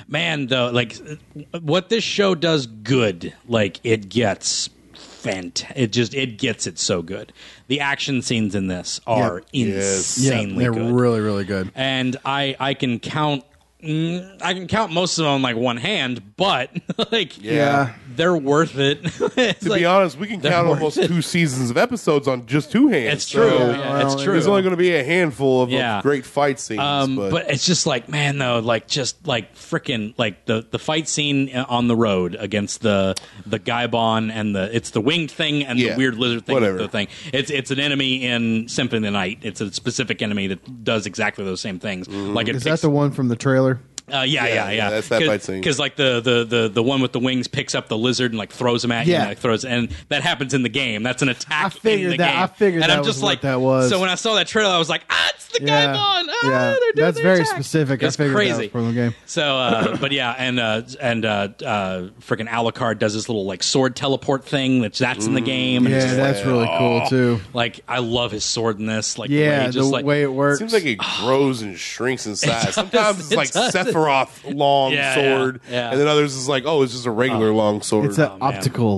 [SPEAKER 2] man, though, like what this show does good, like it gets fant. It just it gets it so good. The action scenes in this are
[SPEAKER 4] Yes.
[SPEAKER 2] insanely
[SPEAKER 3] they're
[SPEAKER 2] good
[SPEAKER 3] really really good.
[SPEAKER 2] and I I can count mm, I can count most of them on like one hand, but like
[SPEAKER 3] Yeah.
[SPEAKER 2] they're worth it.
[SPEAKER 4] to be honest, we can count
[SPEAKER 2] worth
[SPEAKER 4] almost two seasons of episodes on just two hands.
[SPEAKER 2] it's true.
[SPEAKER 4] So
[SPEAKER 2] Yeah,
[SPEAKER 3] well,
[SPEAKER 2] it's true.
[SPEAKER 4] There's only going to be a handful of, of
[SPEAKER 2] Yeah.
[SPEAKER 4] great fight scenes,
[SPEAKER 2] Um,
[SPEAKER 4] but,
[SPEAKER 2] but, it's just like, man, though, like just like freaking like the the fight scene on the road against the the Gaibon and the it's the winged thing and
[SPEAKER 4] Yeah.
[SPEAKER 2] the weird lizard thing.
[SPEAKER 4] Whatever.
[SPEAKER 2] The thing. It's it's an enemy in Simp in the Night. It's a specific enemy that does exactly those same things. Like it
[SPEAKER 3] Is
[SPEAKER 2] picks,
[SPEAKER 3] that the one from the trailer?
[SPEAKER 2] Uh, yeah, yeah, yeah,
[SPEAKER 4] Mm-hmm. yeah, that's that fight scene.
[SPEAKER 2] Because like the, the the the one with the wings picks up the lizard and like throws him at you.
[SPEAKER 3] Yeah.
[SPEAKER 2] And, like, throws, and that happens in the game. That's an attack.
[SPEAKER 3] I figured
[SPEAKER 2] in the
[SPEAKER 3] that-
[SPEAKER 2] Game.
[SPEAKER 3] I figured
[SPEAKER 2] and
[SPEAKER 3] that
[SPEAKER 2] I'm
[SPEAKER 3] was
[SPEAKER 2] just
[SPEAKER 3] what
[SPEAKER 2] like
[SPEAKER 3] that was.
[SPEAKER 2] So when I saw that trailer, I was like, ah, it's the
[SPEAKER 3] Yeah.
[SPEAKER 2] guy on. Ah,
[SPEAKER 3] Yeah.
[SPEAKER 2] they're doing
[SPEAKER 3] That's
[SPEAKER 2] the
[SPEAKER 3] very
[SPEAKER 2] attack.
[SPEAKER 3] specific. I
[SPEAKER 2] It's
[SPEAKER 3] figured that
[SPEAKER 2] crazy
[SPEAKER 3] was from the game.
[SPEAKER 2] So, uh, but yeah, and uh, and uh, uh, freaking Alucard does this little like sword teleport thing. Which that's in the game. And it's
[SPEAKER 3] Yeah,
[SPEAKER 2] just,
[SPEAKER 3] that's really cool too.
[SPEAKER 2] like I love his sword in this. Like the way
[SPEAKER 3] Yeah,
[SPEAKER 2] he
[SPEAKER 3] the
[SPEAKER 2] just like
[SPEAKER 3] way it
[SPEAKER 4] it
[SPEAKER 3] works.
[SPEAKER 4] seems like it grows and shrinks in size. Sometimes it's
[SPEAKER 2] it
[SPEAKER 4] like
[SPEAKER 2] does.
[SPEAKER 4] Sephiroth long
[SPEAKER 2] Yeah, yeah,
[SPEAKER 4] sword,
[SPEAKER 2] yeah. Uh,
[SPEAKER 4] and then others is like, oh, it's just a regular long sword.
[SPEAKER 3] it's an
[SPEAKER 2] Oh,
[SPEAKER 3] optical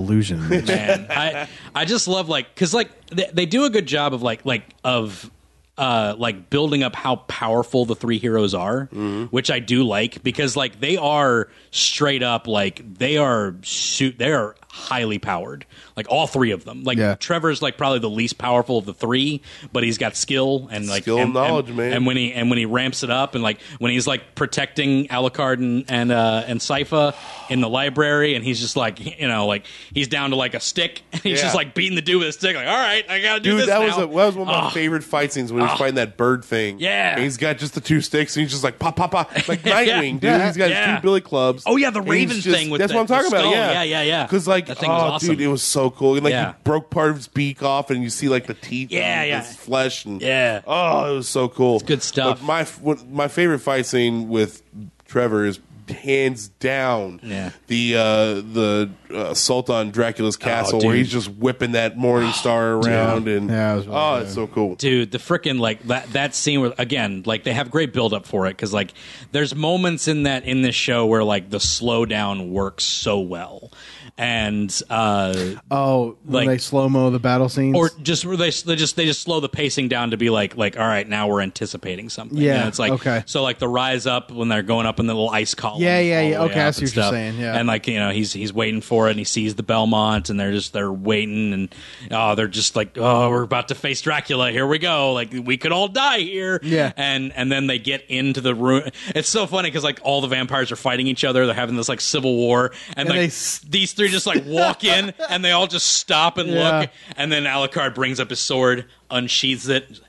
[SPEAKER 3] illusion.
[SPEAKER 2] man. I I just love like because like they, they do a good job of like like of uh like building up how powerful the three heroes are,
[SPEAKER 4] Mm-hmm.
[SPEAKER 2] which I do like because like they are straight up like they are shoot they are highly powered like all three of them like
[SPEAKER 3] Yeah.
[SPEAKER 2] Trevor's like probably the least powerful of the three, but he's got skill and like
[SPEAKER 4] Skill and knowledge, man.
[SPEAKER 2] and when he and when he ramps it up and like when he's like protecting Alucard and and, uh, and Sypha in the library and he's just like you know like he's down to like a stick and he's
[SPEAKER 4] Yeah.
[SPEAKER 2] just like beating the dude with a stick like all right I gotta do
[SPEAKER 4] Dude,
[SPEAKER 2] this
[SPEAKER 4] that
[SPEAKER 2] now. Ah.
[SPEAKER 4] was a, that was one of my favorite fight scenes when we find that bird thing.
[SPEAKER 2] Yeah.
[SPEAKER 4] And he's got just the two sticks, and he's just like pop, pop, pop, like Nightwing, dude.
[SPEAKER 3] Yeah.
[SPEAKER 4] He's got
[SPEAKER 2] Yeah.
[SPEAKER 4] his two billy clubs.
[SPEAKER 2] Oh, yeah, the
[SPEAKER 4] and he's
[SPEAKER 2] Raven thing with
[SPEAKER 4] that's
[SPEAKER 2] the-
[SPEAKER 4] what I'm
[SPEAKER 2] the
[SPEAKER 4] talking about.
[SPEAKER 2] skull.
[SPEAKER 4] Yeah,
[SPEAKER 2] Yeah, yeah, yeah.
[SPEAKER 4] Because like,
[SPEAKER 2] That thing
[SPEAKER 4] oh,
[SPEAKER 2] was awesome.
[SPEAKER 4] dude, it was so cool. And, like
[SPEAKER 2] Yeah.
[SPEAKER 4] he broke part of his beak off, and you see like the teeth.
[SPEAKER 2] Yeah,
[SPEAKER 4] and
[SPEAKER 2] yeah.
[SPEAKER 4] His flesh and
[SPEAKER 2] Yeah.
[SPEAKER 4] Oh, it was so cool.
[SPEAKER 2] good stuff.
[SPEAKER 4] But my f- what, my favorite fight scene with Trevor is hands down
[SPEAKER 2] Yeah. Oh,
[SPEAKER 4] the uh the uh, assault on Dracula's castle where
[SPEAKER 2] dude.
[SPEAKER 4] he's just whipping that morning star around and
[SPEAKER 3] Yeah, it was really
[SPEAKER 4] oh
[SPEAKER 3] good.
[SPEAKER 4] it's so cool
[SPEAKER 2] dude the freaking like that that scene where again like they have great build up for it because like there's moments in that in this show where like the slowdown works so well and uh
[SPEAKER 3] Oh, when
[SPEAKER 2] Like-
[SPEAKER 3] they slow mo the battle scenes.
[SPEAKER 2] or just where they, they just they just slow the pacing down to be like like all right now we're anticipating something
[SPEAKER 3] Yeah,
[SPEAKER 2] And it's like
[SPEAKER 3] okay.
[SPEAKER 2] so like the rise up when they're going up in the little ice column
[SPEAKER 3] Yeah, yeah,
[SPEAKER 2] all the
[SPEAKER 3] yeah.
[SPEAKER 2] way
[SPEAKER 3] Okay, I
[SPEAKER 2] up
[SPEAKER 3] see
[SPEAKER 2] and
[SPEAKER 3] what you're
[SPEAKER 2] stuff.
[SPEAKER 3] saying, yeah.
[SPEAKER 2] and like you know he's he's waiting for it and he sees the Belmont and they're just they're waiting and oh they're just like oh we're about to face Dracula here we go like we could all die here
[SPEAKER 3] Yeah.
[SPEAKER 2] and and then they get into the room it's so funny because like all the vampires are fighting each other they're having this like civil war and,
[SPEAKER 3] And
[SPEAKER 2] like
[SPEAKER 3] they s-
[SPEAKER 2] these three just like walk in and they all just stop and
[SPEAKER 3] Yeah.
[SPEAKER 2] look and then Alucard brings up his sword, unsheathes it,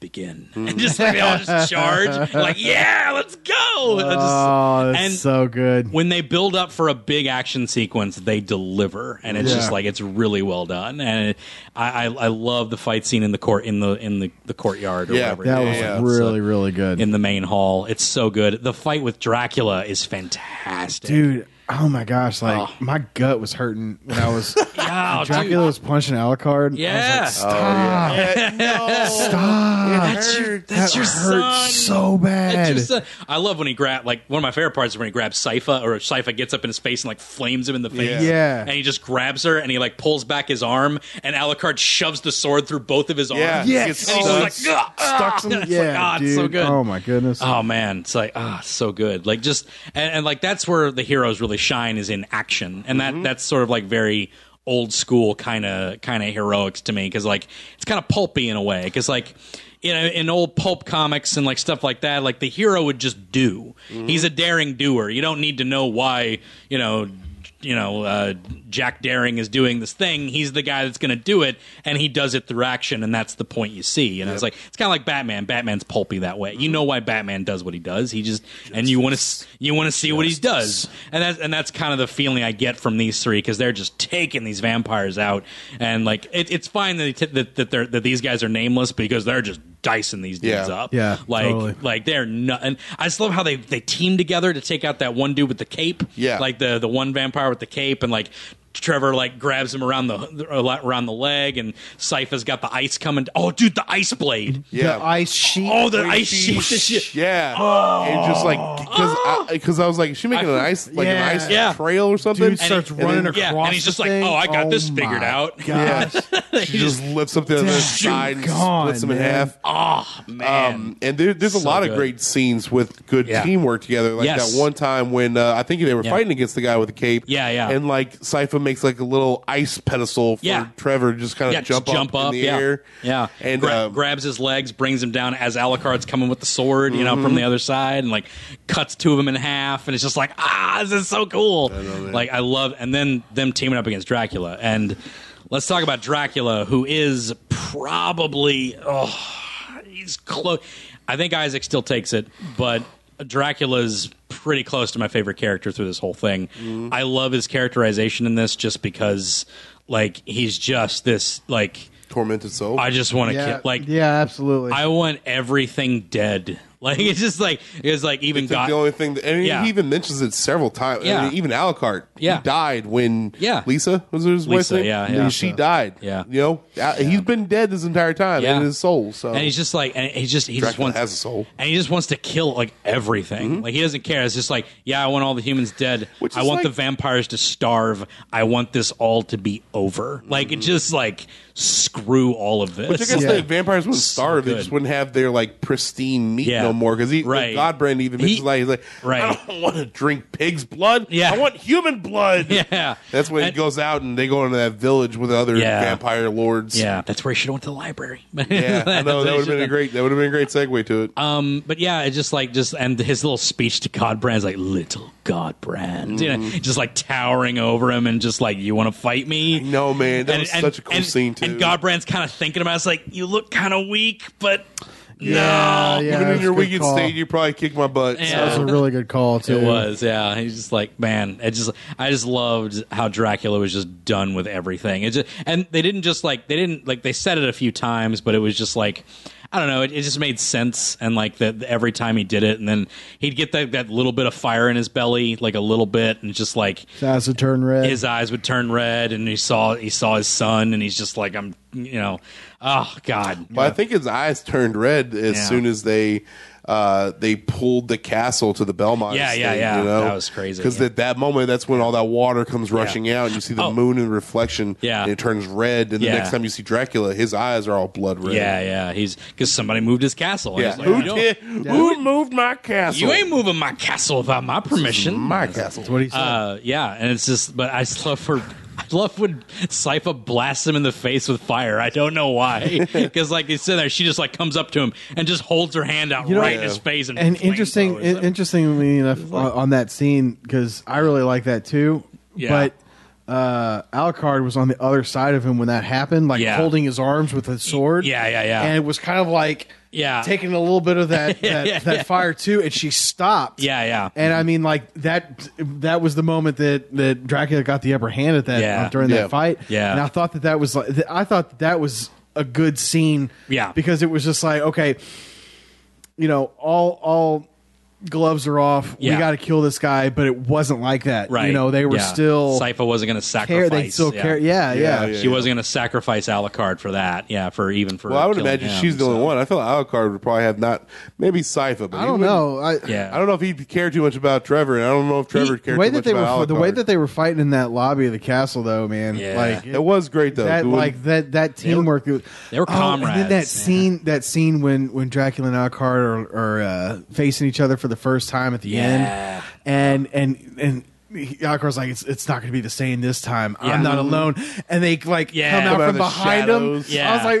[SPEAKER 2] begin.
[SPEAKER 3] Mm.
[SPEAKER 2] And just like they all just charge. Like, yeah, let's go. And just-
[SPEAKER 3] oh, that's
[SPEAKER 2] and
[SPEAKER 3] so good.
[SPEAKER 2] when they build up for a big action sequence, they deliver. And it's
[SPEAKER 3] Yeah.
[SPEAKER 2] just like it's really well done. And it, I, I I love the fight scene in the court in the in the, the courtyard or
[SPEAKER 4] Yeah,
[SPEAKER 2] whatever. it
[SPEAKER 3] That
[SPEAKER 2] is. uh,
[SPEAKER 3] was
[SPEAKER 4] yeah, yeah.
[SPEAKER 3] really, really good,
[SPEAKER 2] in the main hall. It's so good. The fight with Dracula is fantastic.
[SPEAKER 3] dude. Oh my gosh, like my gut was hurting when I was
[SPEAKER 2] Oh,
[SPEAKER 3] Dracula
[SPEAKER 2] dude.
[SPEAKER 3] was punching Alucard. I
[SPEAKER 2] Yeah.
[SPEAKER 3] was like, "Oh, Stop. Stop.
[SPEAKER 2] That's your,
[SPEAKER 3] That
[SPEAKER 2] that's your son.
[SPEAKER 3] hurts so bad.
[SPEAKER 2] That's just, uh, I love when he grab like one of my favorite parts is when he grabs Sypha or Sypha gets up in his face and like flames him in the face.
[SPEAKER 4] Yeah.
[SPEAKER 3] Yeah.
[SPEAKER 2] And he just grabs her and he like pulls back his arm and Alucard shoves the sword through both of his
[SPEAKER 4] yeah
[SPEAKER 2] arms.
[SPEAKER 3] Yes.
[SPEAKER 4] It's
[SPEAKER 2] And he's
[SPEAKER 4] so-
[SPEAKER 2] just like, "Gah, ah."
[SPEAKER 3] Stuck some-
[SPEAKER 2] It's like,
[SPEAKER 3] yeah,
[SPEAKER 2] ah, it's
[SPEAKER 3] dude.
[SPEAKER 2] so good.
[SPEAKER 3] Oh my goodness.
[SPEAKER 2] Oh man, it's like ah, so good. Like just and, and like that's where the heroes really shine is in action, and that that's sort of like very old school kind of kind of heroics to me because like it's kind of pulpy in a way because like you know in old pulp comics and like stuff like that like the hero would just do he's a daring doer you don't need to know why you know you know uh, Jack Daring is doing this thing. He's the guy that's going to do it, and he does it through action, and that's the point you see. And it's like it's kind of like Batman. Batman's pulpy that way. You know why Batman does what he does. He just and you want to you want to see what he does, and that's and that's kind of the feeling I get from these three because they're just taking these vampires out, and like it, it's fine that, they t- that that they're that these guys are nameless because they're just dicing these dudes
[SPEAKER 4] Yeah.
[SPEAKER 2] up.
[SPEAKER 3] Yeah,
[SPEAKER 2] like
[SPEAKER 3] totally.
[SPEAKER 2] like they're not. And I just love how they they team together to take out that one dude with the cape.
[SPEAKER 4] Yeah.
[SPEAKER 2] like the the one vampire with the cape and like Trevor like grabs him around the around the leg and Sypha's got the ice coming. Oh, dude, the ice blade.
[SPEAKER 4] yeah
[SPEAKER 3] The ice sheet.
[SPEAKER 2] Oh, the
[SPEAKER 4] Like,
[SPEAKER 2] ice
[SPEAKER 4] she-
[SPEAKER 2] sheet. The shit. Oh.
[SPEAKER 4] yeah and just like because because I, was like is she making an ice like
[SPEAKER 3] Yeah.
[SPEAKER 4] an ice
[SPEAKER 2] Yeah.
[SPEAKER 4] trail or something
[SPEAKER 3] Dude starts
[SPEAKER 4] And
[SPEAKER 3] running
[SPEAKER 4] then-
[SPEAKER 3] across.
[SPEAKER 2] yeah, and he's just
[SPEAKER 3] the
[SPEAKER 2] like,
[SPEAKER 3] thing.
[SPEAKER 2] "Oh, I got this
[SPEAKER 3] my
[SPEAKER 2] figured out."
[SPEAKER 3] Gosh.
[SPEAKER 4] she just lifts up the other
[SPEAKER 3] Dang.
[SPEAKER 4] side and
[SPEAKER 3] Gone,
[SPEAKER 4] splits them in
[SPEAKER 3] man.
[SPEAKER 4] half
[SPEAKER 2] Oh man,
[SPEAKER 4] Um, and there, there's a
[SPEAKER 2] So
[SPEAKER 4] lot
[SPEAKER 2] good.
[SPEAKER 4] of great scenes with good
[SPEAKER 2] Yeah.
[SPEAKER 4] teamwork together. Like
[SPEAKER 2] Yes.
[SPEAKER 4] that one time when uh, I think they were
[SPEAKER 2] Yeah.
[SPEAKER 4] fighting against the guy with the cape.
[SPEAKER 2] Yeah, yeah.
[SPEAKER 4] And like Sypha makes like a little ice pedestal for
[SPEAKER 2] Yeah.
[SPEAKER 4] Trevor to just kind of
[SPEAKER 2] yeah,
[SPEAKER 4] jump,
[SPEAKER 2] just jump up,
[SPEAKER 4] in the
[SPEAKER 2] yeah,
[SPEAKER 4] air.
[SPEAKER 2] yeah.
[SPEAKER 4] And
[SPEAKER 2] Gra-
[SPEAKER 4] uh,
[SPEAKER 2] grabs his legs, brings him down as Alucard's coming with the sword, you
[SPEAKER 4] Mm-hmm.
[SPEAKER 2] know, from the other side, and like cuts two of them in half, and it's just like, ah, this is so cool. like I love, and then them teaming up against Dracula, and let's talk about Dracula, who is probably, oh, he's close. I think Isaac still takes it, but Dracula's pretty close to my favorite character through this whole thing.
[SPEAKER 4] Mm-hmm.
[SPEAKER 2] I love his characterization in this just because like he's just this like
[SPEAKER 4] tormented soul.
[SPEAKER 2] I just want to
[SPEAKER 3] yeah,
[SPEAKER 2] kill like
[SPEAKER 3] yeah, absolutely.
[SPEAKER 2] I want everything dead. Like it's just like it's like even
[SPEAKER 4] It's like
[SPEAKER 2] God
[SPEAKER 4] the only thing that, and
[SPEAKER 2] Yeah.
[SPEAKER 4] he even mentions it several times.
[SPEAKER 2] Yeah.
[SPEAKER 4] I mean, even Alucard, he
[SPEAKER 2] Yeah.
[SPEAKER 4] died when
[SPEAKER 2] Yeah.
[SPEAKER 4] Lisa was his wife's
[SPEAKER 2] Lisa,
[SPEAKER 4] name.
[SPEAKER 2] yeah, yeah.
[SPEAKER 4] she died.
[SPEAKER 2] Yeah.
[SPEAKER 4] you know, Al- he's been dead this entire time
[SPEAKER 2] Yeah.
[SPEAKER 4] in his soul. So
[SPEAKER 2] and he's just like and he's just he just
[SPEAKER 4] Dracula
[SPEAKER 2] wants
[SPEAKER 4] has a soul.
[SPEAKER 2] and he just wants to kill like everything. Like he doesn't care. It's just like yeah, I want all the humans dead.
[SPEAKER 4] Which
[SPEAKER 2] I
[SPEAKER 4] is
[SPEAKER 2] want the
[SPEAKER 4] like-
[SPEAKER 2] vampires to starve. I want this all to be over. Like it
[SPEAKER 4] Mm-hmm.
[SPEAKER 2] just like screw all of this.
[SPEAKER 4] Which I guess
[SPEAKER 3] Yeah.
[SPEAKER 4] the vampires wouldn't starve; they
[SPEAKER 2] good.
[SPEAKER 4] just wouldn't have their like pristine meat
[SPEAKER 2] Yeah.
[SPEAKER 4] no no more because he
[SPEAKER 2] Right.
[SPEAKER 4] Godbrand even mentions
[SPEAKER 2] He-
[SPEAKER 4] like he's like
[SPEAKER 2] Right.
[SPEAKER 4] I don't want to drink pig's blood.
[SPEAKER 2] Yeah.
[SPEAKER 4] I want human blood.
[SPEAKER 2] Yeah.
[SPEAKER 4] That's when he
[SPEAKER 2] And-
[SPEAKER 4] goes out and they go into that village with the other
[SPEAKER 2] Yeah.
[SPEAKER 4] vampire lords.
[SPEAKER 2] Yeah, that's where he should have went to the library.
[SPEAKER 4] Yeah, I know that would have been a great that would have been a great segue to it.
[SPEAKER 2] Um, but yeah, it's just like just and his little speech to Godbrand is like little Godbrand, you know,
[SPEAKER 4] Mm.
[SPEAKER 2] just like towering over him and just like you want to fight me.
[SPEAKER 4] no, man, that was such a cool
[SPEAKER 2] and-
[SPEAKER 4] scene too.
[SPEAKER 2] And Godbrand's kind of thinking about it, it's like you look kind of weak, but
[SPEAKER 3] Yeah,
[SPEAKER 2] no,
[SPEAKER 3] yeah,
[SPEAKER 4] even in
[SPEAKER 3] that's a
[SPEAKER 4] your
[SPEAKER 3] good
[SPEAKER 4] weekend
[SPEAKER 3] call.
[SPEAKER 4] state, you probably kicked my butt. so-
[SPEAKER 2] Yeah.
[SPEAKER 3] That was a really good call too.
[SPEAKER 2] It was, yeah. He's just like, man, it just I just loved how Dracula was just done with everything. It just and they didn't just like they didn't like they said it a few times, but it was just like I don't know, it, it just made sense and like that every time he did it and then he'd get that, that little bit of fire in his belly, like a little bit, and just like
[SPEAKER 3] That's a turn red.
[SPEAKER 2] his eyes would turn red and he saw he saw his son and he's just like I'm you know, oh God.
[SPEAKER 4] But I think his eyes turned red as
[SPEAKER 2] Yeah.
[SPEAKER 4] soon as they uh, they pulled the castle to the Belmont.
[SPEAKER 2] Yeah, yeah,
[SPEAKER 4] estate,
[SPEAKER 2] yeah.
[SPEAKER 4] You know?
[SPEAKER 2] That was crazy,
[SPEAKER 4] Because
[SPEAKER 2] yeah.
[SPEAKER 4] at that moment, that's when all that water comes rushing out, and you see the
[SPEAKER 2] Oh.
[SPEAKER 4] moon in reflection.
[SPEAKER 2] Yeah.
[SPEAKER 4] and it turns red. And the
[SPEAKER 2] Yeah.
[SPEAKER 4] next time you see Dracula, his eyes are all blood red.
[SPEAKER 2] Yeah, yeah. He's because somebody moved his castle. and
[SPEAKER 4] yeah.
[SPEAKER 2] he's like,
[SPEAKER 4] who
[SPEAKER 2] "You don't-
[SPEAKER 4] did? Who moved my castle?
[SPEAKER 2] You ain't moving my castle without my permission.
[SPEAKER 4] my castle.
[SPEAKER 3] What he said.
[SPEAKER 2] Uh, yeah, and it's just, but I just love her. I love when Sypha blasts him in the face with fire. I don't know why, because like he's sitting there, she just like comes up to him and just holds her hand out
[SPEAKER 3] You know,
[SPEAKER 2] right in his face. And,
[SPEAKER 3] and
[SPEAKER 2] flamethrowers
[SPEAKER 3] interesting,
[SPEAKER 2] him.
[SPEAKER 3] in- interestingly enough, on- on that scene because I really like that too.
[SPEAKER 2] Yeah.
[SPEAKER 3] But uh, Alucard was on the other side of him when that happened, like
[SPEAKER 2] Yeah.
[SPEAKER 3] holding his arms with his sword.
[SPEAKER 2] yeah, yeah, yeah.
[SPEAKER 3] And it was kind of like
[SPEAKER 2] Yeah.
[SPEAKER 3] taking a little bit of that that, that fire too, and she stopped.
[SPEAKER 2] Yeah, yeah.
[SPEAKER 3] And I mean, like that that was the moment that that Dracula got the upper hand at that uh,
[SPEAKER 2] Yeah.
[SPEAKER 3] during
[SPEAKER 4] Yeah.
[SPEAKER 3] that fight.
[SPEAKER 2] Yeah.
[SPEAKER 3] And I thought that that was like th- I thought that, that was a good scene.
[SPEAKER 2] Yeah.
[SPEAKER 3] Because it was just like okay you know, all all gloves are off.
[SPEAKER 2] Yeah.
[SPEAKER 3] We got to kill this guy, but it wasn't like that.
[SPEAKER 2] right?
[SPEAKER 3] You know, they were
[SPEAKER 2] yeah.
[SPEAKER 3] still
[SPEAKER 2] Sypha wasn't going to
[SPEAKER 3] care.
[SPEAKER 2] sacrifice.
[SPEAKER 3] They still
[SPEAKER 2] yeah.
[SPEAKER 3] care. Yeah, yeah.
[SPEAKER 4] Yeah, yeah.
[SPEAKER 2] she wasn't going to sacrifice Alucard for that. Yeah, for even for.
[SPEAKER 4] Well, I would
[SPEAKER 2] killing
[SPEAKER 4] imagine
[SPEAKER 2] him,
[SPEAKER 4] she's the
[SPEAKER 2] so.
[SPEAKER 4] only one. I feel like Alucard would probably have not, maybe Sypha, but
[SPEAKER 3] I
[SPEAKER 4] he
[SPEAKER 3] don't
[SPEAKER 4] wouldn't-
[SPEAKER 3] know. I,
[SPEAKER 2] Yeah.
[SPEAKER 4] I don't know if he cared too much about Trevor, and I don't know if Trevor
[SPEAKER 3] The
[SPEAKER 4] cared
[SPEAKER 3] way
[SPEAKER 4] too much
[SPEAKER 3] that they were
[SPEAKER 4] about
[SPEAKER 3] the way
[SPEAKER 4] Alucard.
[SPEAKER 3] that they were fighting in that lobby of the castle, though, man,
[SPEAKER 2] Yeah.
[SPEAKER 3] like
[SPEAKER 4] It was great though.
[SPEAKER 3] that
[SPEAKER 4] When-
[SPEAKER 3] like that that teamwork. They were,
[SPEAKER 2] they were
[SPEAKER 3] And then that
[SPEAKER 2] comrades, yeah.
[SPEAKER 3] scene, that scene when when Dracula and Alucard are, are uh, facing each other for the first time at the
[SPEAKER 2] Yeah.
[SPEAKER 3] end, and and and. he- Alucard's like it's it's not going to be the same this time.
[SPEAKER 2] Yeah. Mm-hmm.
[SPEAKER 3] I'm not alone, and they like
[SPEAKER 2] Yeah.
[SPEAKER 3] come
[SPEAKER 2] Come
[SPEAKER 3] out
[SPEAKER 4] out of
[SPEAKER 3] from
[SPEAKER 4] the
[SPEAKER 3] behind him.
[SPEAKER 4] shadows.
[SPEAKER 2] Yeah.
[SPEAKER 3] I was like,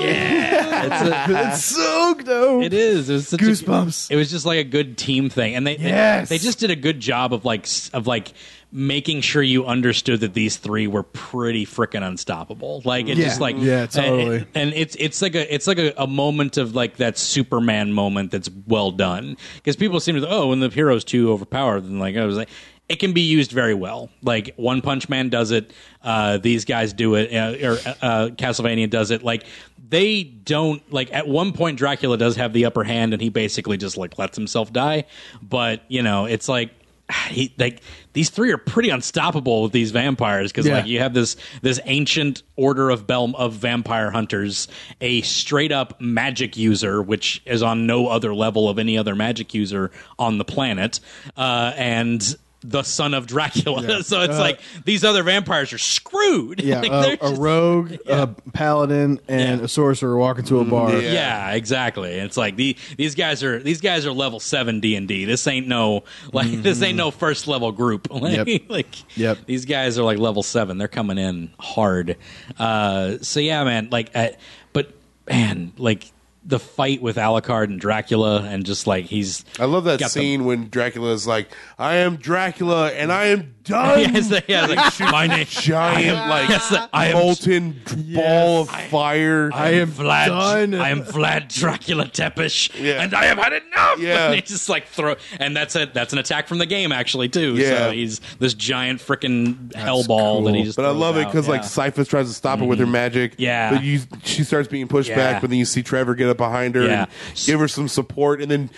[SPEAKER 2] Yeah, it's a,
[SPEAKER 3] it's so dope.
[SPEAKER 2] It is. It was such
[SPEAKER 3] Goosebumps.
[SPEAKER 2] A, it was just like a good team thing, and they they-
[SPEAKER 3] Yes.
[SPEAKER 2] they, just did a good job of like s- of like making sure you understood that these three were pretty freaking unstoppable. Like it's
[SPEAKER 3] Yeah.
[SPEAKER 2] just like eh,
[SPEAKER 3] Yeah, totally.
[SPEAKER 2] And, and it's it's like a it's like a, a moment of like that Superman moment that's well done because people seem to oh when the hero's too overpowered then like I was like. It can be used very well. Like One Punch Man does it, uh, these guys do it, uh, or uh, Castlevania does it. Like they don't like at one point Dracula does have the upper hand and he basically just like lets himself die. But you know, it's like he like these three are pretty unstoppable with these vampires because
[SPEAKER 3] Yeah.
[SPEAKER 2] like you have this this ancient order of Bel of vampire hunters, a straight up magic user, which is on no other level of any other magic user on the planet, uh, and the son of Dracula. so it's like these other vampires are screwed.
[SPEAKER 3] Uh, Yeah, uh,
[SPEAKER 2] Like,
[SPEAKER 3] a,
[SPEAKER 2] they're
[SPEAKER 3] a
[SPEAKER 2] just-
[SPEAKER 3] rogue, a paladin, and
[SPEAKER 2] Yeah. Mm-hmm.
[SPEAKER 3] a sorcerer walk into a bar.
[SPEAKER 4] Yeah.
[SPEAKER 2] yeah, exactly. And It's like the these guys are these guys are level seven D and D. This ain't no like this ain't
[SPEAKER 4] Mm-hmm.
[SPEAKER 2] no first level group. Like,
[SPEAKER 3] Yep.
[SPEAKER 2] like
[SPEAKER 3] Yep.
[SPEAKER 2] these guys are like level seven. They're coming in hard. Uh, so yeah, man. Like, I, but man, like the fight with Alucard and Dracula, and just like he's
[SPEAKER 4] I love that
[SPEAKER 2] got the-
[SPEAKER 4] scene when Dracula is like, "I am Dracula, and I am done."
[SPEAKER 2] yeah, it's like, yeah, it's like, my name.
[SPEAKER 4] Giant, like
[SPEAKER 2] Yes, I am-
[SPEAKER 4] molten ball of fire.
[SPEAKER 2] I am Vlad.
[SPEAKER 3] done.
[SPEAKER 2] I am Vlad Dracula Tepish,
[SPEAKER 4] Yeah.
[SPEAKER 2] and I have had enough.
[SPEAKER 4] Yeah.
[SPEAKER 2] and he just like throw, and that's a that's an attack from the game actually too.
[SPEAKER 4] Yeah.
[SPEAKER 2] so he's this giant freaking hell ball that he just.
[SPEAKER 4] but I
[SPEAKER 2] throws
[SPEAKER 4] love it
[SPEAKER 2] out.
[SPEAKER 4] because like
[SPEAKER 2] Yeah. Mm-hmm.
[SPEAKER 4] Syphus tries to stop it with her magic.
[SPEAKER 2] Yeah.
[SPEAKER 4] but you she starts being pushed
[SPEAKER 2] Yeah.
[SPEAKER 4] back, but then you see Trevor get up behind her
[SPEAKER 2] Yeah.
[SPEAKER 4] and give her some support, and then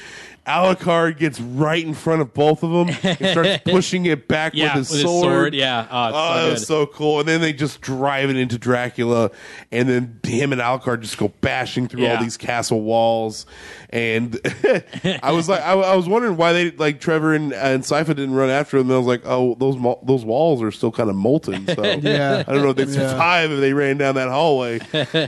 [SPEAKER 4] Alucard gets right in front of both of them and starts pushing it back
[SPEAKER 2] yeah,
[SPEAKER 4] with, his, sword.
[SPEAKER 2] Yeah. Oh, it's so
[SPEAKER 4] Oh, that
[SPEAKER 2] good.
[SPEAKER 4] was so cool. And then they just drive it into Dracula, and then him and Alucard just go bashing through
[SPEAKER 2] Yeah.
[SPEAKER 4] all these castle walls. And I was like, I, I was wondering why they like Trevor and, and Sypha didn't run after them. And I was like, oh, those mo- those walls are still kind of molten. So
[SPEAKER 3] Yeah.
[SPEAKER 4] I don't know if they would
[SPEAKER 3] Yeah.
[SPEAKER 4] survive if they ran down that hallway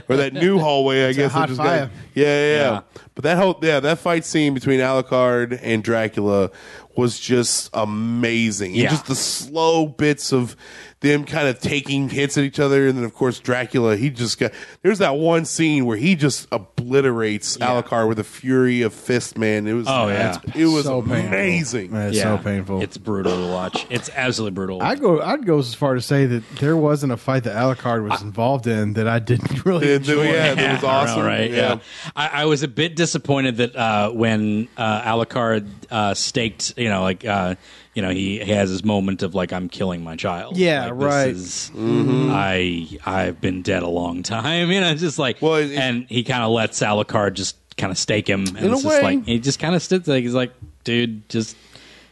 [SPEAKER 4] or that new hallway. I guess
[SPEAKER 3] hot
[SPEAKER 4] they just
[SPEAKER 3] fire.
[SPEAKER 4] Got, yeah, yeah, yeah.
[SPEAKER 2] Yeah.
[SPEAKER 4] But that whole yeah, that fight scene between Alucard and Dracula was just amazing. And
[SPEAKER 2] Yeah.
[SPEAKER 4] just the slow bits of them kind of taking hits at each other, and then of course Dracula, he just got there's that one scene where he just obliterates Alucard with a fury of fist, man. It was
[SPEAKER 2] Oh, yeah.
[SPEAKER 4] it was
[SPEAKER 3] So painful.
[SPEAKER 4] amazing.
[SPEAKER 3] Man, it's
[SPEAKER 2] Yeah.
[SPEAKER 3] so painful.
[SPEAKER 2] It's brutal to watch. It's absolutely brutal.
[SPEAKER 3] I go. I'd go as far to say that there wasn't a fight that Alucard was involved in that I didn't really
[SPEAKER 4] And then-
[SPEAKER 3] enjoy.
[SPEAKER 4] yeah, it was awesome.
[SPEAKER 2] I know, right? Yeah. I, I was a bit disappointed that uh, when uh, Alucard uh, staked, you know, like, uh, you know, he, he has his moment of like, I'm killing my child.
[SPEAKER 3] Yeah,
[SPEAKER 2] Like,
[SPEAKER 3] right.
[SPEAKER 2] This is,
[SPEAKER 4] Mm-hmm.
[SPEAKER 2] I I've been dead a long time. You know, it's just like,
[SPEAKER 4] Well, it- it-
[SPEAKER 2] and he kind of lets Alucard just kind of stake him, and
[SPEAKER 4] In a
[SPEAKER 2] it's just
[SPEAKER 4] way.
[SPEAKER 2] like he just kind of sits like he's like, dude, just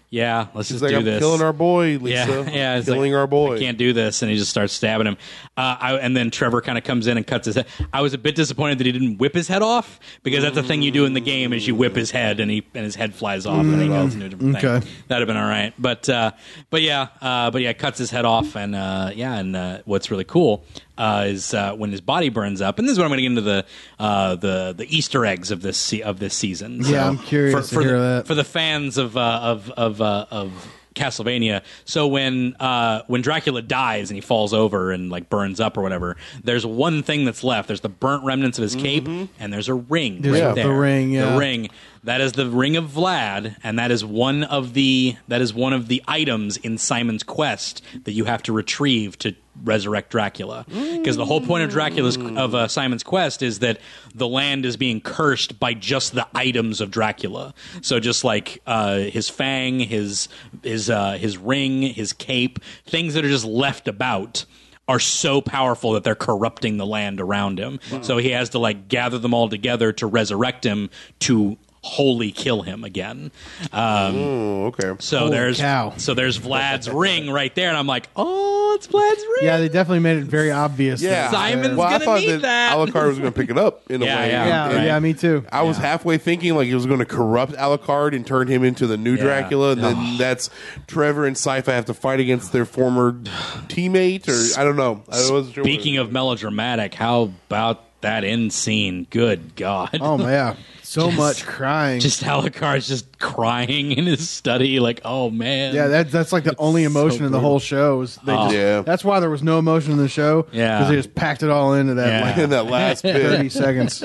[SPEAKER 2] yeah, let's
[SPEAKER 4] It's
[SPEAKER 2] just
[SPEAKER 4] like
[SPEAKER 2] do
[SPEAKER 4] I'm
[SPEAKER 2] this.
[SPEAKER 4] killing our boy, Lisa.
[SPEAKER 2] Yeah, yeah, it's
[SPEAKER 4] killing
[SPEAKER 2] like,
[SPEAKER 4] our boy.
[SPEAKER 2] I can't do this, and he just starts stabbing him. Uh, I, and then Trevor kind of comes in and cuts his head. I was a bit disappointed that he didn't whip his head off because that's a thing you do in the game is you whip his head and he and his head flies off and he goes into a different
[SPEAKER 3] Mm, Okay.
[SPEAKER 2] thing. That'd have been all right, but uh, but yeah, uh, but yeah, cuts his head off and uh, yeah, and uh, what's really cool. Uh, is uh, when his body burns up, and this is when I'm going to get into the uh, the the Easter eggs of this se- of this season.
[SPEAKER 3] Yeah, I'm curious to
[SPEAKER 2] for
[SPEAKER 3] hear
[SPEAKER 2] the,
[SPEAKER 3] that.
[SPEAKER 2] for the fans of uh, of of uh, of Castlevania. So when uh, when Dracula dies and he falls over and like burns up or whatever, there's one thing that's left. There's the burnt remnants of his cape, and there's a ring.
[SPEAKER 3] Mm-hmm. There's
[SPEAKER 2] right
[SPEAKER 3] the
[SPEAKER 2] there.
[SPEAKER 3] ring, yeah.
[SPEAKER 2] The ring. That is the ring of Vlad, and that is one of the that is one of the items in Simon's quest that you have to retrieve to resurrect Dracula. Because the whole point of Dracula's of uh, Simon's quest is that the land is being cursed by just the items of Dracula. So just like uh, his fang, his his uh, his ring, his cape, things that are just left about are so powerful that they're corrupting the land around him. So he has to like gather them all together to resurrect him to wholly kill him again. Um,
[SPEAKER 4] Oh, okay.
[SPEAKER 2] so
[SPEAKER 3] Holy
[SPEAKER 2] there's
[SPEAKER 3] cow.
[SPEAKER 2] so there's Vlad's ring right there, and I'm like, oh, it's Vlad's ring.
[SPEAKER 3] Yeah, they definitely made it very obvious.
[SPEAKER 4] Yeah,
[SPEAKER 3] that-
[SPEAKER 2] Simon's
[SPEAKER 4] I
[SPEAKER 2] gonna
[SPEAKER 4] thought
[SPEAKER 2] need that.
[SPEAKER 4] Alucard was going to pick it up in
[SPEAKER 2] Yeah,
[SPEAKER 4] a way.
[SPEAKER 2] yeah.
[SPEAKER 4] And-
[SPEAKER 3] yeah,
[SPEAKER 4] and
[SPEAKER 3] yeah, me too.
[SPEAKER 4] I was halfway thinking like it was going to corrupt Alucard and turn him into the new
[SPEAKER 2] Yeah.
[SPEAKER 4] Dracula, and then that's Trevor and Sypha have to fight against their former teammate, or I don't know. I wasn't sure
[SPEAKER 2] Speaking of melodramatic, how about that end scene? Good God.
[SPEAKER 3] Oh yeah, so
[SPEAKER 2] Just-
[SPEAKER 3] much crying.
[SPEAKER 2] Just Alucard's just crying in his study, like, oh man.
[SPEAKER 3] yeah, that, that's like the only emotion in the whole show. Is they just,
[SPEAKER 4] Yeah.
[SPEAKER 3] That's why there was no emotion in the show.
[SPEAKER 2] Yeah.
[SPEAKER 3] because they just packed it all into that
[SPEAKER 2] Yeah.
[SPEAKER 3] like
[SPEAKER 4] in that last bit,
[SPEAKER 3] thirty seconds.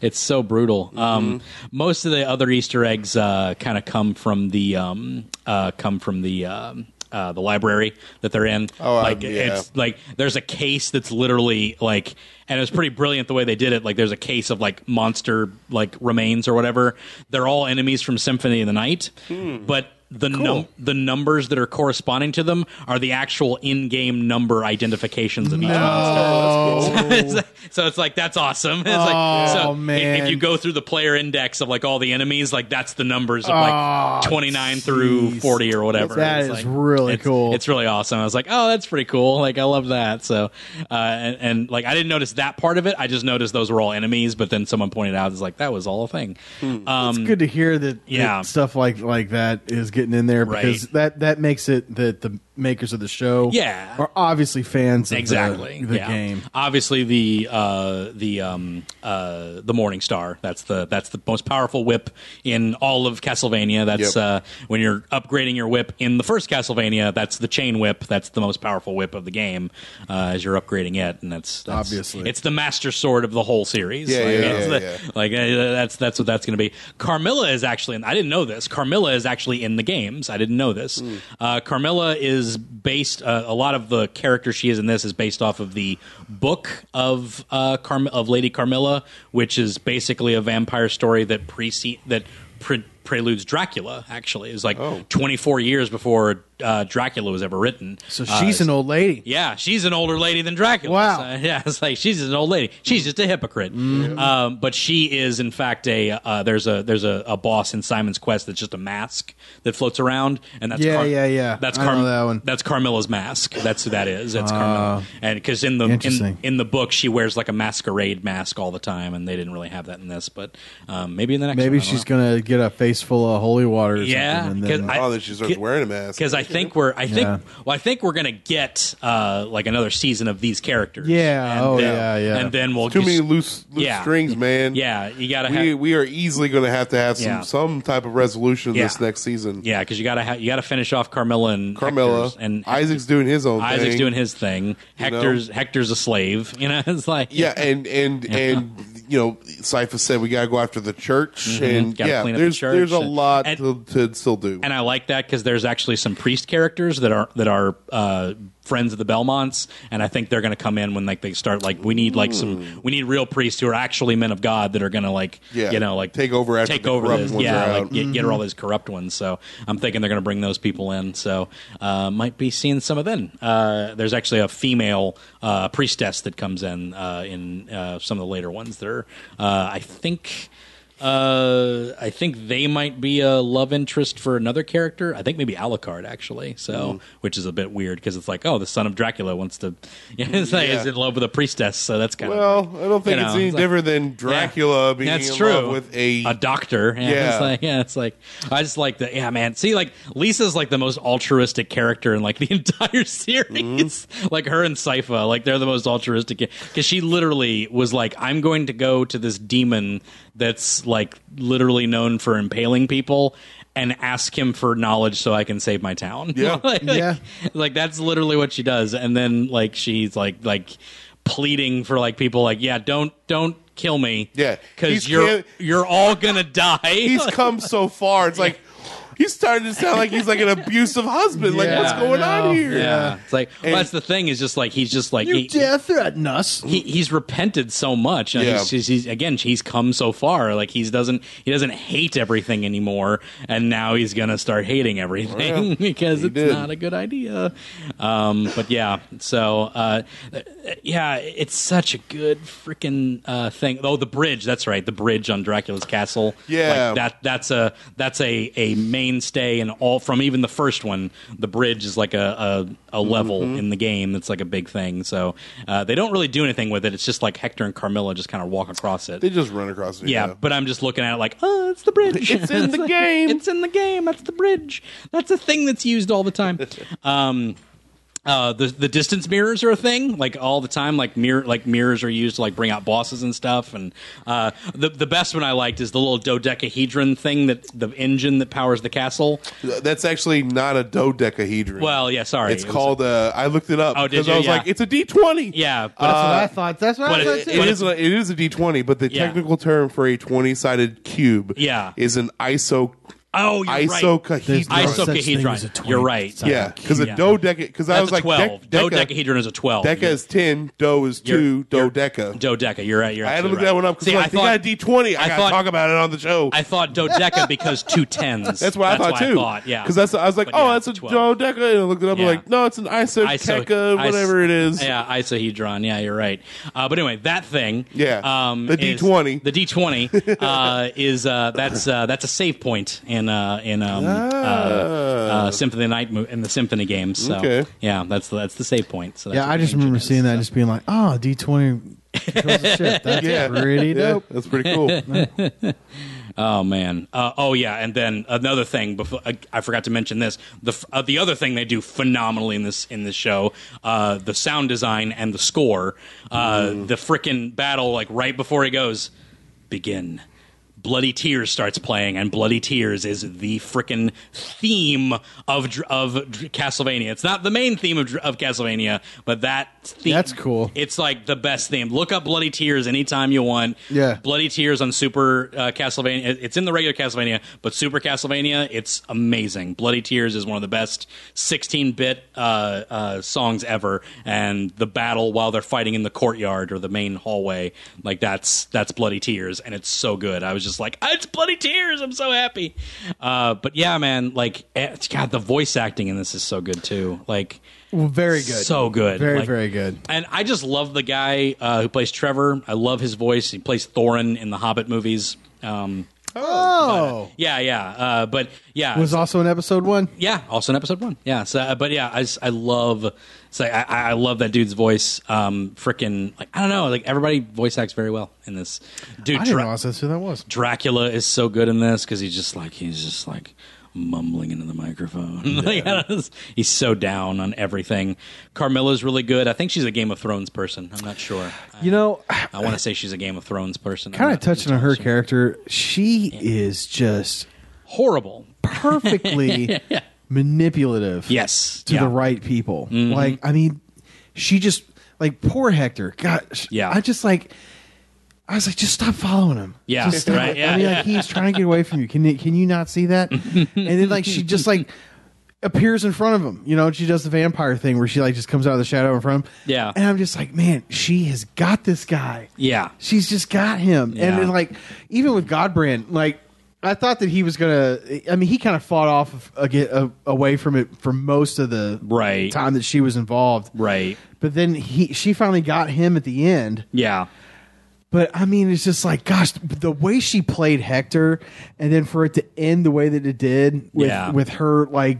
[SPEAKER 2] It's so brutal. Um,
[SPEAKER 4] Mm-hmm.
[SPEAKER 2] Most of the other Easter eggs uh, kind of come from the um, uh, come from the um, uh, the library that they're in.
[SPEAKER 4] Oh, um,
[SPEAKER 2] like
[SPEAKER 4] yeah.
[SPEAKER 2] it's like there's a case that's literally like, and it was pretty brilliant the way they did it. Like there's a case of like monster like remains or whatever. They're all enemies from Symphony of the Night,
[SPEAKER 4] Hmm.
[SPEAKER 2] but. The num- the numbers that are corresponding to them are the actual in-game number identifications of each monster it's like- so it's like that's awesome. It's like,
[SPEAKER 3] Oh,
[SPEAKER 2] so i-
[SPEAKER 3] man.
[SPEAKER 2] If you go through the player index of like all the enemies, like that's the numbers of like
[SPEAKER 3] Oh,
[SPEAKER 2] twenty nine through
[SPEAKER 3] jeez.
[SPEAKER 2] forty or whatever.
[SPEAKER 3] That
[SPEAKER 2] It's
[SPEAKER 3] is
[SPEAKER 2] like-
[SPEAKER 3] really
[SPEAKER 2] it's-
[SPEAKER 3] cool.
[SPEAKER 2] It's really awesome. I was like, oh, that's pretty cool. Like I love that. So uh, and, and like I didn't notice that part of it. I just noticed those were all enemies. But then someone pointed out, it's like that was all a thing. Um,
[SPEAKER 3] it's good to hear that,
[SPEAKER 2] yeah.
[SPEAKER 3] that stuff like like that is getting in there
[SPEAKER 2] Right.
[SPEAKER 3] because that that makes it that the makers of the show
[SPEAKER 2] Yeah.
[SPEAKER 3] are obviously fans of the-
[SPEAKER 2] exactly
[SPEAKER 3] the,
[SPEAKER 2] yeah.
[SPEAKER 3] game.
[SPEAKER 2] Obviously, the uh, the um, uh, the Morning Star. That's the that's the most powerful whip in all of Castlevania. That's
[SPEAKER 4] Yep.
[SPEAKER 2] uh, when you're upgrading your whip in the first Castlevania. That's the chain whip. That's the most powerful whip of the game uh, as you're upgrading it, and that's, that's
[SPEAKER 3] Obviously.
[SPEAKER 2] it's the master sword of the whole series.
[SPEAKER 4] Yeah,
[SPEAKER 2] like,
[SPEAKER 4] yeah,
[SPEAKER 2] it's
[SPEAKER 4] yeah,
[SPEAKER 2] the-
[SPEAKER 4] yeah.
[SPEAKER 2] like uh, that's that's what that's going to be. Carmilla is actually. In, I didn't know this. Carmilla is actually in the games. I didn't know this. Uh, Carmilla is based. Uh, a lot of the character she is in this is based off of the book of uh, Carm- of Lady Carmilla, which is basically a vampire story that prece- that pre- preludes Dracula. Actually, is like 24 years before uh, Dracula was ever written. Uh,
[SPEAKER 3] So she's an old lady.
[SPEAKER 2] Yeah, she's an older lady than Dracula.
[SPEAKER 3] Wow. Mm-hmm.
[SPEAKER 2] So, yeah, it's like she's an old lady. She's just a hypocrite. Um, but she is, in fact, a uh, there's a there's a, a boss in Simon's Quest that's just a mask that floats around, and that's
[SPEAKER 3] Yeah, yeah, yeah.
[SPEAKER 2] That's
[SPEAKER 3] I know that one. Ah.
[SPEAKER 2] That's Carmilla's mask. That's who that is. That's Carmilla. And because in the in,
[SPEAKER 3] Interesting.
[SPEAKER 2] in the book she wears like a masquerade mask all the time, and they didn't really have that in this, but um, maybe in the next
[SPEAKER 3] Maybe
[SPEAKER 2] one, I don't
[SPEAKER 3] she's
[SPEAKER 2] know.
[SPEAKER 3] gonna get a face full of holy water. Or
[SPEAKER 2] Yeah,
[SPEAKER 3] something,
[SPEAKER 2] because
[SPEAKER 3] and then, uh,
[SPEAKER 2] I-
[SPEAKER 4] oh, then she starts
[SPEAKER 2] Get-
[SPEAKER 4] wearing a mask.
[SPEAKER 2] because I think we're I think
[SPEAKER 3] Yeah.
[SPEAKER 2] well I think we're gonna get uh, like another season of these characters.
[SPEAKER 3] Yeah,
[SPEAKER 2] And
[SPEAKER 3] oh,
[SPEAKER 2] then-
[SPEAKER 3] yeah, yeah.
[SPEAKER 2] And then we'll
[SPEAKER 4] too
[SPEAKER 2] just-
[SPEAKER 4] many loose loose
[SPEAKER 2] Yeah.
[SPEAKER 4] strings, man.
[SPEAKER 2] Yeah, you gotta
[SPEAKER 4] we
[SPEAKER 2] have.
[SPEAKER 4] we are easily going to have to have some
[SPEAKER 2] Yeah.
[SPEAKER 4] some type of resolution
[SPEAKER 2] Yeah.
[SPEAKER 4] this next season.
[SPEAKER 2] Yeah, because you gotta ha- you gotta finish off Carmilla and
[SPEAKER 4] Carmilla
[SPEAKER 2] Hector's, and
[SPEAKER 4] Isaac's doing his own.
[SPEAKER 2] Isaac's
[SPEAKER 4] thing.
[SPEAKER 2] doing his thing. Hector's Hector's a slave. You know, it's like
[SPEAKER 4] Yeah, and and and you know, Cypher said we gotta go after the church, and
[SPEAKER 2] Mm-hmm. Gotta
[SPEAKER 4] yeah,
[SPEAKER 2] clean up
[SPEAKER 4] there's
[SPEAKER 2] the church.
[SPEAKER 4] there's a lot
[SPEAKER 2] And-
[SPEAKER 4] to, to still do.
[SPEAKER 2] and I like that because there's actually some priest characters that are that are uh, friends of the Belmonts, and I think they're going to come in when like they start like we need like some we need real priests who are actually men of God that are going to like
[SPEAKER 4] Hmm. Yeah.
[SPEAKER 2] you know like
[SPEAKER 4] Take over after
[SPEAKER 2] take
[SPEAKER 4] the
[SPEAKER 2] over
[SPEAKER 4] corrupt
[SPEAKER 2] this
[SPEAKER 4] ones
[SPEAKER 2] yeah
[SPEAKER 4] are
[SPEAKER 2] like
[SPEAKER 4] out.
[SPEAKER 2] get, get all those corrupt ones. So I'm thinking they're going to bring those people in. So uh, might be seeing some of them. Uh, there's actually a female uh, priestess that comes in uh, in uh, some of the later ones that are uh, I think. Uh, I think they might be a love interest for another character. I think maybe Alucard actually.
[SPEAKER 4] Hmm.
[SPEAKER 2] So, which is a bit weird because it's like, oh, the son of Dracula wants to, yeah, it's like, is in love with a priestess. So that's kind
[SPEAKER 4] well,
[SPEAKER 2] of
[SPEAKER 4] I don't think
[SPEAKER 2] you
[SPEAKER 4] it's
[SPEAKER 2] know,
[SPEAKER 4] any
[SPEAKER 2] it's like-
[SPEAKER 4] different than Dracula being
[SPEAKER 2] that's
[SPEAKER 4] in
[SPEAKER 2] true
[SPEAKER 4] love with a.
[SPEAKER 2] a doctor. Yeah,
[SPEAKER 4] Yeah.
[SPEAKER 2] It's like, yeah, it's like I just like the yeah, man. See, like Lisa's like the most altruistic character in like the entire series.
[SPEAKER 4] Mm-hmm.
[SPEAKER 2] Like her and Sypha, like they're the most altruistic because she literally was like, I'm going to go to this demon that's like literally known for impaling people. And ask him for knowledge so I can save my town.
[SPEAKER 4] Yeah.
[SPEAKER 2] Like-
[SPEAKER 3] Yeah.
[SPEAKER 2] like that's literally what she does and then like she's like like pleading for like people like yeah don't don't kill me
[SPEAKER 4] Yeah.
[SPEAKER 2] because
[SPEAKER 4] He's
[SPEAKER 2] you're
[SPEAKER 4] can't-
[SPEAKER 2] you're all gonna die
[SPEAKER 4] he's come so far. It's like he's starting to sound like he's like an abusive husband. like
[SPEAKER 3] Yeah,
[SPEAKER 4] what's
[SPEAKER 2] I
[SPEAKER 4] going
[SPEAKER 3] know.
[SPEAKER 4] on here?
[SPEAKER 2] yeah it's like well,
[SPEAKER 4] And-
[SPEAKER 2] that's the thing is just like he's just like
[SPEAKER 3] you
[SPEAKER 2] he,
[SPEAKER 3] dare threaten us.
[SPEAKER 2] he, he's repented so much. and
[SPEAKER 4] Yeah.
[SPEAKER 2] He's, he's, he's- again, he's come so far. Like he's doesn't he doesn't hate everything anymore, and now he's gonna start hating everything
[SPEAKER 4] Yeah.
[SPEAKER 2] because
[SPEAKER 4] He
[SPEAKER 2] it's
[SPEAKER 4] did.
[SPEAKER 2] not a good idea. Um, but yeah, so uh, yeah, it's such a good freaking uh, thing. Oh, the bridge. That's right, the bridge on Dracula's castle.
[SPEAKER 4] Yeah.
[SPEAKER 2] like that that's a that's a a mainstay and all from even the first one. The bridge is like a a, a level in the game that's like a big thing. So uh, they don't really do anything with it. It's just like Hector and Carmilla just kind of walk across it.
[SPEAKER 4] They just run across it.
[SPEAKER 2] yeah,
[SPEAKER 4] you know.
[SPEAKER 2] but I'm just looking at it like, oh, it's the bridge.
[SPEAKER 4] It's in the
[SPEAKER 2] like,
[SPEAKER 4] game.
[SPEAKER 2] It's in the game. That's the bridge. That's a thing that's used all the time. Um, uh, the the distance mirrors are a thing, like all the time. Like mirror, like mirrors are used to like bring out bosses and stuff. And uh, the the best one I liked is the little dodecahedron thing that the engine that powers the castle.
[SPEAKER 4] that's actually not a dodecahedron.
[SPEAKER 2] Well, yeah, sorry,
[SPEAKER 4] it's
[SPEAKER 2] It was-
[SPEAKER 4] called. Uh, I looked it up.
[SPEAKER 2] Oh, did
[SPEAKER 4] because
[SPEAKER 2] you?
[SPEAKER 4] I was
[SPEAKER 2] Yeah.
[SPEAKER 4] like, it's a D twenty.
[SPEAKER 2] yeah, but
[SPEAKER 4] uh,
[SPEAKER 3] That's what I thought. That's what
[SPEAKER 2] but
[SPEAKER 3] I
[SPEAKER 2] it-
[SPEAKER 3] thought
[SPEAKER 2] it
[SPEAKER 3] too.
[SPEAKER 4] it
[SPEAKER 2] But
[SPEAKER 4] is a, it is a D twenty, but the
[SPEAKER 2] Yeah.
[SPEAKER 4] technical term for a twenty sided cube
[SPEAKER 2] Yeah.
[SPEAKER 4] is an iso
[SPEAKER 2] oh, you're right.
[SPEAKER 4] isocahedron.
[SPEAKER 3] There's no such thing as a
[SPEAKER 2] Isocahedron.
[SPEAKER 3] 20
[SPEAKER 2] You're right.
[SPEAKER 4] yeah, because a
[SPEAKER 2] Yeah.
[SPEAKER 4] dodeca. Because I
[SPEAKER 2] That's
[SPEAKER 4] was
[SPEAKER 2] a
[SPEAKER 4] like,
[SPEAKER 2] twelve.
[SPEAKER 4] dec- deca,
[SPEAKER 2] Dodecahedron is a twelve.
[SPEAKER 4] deca is ten, do is
[SPEAKER 2] You're-
[SPEAKER 4] 2
[SPEAKER 2] you're-
[SPEAKER 4] dodeca.
[SPEAKER 2] Dodeca. You're right. You're
[SPEAKER 4] I had to look
[SPEAKER 2] absolutely
[SPEAKER 4] that
[SPEAKER 2] right.
[SPEAKER 4] one up because
[SPEAKER 2] See,
[SPEAKER 4] I, think I had D twenty. I,
[SPEAKER 2] I
[SPEAKER 4] gotta
[SPEAKER 2] thought-
[SPEAKER 4] talk about it on the show.
[SPEAKER 2] I thought dodeca because two tens.
[SPEAKER 4] that's what I thought
[SPEAKER 2] what
[SPEAKER 4] too.
[SPEAKER 2] thought, yeah,
[SPEAKER 4] because that's I was like,
[SPEAKER 2] But
[SPEAKER 4] oh,
[SPEAKER 2] yeah,
[SPEAKER 4] that's a
[SPEAKER 2] 12.
[SPEAKER 4] dodeca. And I looked it up.
[SPEAKER 2] Yeah.
[SPEAKER 4] I'm like, no, it's an isodeca, whatever
[SPEAKER 2] iso-
[SPEAKER 4] it is.
[SPEAKER 2] Yeah, isohedron. Yeah, you're right. Uh, but anyway, that thing.
[SPEAKER 4] Yeah.
[SPEAKER 2] Um,
[SPEAKER 4] The
[SPEAKER 2] is-
[SPEAKER 4] D20.
[SPEAKER 2] The D20 uh, is uh, that's uh, that's a save point in uh, in um,
[SPEAKER 4] Ah.
[SPEAKER 2] uh, uh, Symphony of the Night mo- in the Symphony games. So
[SPEAKER 4] Okay.
[SPEAKER 2] yeah, that's the, that's the save point. So that's
[SPEAKER 3] Yeah,
[SPEAKER 2] what
[SPEAKER 3] I just
[SPEAKER 2] the
[SPEAKER 3] remember
[SPEAKER 2] engine is.
[SPEAKER 3] seeing that, and just being like, "Oh, D twenty controls the ship. That's
[SPEAKER 4] Yeah.
[SPEAKER 3] pretty
[SPEAKER 4] Yeah,
[SPEAKER 3] dope."
[SPEAKER 4] that's pretty cool.
[SPEAKER 2] Oh man. Uh, oh yeah. And then another thing. Before I, I forgot to mention this. The f- uh, the other thing they do phenomenally in this in this show, uh, the sound design and the score. Uh,
[SPEAKER 3] Mm-hmm.
[SPEAKER 2] The frickin' battle, like right before he goes, begin. Bloody Tears starts playing, and Bloody Tears is the frickin' theme of Dr- of Dr- Castlevania. It's not the main theme of, Dr- of Castlevania, but that theme,
[SPEAKER 3] That's cool.
[SPEAKER 2] It's like the best theme. Look up Bloody Tears anytime you want.
[SPEAKER 3] Yeah.
[SPEAKER 2] Bloody Tears on Super uh, Castlevania. it- It's in the regular Castlevania, but Super Castlevania, it's amazing. Bloody Tears is one of the best 16-bit uh, uh, songs ever, and the battle while they're fighting in the courtyard or the main hallway, like that's that's Bloody Tears, and it's so good. I was just just like, it's bloody tears. I'm so happy. Uh, but yeah, man, like, eh, God, the voice acting in this is so good too. Like,
[SPEAKER 3] Well, very good.
[SPEAKER 2] so good.
[SPEAKER 3] Very,
[SPEAKER 2] Like,
[SPEAKER 3] very good.
[SPEAKER 2] And I just love the guy uh, who plays Trevor. I love his voice. He plays Thorin in the Hobbit movies. Um,
[SPEAKER 3] Oh.
[SPEAKER 2] yeah, yeah. Uh, but yeah,
[SPEAKER 3] was also in episode one.
[SPEAKER 2] yeah, also in episode one. Yeah, so uh, but yeah, I, s- I love so I, I I love that dude's voice. Um, freaking like I don't know, like everybody voice acts very well in this. Dude,
[SPEAKER 3] I didn't
[SPEAKER 2] Dra-
[SPEAKER 3] realize that's who that was.
[SPEAKER 2] Dracula is so good in this because he's just like he's just like mumbling into the microphone. like, I don't know, he's so down on everything. Carmilla's really good. I think she's a Game of Thrones person. I'm not sure.
[SPEAKER 3] You know,
[SPEAKER 2] I want to say she's a Game of Thrones person. I'm
[SPEAKER 3] kind of
[SPEAKER 2] not
[SPEAKER 3] touching on her
[SPEAKER 2] entirely sure.
[SPEAKER 3] character. She is just
[SPEAKER 2] Horrible.
[SPEAKER 3] perfectly manipulative.
[SPEAKER 2] Yes.
[SPEAKER 3] to
[SPEAKER 2] yeah. Mm-hmm.
[SPEAKER 3] the right people. Like, I mean, she just like poor Hector. Gosh,
[SPEAKER 2] Yeah.
[SPEAKER 3] I just like, I was like, just stop following him.
[SPEAKER 2] Yeah,
[SPEAKER 3] Just stop.
[SPEAKER 2] right, yeah,
[SPEAKER 3] I mean,
[SPEAKER 2] yeah.
[SPEAKER 3] like he's trying to get away from you. Can you- can you not see that? and then like she just like appears in front of him. You know, and she does the vampire thing where she like just comes out of the shadow in front. Of him.
[SPEAKER 2] Yeah.
[SPEAKER 3] and I'm just like, man, she has got this guy.
[SPEAKER 2] Yeah.
[SPEAKER 3] She's just got him.
[SPEAKER 2] Yeah.
[SPEAKER 3] And then like even with Godbrand, like I thought that he was gonna. I mean, he kind of fought off of, aga uh, away from it for most of the
[SPEAKER 2] Right.
[SPEAKER 3] time that she was involved.
[SPEAKER 2] Right.
[SPEAKER 3] But then he she finally got him at the end.
[SPEAKER 2] Yeah.
[SPEAKER 3] But I mean, it's just like, gosh, the way she played Hector, and then for it to end the way that it did with
[SPEAKER 2] Yeah.
[SPEAKER 3] with her like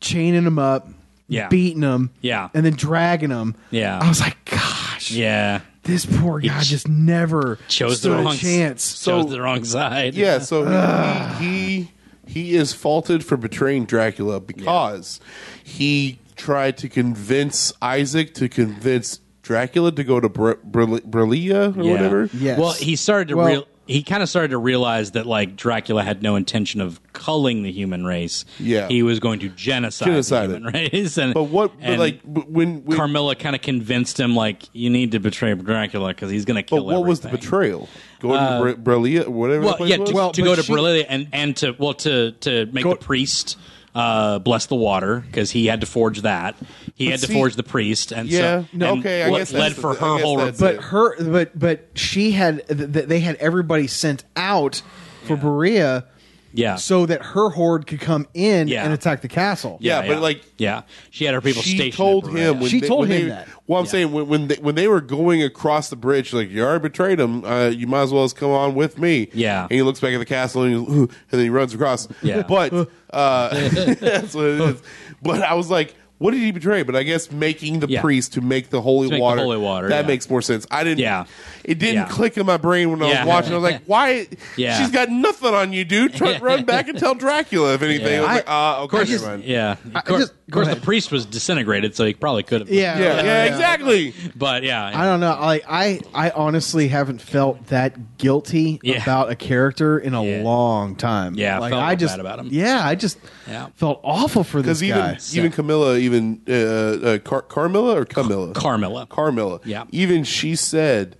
[SPEAKER 3] chaining him up,
[SPEAKER 2] Yeah.
[SPEAKER 3] beating him,
[SPEAKER 2] Yeah.
[SPEAKER 3] and then dragging him.
[SPEAKER 2] Yeah.
[SPEAKER 3] I was like, gosh,
[SPEAKER 2] Yeah.
[SPEAKER 3] this poor guy
[SPEAKER 2] ch-
[SPEAKER 3] just never
[SPEAKER 2] chose the
[SPEAKER 3] stood
[SPEAKER 2] wrong
[SPEAKER 3] a
[SPEAKER 2] s-
[SPEAKER 3] chance.
[SPEAKER 2] chose
[SPEAKER 4] So-
[SPEAKER 2] the wrong side.
[SPEAKER 4] Yeah, so he, he he is faulted for betraying Dracula because he tried to convince Isaac to convince Dracula to go to Bre- Bre- Brelia or
[SPEAKER 2] Yeah.
[SPEAKER 4] whatever.
[SPEAKER 3] Yes.
[SPEAKER 2] Well, he started to
[SPEAKER 3] Well-
[SPEAKER 2] real. He kind of started to realize that like Dracula had no intention of culling the human race.
[SPEAKER 4] Yeah.
[SPEAKER 2] he was going to genocide,
[SPEAKER 4] Genocide
[SPEAKER 2] the
[SPEAKER 4] it.
[SPEAKER 2] human race. And,
[SPEAKER 4] But what? But
[SPEAKER 2] and
[SPEAKER 4] like but when? when
[SPEAKER 2] Carmilla kind of convinced him like you need to betray Dracula because he's going to
[SPEAKER 4] but
[SPEAKER 2] kill.
[SPEAKER 4] what was the
[SPEAKER 2] everything. Uh,
[SPEAKER 4] betrayal? Going to Bre- Brelia, whatever. the
[SPEAKER 2] Well,
[SPEAKER 4] place
[SPEAKER 2] yeah,
[SPEAKER 4] was?
[SPEAKER 2] to,
[SPEAKER 3] Well,
[SPEAKER 2] to
[SPEAKER 3] but
[SPEAKER 2] go to
[SPEAKER 3] she-
[SPEAKER 2] Berlin and and to well to to make the priest. Uh, bless the water because he had to forge that. He had to
[SPEAKER 4] see-
[SPEAKER 2] forge the priest, and
[SPEAKER 4] Yeah,
[SPEAKER 2] so
[SPEAKER 4] no,
[SPEAKER 2] and
[SPEAKER 4] okay, I
[SPEAKER 2] what
[SPEAKER 4] guess that's
[SPEAKER 2] led
[SPEAKER 4] the
[SPEAKER 2] for
[SPEAKER 4] thing, I
[SPEAKER 2] her
[SPEAKER 4] guess
[SPEAKER 2] whole.
[SPEAKER 4] that's
[SPEAKER 2] rebellion.
[SPEAKER 4] it.
[SPEAKER 3] but her, but but she had th- th- they had everybody sent out for Berea
[SPEAKER 2] yeah,
[SPEAKER 3] so that her horde could come in
[SPEAKER 2] Yeah.
[SPEAKER 3] and attack the castle.
[SPEAKER 4] Yeah, but, like,
[SPEAKER 2] yeah, she had her people
[SPEAKER 4] she
[SPEAKER 2] stationed.
[SPEAKER 4] told
[SPEAKER 2] at
[SPEAKER 4] him.
[SPEAKER 2] Berea.
[SPEAKER 4] When
[SPEAKER 3] She
[SPEAKER 4] they,
[SPEAKER 3] told
[SPEAKER 4] when
[SPEAKER 3] him
[SPEAKER 4] they-
[SPEAKER 3] that.
[SPEAKER 4] Well, I'm saying when when they, when they were going across the bridge, like you already betrayed him. Uh, you might as well just come on with me.
[SPEAKER 2] Yeah.
[SPEAKER 4] And he looks back at the castle and, he, and then he runs across.
[SPEAKER 2] Yeah.
[SPEAKER 4] But uh, that's what it is. But I was like. What did he betray? But I guess making the
[SPEAKER 2] Yeah.
[SPEAKER 4] priest to make the holy
[SPEAKER 2] To make the
[SPEAKER 4] water
[SPEAKER 2] holy water,
[SPEAKER 4] that
[SPEAKER 2] yeah.
[SPEAKER 4] makes more sense. I didn't.
[SPEAKER 2] Yeah.
[SPEAKER 4] It didn't
[SPEAKER 2] Yeah.
[SPEAKER 4] click in my brain when I
[SPEAKER 2] Yeah.
[SPEAKER 4] was watching. I was like, "Why?
[SPEAKER 2] Yeah.
[SPEAKER 4] She's got nothing on you, dude. Try, run back and tell Dracula if anything." I was
[SPEAKER 3] I-
[SPEAKER 4] like, "Ah, okay,
[SPEAKER 2] course,
[SPEAKER 4] never mind."
[SPEAKER 2] yeah.
[SPEAKER 3] I
[SPEAKER 2] Of course,
[SPEAKER 3] just-
[SPEAKER 2] of course
[SPEAKER 3] go
[SPEAKER 2] the
[SPEAKER 3] ahead.
[SPEAKER 2] priest was disintegrated, so he probably could have.
[SPEAKER 3] Yeah.
[SPEAKER 4] yeah, yeah, exactly."
[SPEAKER 2] but yeah,
[SPEAKER 3] I don't know. Like I, I honestly haven't felt that guilty
[SPEAKER 2] Yeah.
[SPEAKER 3] about a character in a
[SPEAKER 2] Yeah.
[SPEAKER 3] long time.
[SPEAKER 2] Yeah, I
[SPEAKER 3] like
[SPEAKER 2] felt
[SPEAKER 3] I just
[SPEAKER 2] bad about him.
[SPEAKER 3] Yeah, I just
[SPEAKER 2] Yeah.
[SPEAKER 3] felt awful for this
[SPEAKER 4] Because even
[SPEAKER 3] guy.
[SPEAKER 4] even Camilla, even uh, uh, Car- Carmilla or Camilla,
[SPEAKER 2] Carmilla.
[SPEAKER 4] Carmilla,
[SPEAKER 2] Yeah.
[SPEAKER 4] Even she said,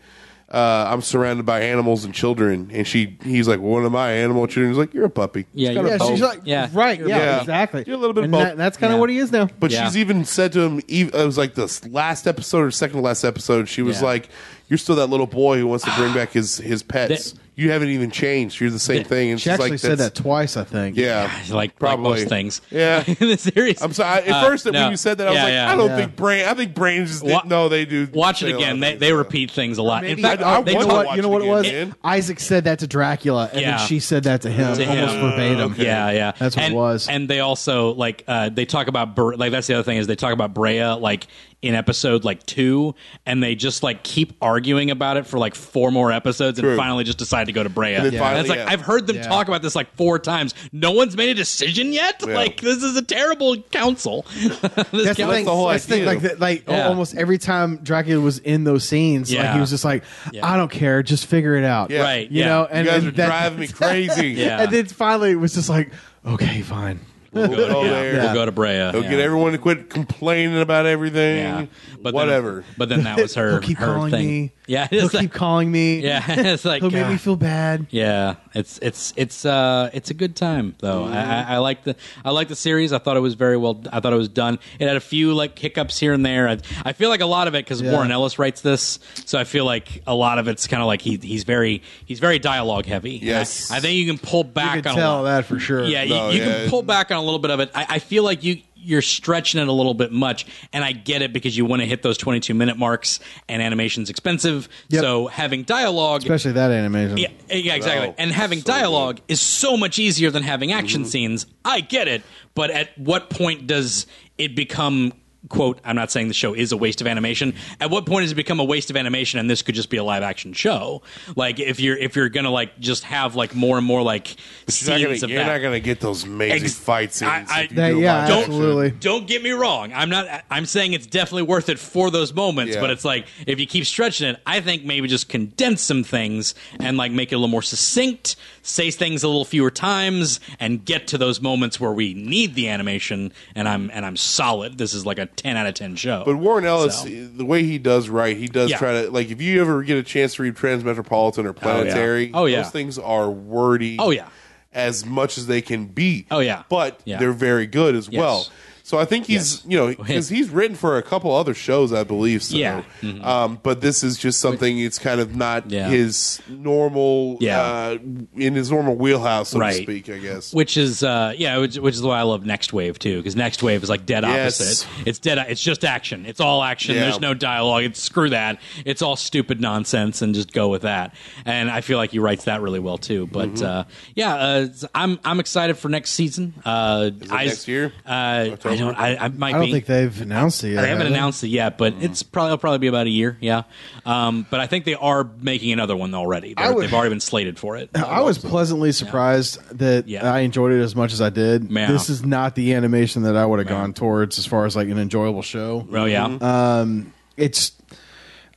[SPEAKER 4] uh, "I'm surrounded by animals and children," and she he's like, "What am I, animal children?" He's like, "You're a puppy."
[SPEAKER 2] Yeah,
[SPEAKER 4] She's got
[SPEAKER 2] you're
[SPEAKER 4] a
[SPEAKER 3] yeah,
[SPEAKER 2] both.
[SPEAKER 3] she's
[SPEAKER 4] bone.
[SPEAKER 3] like
[SPEAKER 2] Yeah.
[SPEAKER 3] right. Yeah,
[SPEAKER 4] Yeah.
[SPEAKER 3] exactly.
[SPEAKER 4] You're a little bit
[SPEAKER 3] and
[SPEAKER 4] both.
[SPEAKER 3] that- that's kind of
[SPEAKER 2] Yeah.
[SPEAKER 3] what he is now.
[SPEAKER 4] But
[SPEAKER 2] Yeah.
[SPEAKER 4] she's even said to him, ev- it was like this last episode or second to last episode. She was
[SPEAKER 2] Yeah.
[SPEAKER 4] like, "You're still that little boy who wants to bring back his his pets.
[SPEAKER 2] That-
[SPEAKER 4] you haven't even changed. You're the same thing." And
[SPEAKER 3] she
[SPEAKER 4] she's
[SPEAKER 3] actually
[SPEAKER 4] like,
[SPEAKER 3] said that
[SPEAKER 4] "That's-
[SPEAKER 3] twice, I think.
[SPEAKER 4] Yeah,
[SPEAKER 2] Like,
[SPEAKER 4] probably
[SPEAKER 2] like most things.
[SPEAKER 4] Yeah.
[SPEAKER 2] in the series.
[SPEAKER 4] I'm sorry. At
[SPEAKER 2] Uh,
[SPEAKER 4] first,
[SPEAKER 2] no.
[SPEAKER 4] when you said that, I was
[SPEAKER 2] Yeah,
[SPEAKER 4] like,
[SPEAKER 2] yeah.
[SPEAKER 4] I don't
[SPEAKER 3] Yeah.
[SPEAKER 4] think brain. I think brains just didn't.
[SPEAKER 2] Wa-
[SPEAKER 4] No, they do.
[SPEAKER 2] Watch
[SPEAKER 4] say
[SPEAKER 2] it
[SPEAKER 4] a lot
[SPEAKER 2] again.
[SPEAKER 4] of
[SPEAKER 2] They,
[SPEAKER 4] things,
[SPEAKER 2] they
[SPEAKER 4] yeah.
[SPEAKER 2] repeat things a lot. In
[SPEAKER 3] Maybe-
[SPEAKER 2] fact,
[SPEAKER 4] I- I
[SPEAKER 2] they
[SPEAKER 3] You know
[SPEAKER 4] want to
[SPEAKER 2] talk-
[SPEAKER 3] what?
[SPEAKER 4] watch
[SPEAKER 3] You know
[SPEAKER 4] it
[SPEAKER 3] what it was?
[SPEAKER 4] again, man.
[SPEAKER 3] Isaac said that to Dracula, and
[SPEAKER 2] Yeah.
[SPEAKER 3] then she said that to him
[SPEAKER 2] To
[SPEAKER 3] almost
[SPEAKER 2] him.
[SPEAKER 3] verbatim.
[SPEAKER 2] Yeah, yeah,
[SPEAKER 3] That's what it
[SPEAKER 2] and,
[SPEAKER 3] was.
[SPEAKER 2] And they also like uh, they talk about Bre- like that's the other thing is they talk about Brea like in episode like two, and they just like keep arguing about it for like four more episodes, and
[SPEAKER 4] True.
[SPEAKER 2] finally just decide to go to Brea.
[SPEAKER 4] then
[SPEAKER 2] And
[SPEAKER 4] finally,
[SPEAKER 2] it's like
[SPEAKER 4] yeah.
[SPEAKER 2] I've heard them
[SPEAKER 3] Yeah.
[SPEAKER 2] talk about this like four times. No one's made a decision yet.
[SPEAKER 4] Yeah.
[SPEAKER 2] Like this is a terrible council. This
[SPEAKER 3] That's the
[SPEAKER 2] council-
[SPEAKER 3] thing.
[SPEAKER 4] the whole
[SPEAKER 3] that's the thing,
[SPEAKER 4] idea.
[SPEAKER 3] Like, that- like
[SPEAKER 2] Yeah.
[SPEAKER 3] almost every time Dracula was in those scenes, like
[SPEAKER 2] Yeah.
[SPEAKER 3] he was just like,
[SPEAKER 2] Yeah.
[SPEAKER 3] "I don't care, just figure it out."
[SPEAKER 4] Yeah.
[SPEAKER 2] Right,
[SPEAKER 3] You
[SPEAKER 2] yeah.
[SPEAKER 3] know,
[SPEAKER 2] You
[SPEAKER 3] and
[SPEAKER 4] you guys
[SPEAKER 3] and
[SPEAKER 4] are
[SPEAKER 3] that-
[SPEAKER 4] driving me crazy.
[SPEAKER 2] Yeah.
[SPEAKER 3] And then finally, it was just like, "Okay, fine."
[SPEAKER 4] We'll
[SPEAKER 2] Go to,
[SPEAKER 4] go
[SPEAKER 2] yeah,
[SPEAKER 4] there.
[SPEAKER 2] We'll go to Brea.
[SPEAKER 4] They'll
[SPEAKER 2] yeah.
[SPEAKER 4] get everyone to quit complaining about everything.
[SPEAKER 2] Yeah,
[SPEAKER 4] But
[SPEAKER 2] but
[SPEAKER 4] whatever.
[SPEAKER 2] Then, but then that was her.
[SPEAKER 3] He'll keep
[SPEAKER 2] her
[SPEAKER 3] calling
[SPEAKER 2] thing.
[SPEAKER 3] me.
[SPEAKER 2] Yeah,
[SPEAKER 3] he'll
[SPEAKER 2] it's like,
[SPEAKER 3] keep calling me.
[SPEAKER 2] yeah, it's like
[SPEAKER 3] he'll make
[SPEAKER 2] God.
[SPEAKER 3] me feel bad.
[SPEAKER 2] Yeah, it's it's it's uh it's a good time though. I, I, I like the I like the series. I thought it was very well. I thought it was done. It had a few like hiccups here and there. I, I feel like a lot of it because
[SPEAKER 3] Yeah.
[SPEAKER 2] Warren Ellis writes this, so I feel like a lot of it's kind of like he he's very he's very dialogue heavy. And I-
[SPEAKER 4] Yes.
[SPEAKER 2] I, think you can pull back
[SPEAKER 3] You can
[SPEAKER 2] on a
[SPEAKER 3] tell
[SPEAKER 2] lot.
[SPEAKER 3] that for sure.
[SPEAKER 2] Yeah, you,
[SPEAKER 4] No,
[SPEAKER 2] you
[SPEAKER 4] yeah.
[SPEAKER 2] can pull back on a little bit of it. I, I feel like you you're stretching it a little bit much, and I get it because you want to hit those 22 minute marks, and animation's expensive.
[SPEAKER 3] Yep.
[SPEAKER 2] So having dialogue,
[SPEAKER 3] especially that animation.
[SPEAKER 2] yeah, yeah, exactly.
[SPEAKER 4] Oh,
[SPEAKER 2] and having
[SPEAKER 4] so Mm-hmm.
[SPEAKER 2] dialogue is so much easier than having action scenes. I get it, but at what point does it become quote i'm not saying the show is a waste of animation at what point does it become a waste of animation and this could just be a live action show like if you're if you're gonna like just have like more and more like
[SPEAKER 4] You're not gonna-
[SPEAKER 2] scenes of
[SPEAKER 4] you're
[SPEAKER 2] that
[SPEAKER 4] not going to get those amazing
[SPEAKER 2] Ex-
[SPEAKER 4] fight scenes.
[SPEAKER 2] I- I-
[SPEAKER 4] if you
[SPEAKER 3] That-
[SPEAKER 4] do a
[SPEAKER 3] yeah,
[SPEAKER 4] live action.
[SPEAKER 3] absolutely.
[SPEAKER 2] don't get me wrong. I'm not. I'm saying it's definitely worth it for those moments.
[SPEAKER 4] Yeah.
[SPEAKER 2] But it's like if you keep stretching it, I think maybe just condense some things and like make it a little more succinct. Say things a little fewer times and get to those moments where we need the animation. And I'm and I'm solid. This is like a ten out of ten show.
[SPEAKER 4] But Warren Ellis,
[SPEAKER 2] So-
[SPEAKER 4] the way he does write, he does
[SPEAKER 2] Yeah.
[SPEAKER 4] try to like. If you ever get a chance to read Transmetropolitan or Planetary,
[SPEAKER 2] Oh, yeah.
[SPEAKER 4] those things are wordy.
[SPEAKER 2] Oh, yeah.
[SPEAKER 4] as much as they can be.
[SPEAKER 2] Oh, yeah.
[SPEAKER 4] but
[SPEAKER 2] Yeah.
[SPEAKER 4] they're very good as well. So I think he's you know because he's written for a couple other shows, I believe. So.
[SPEAKER 2] Yeah. Mm-hmm.
[SPEAKER 4] Um, but this is just something. It's kind of not
[SPEAKER 2] Yeah.
[SPEAKER 4] his normal.
[SPEAKER 2] Yeah.
[SPEAKER 4] Uh, in his normal wheelhouse, so to
[SPEAKER 2] Right.
[SPEAKER 4] speak. I guess.
[SPEAKER 2] which is uh, yeah, which, which is why I love Next Wave too, because Next Wave is like dead
[SPEAKER 4] Yes.
[SPEAKER 2] opposite. It's dead. It's just action. It's all action.
[SPEAKER 4] Yeah.
[SPEAKER 2] There's no dialogue. It's screw that. It's all stupid nonsense, and just go with that. And I feel like he writes that really well too. But
[SPEAKER 4] Mm-hmm.
[SPEAKER 2] uh, yeah, uh, I'm I'm excited for next season. Uh,
[SPEAKER 4] it
[SPEAKER 2] I-
[SPEAKER 4] next year?
[SPEAKER 2] Uh, I don't. I, I might
[SPEAKER 3] I don't
[SPEAKER 2] be.
[SPEAKER 3] think they've announced it yet.
[SPEAKER 2] They haven't
[SPEAKER 3] have they?
[SPEAKER 2] announced it yet, but it's
[SPEAKER 4] Mm-hmm.
[SPEAKER 2] probably it'll probably be about a year, yeah. Um, but I think they are making another one already. They're,
[SPEAKER 3] would-
[SPEAKER 2] they've already been slated for it.
[SPEAKER 3] I was pleasantly surprised that
[SPEAKER 2] Yeah.
[SPEAKER 3] I enjoyed it as much as I did.
[SPEAKER 2] Man.
[SPEAKER 3] This is not the animation that I would have gone towards as far as like an enjoyable show.
[SPEAKER 2] Oh yeah,
[SPEAKER 3] Mm-hmm. Uh, It's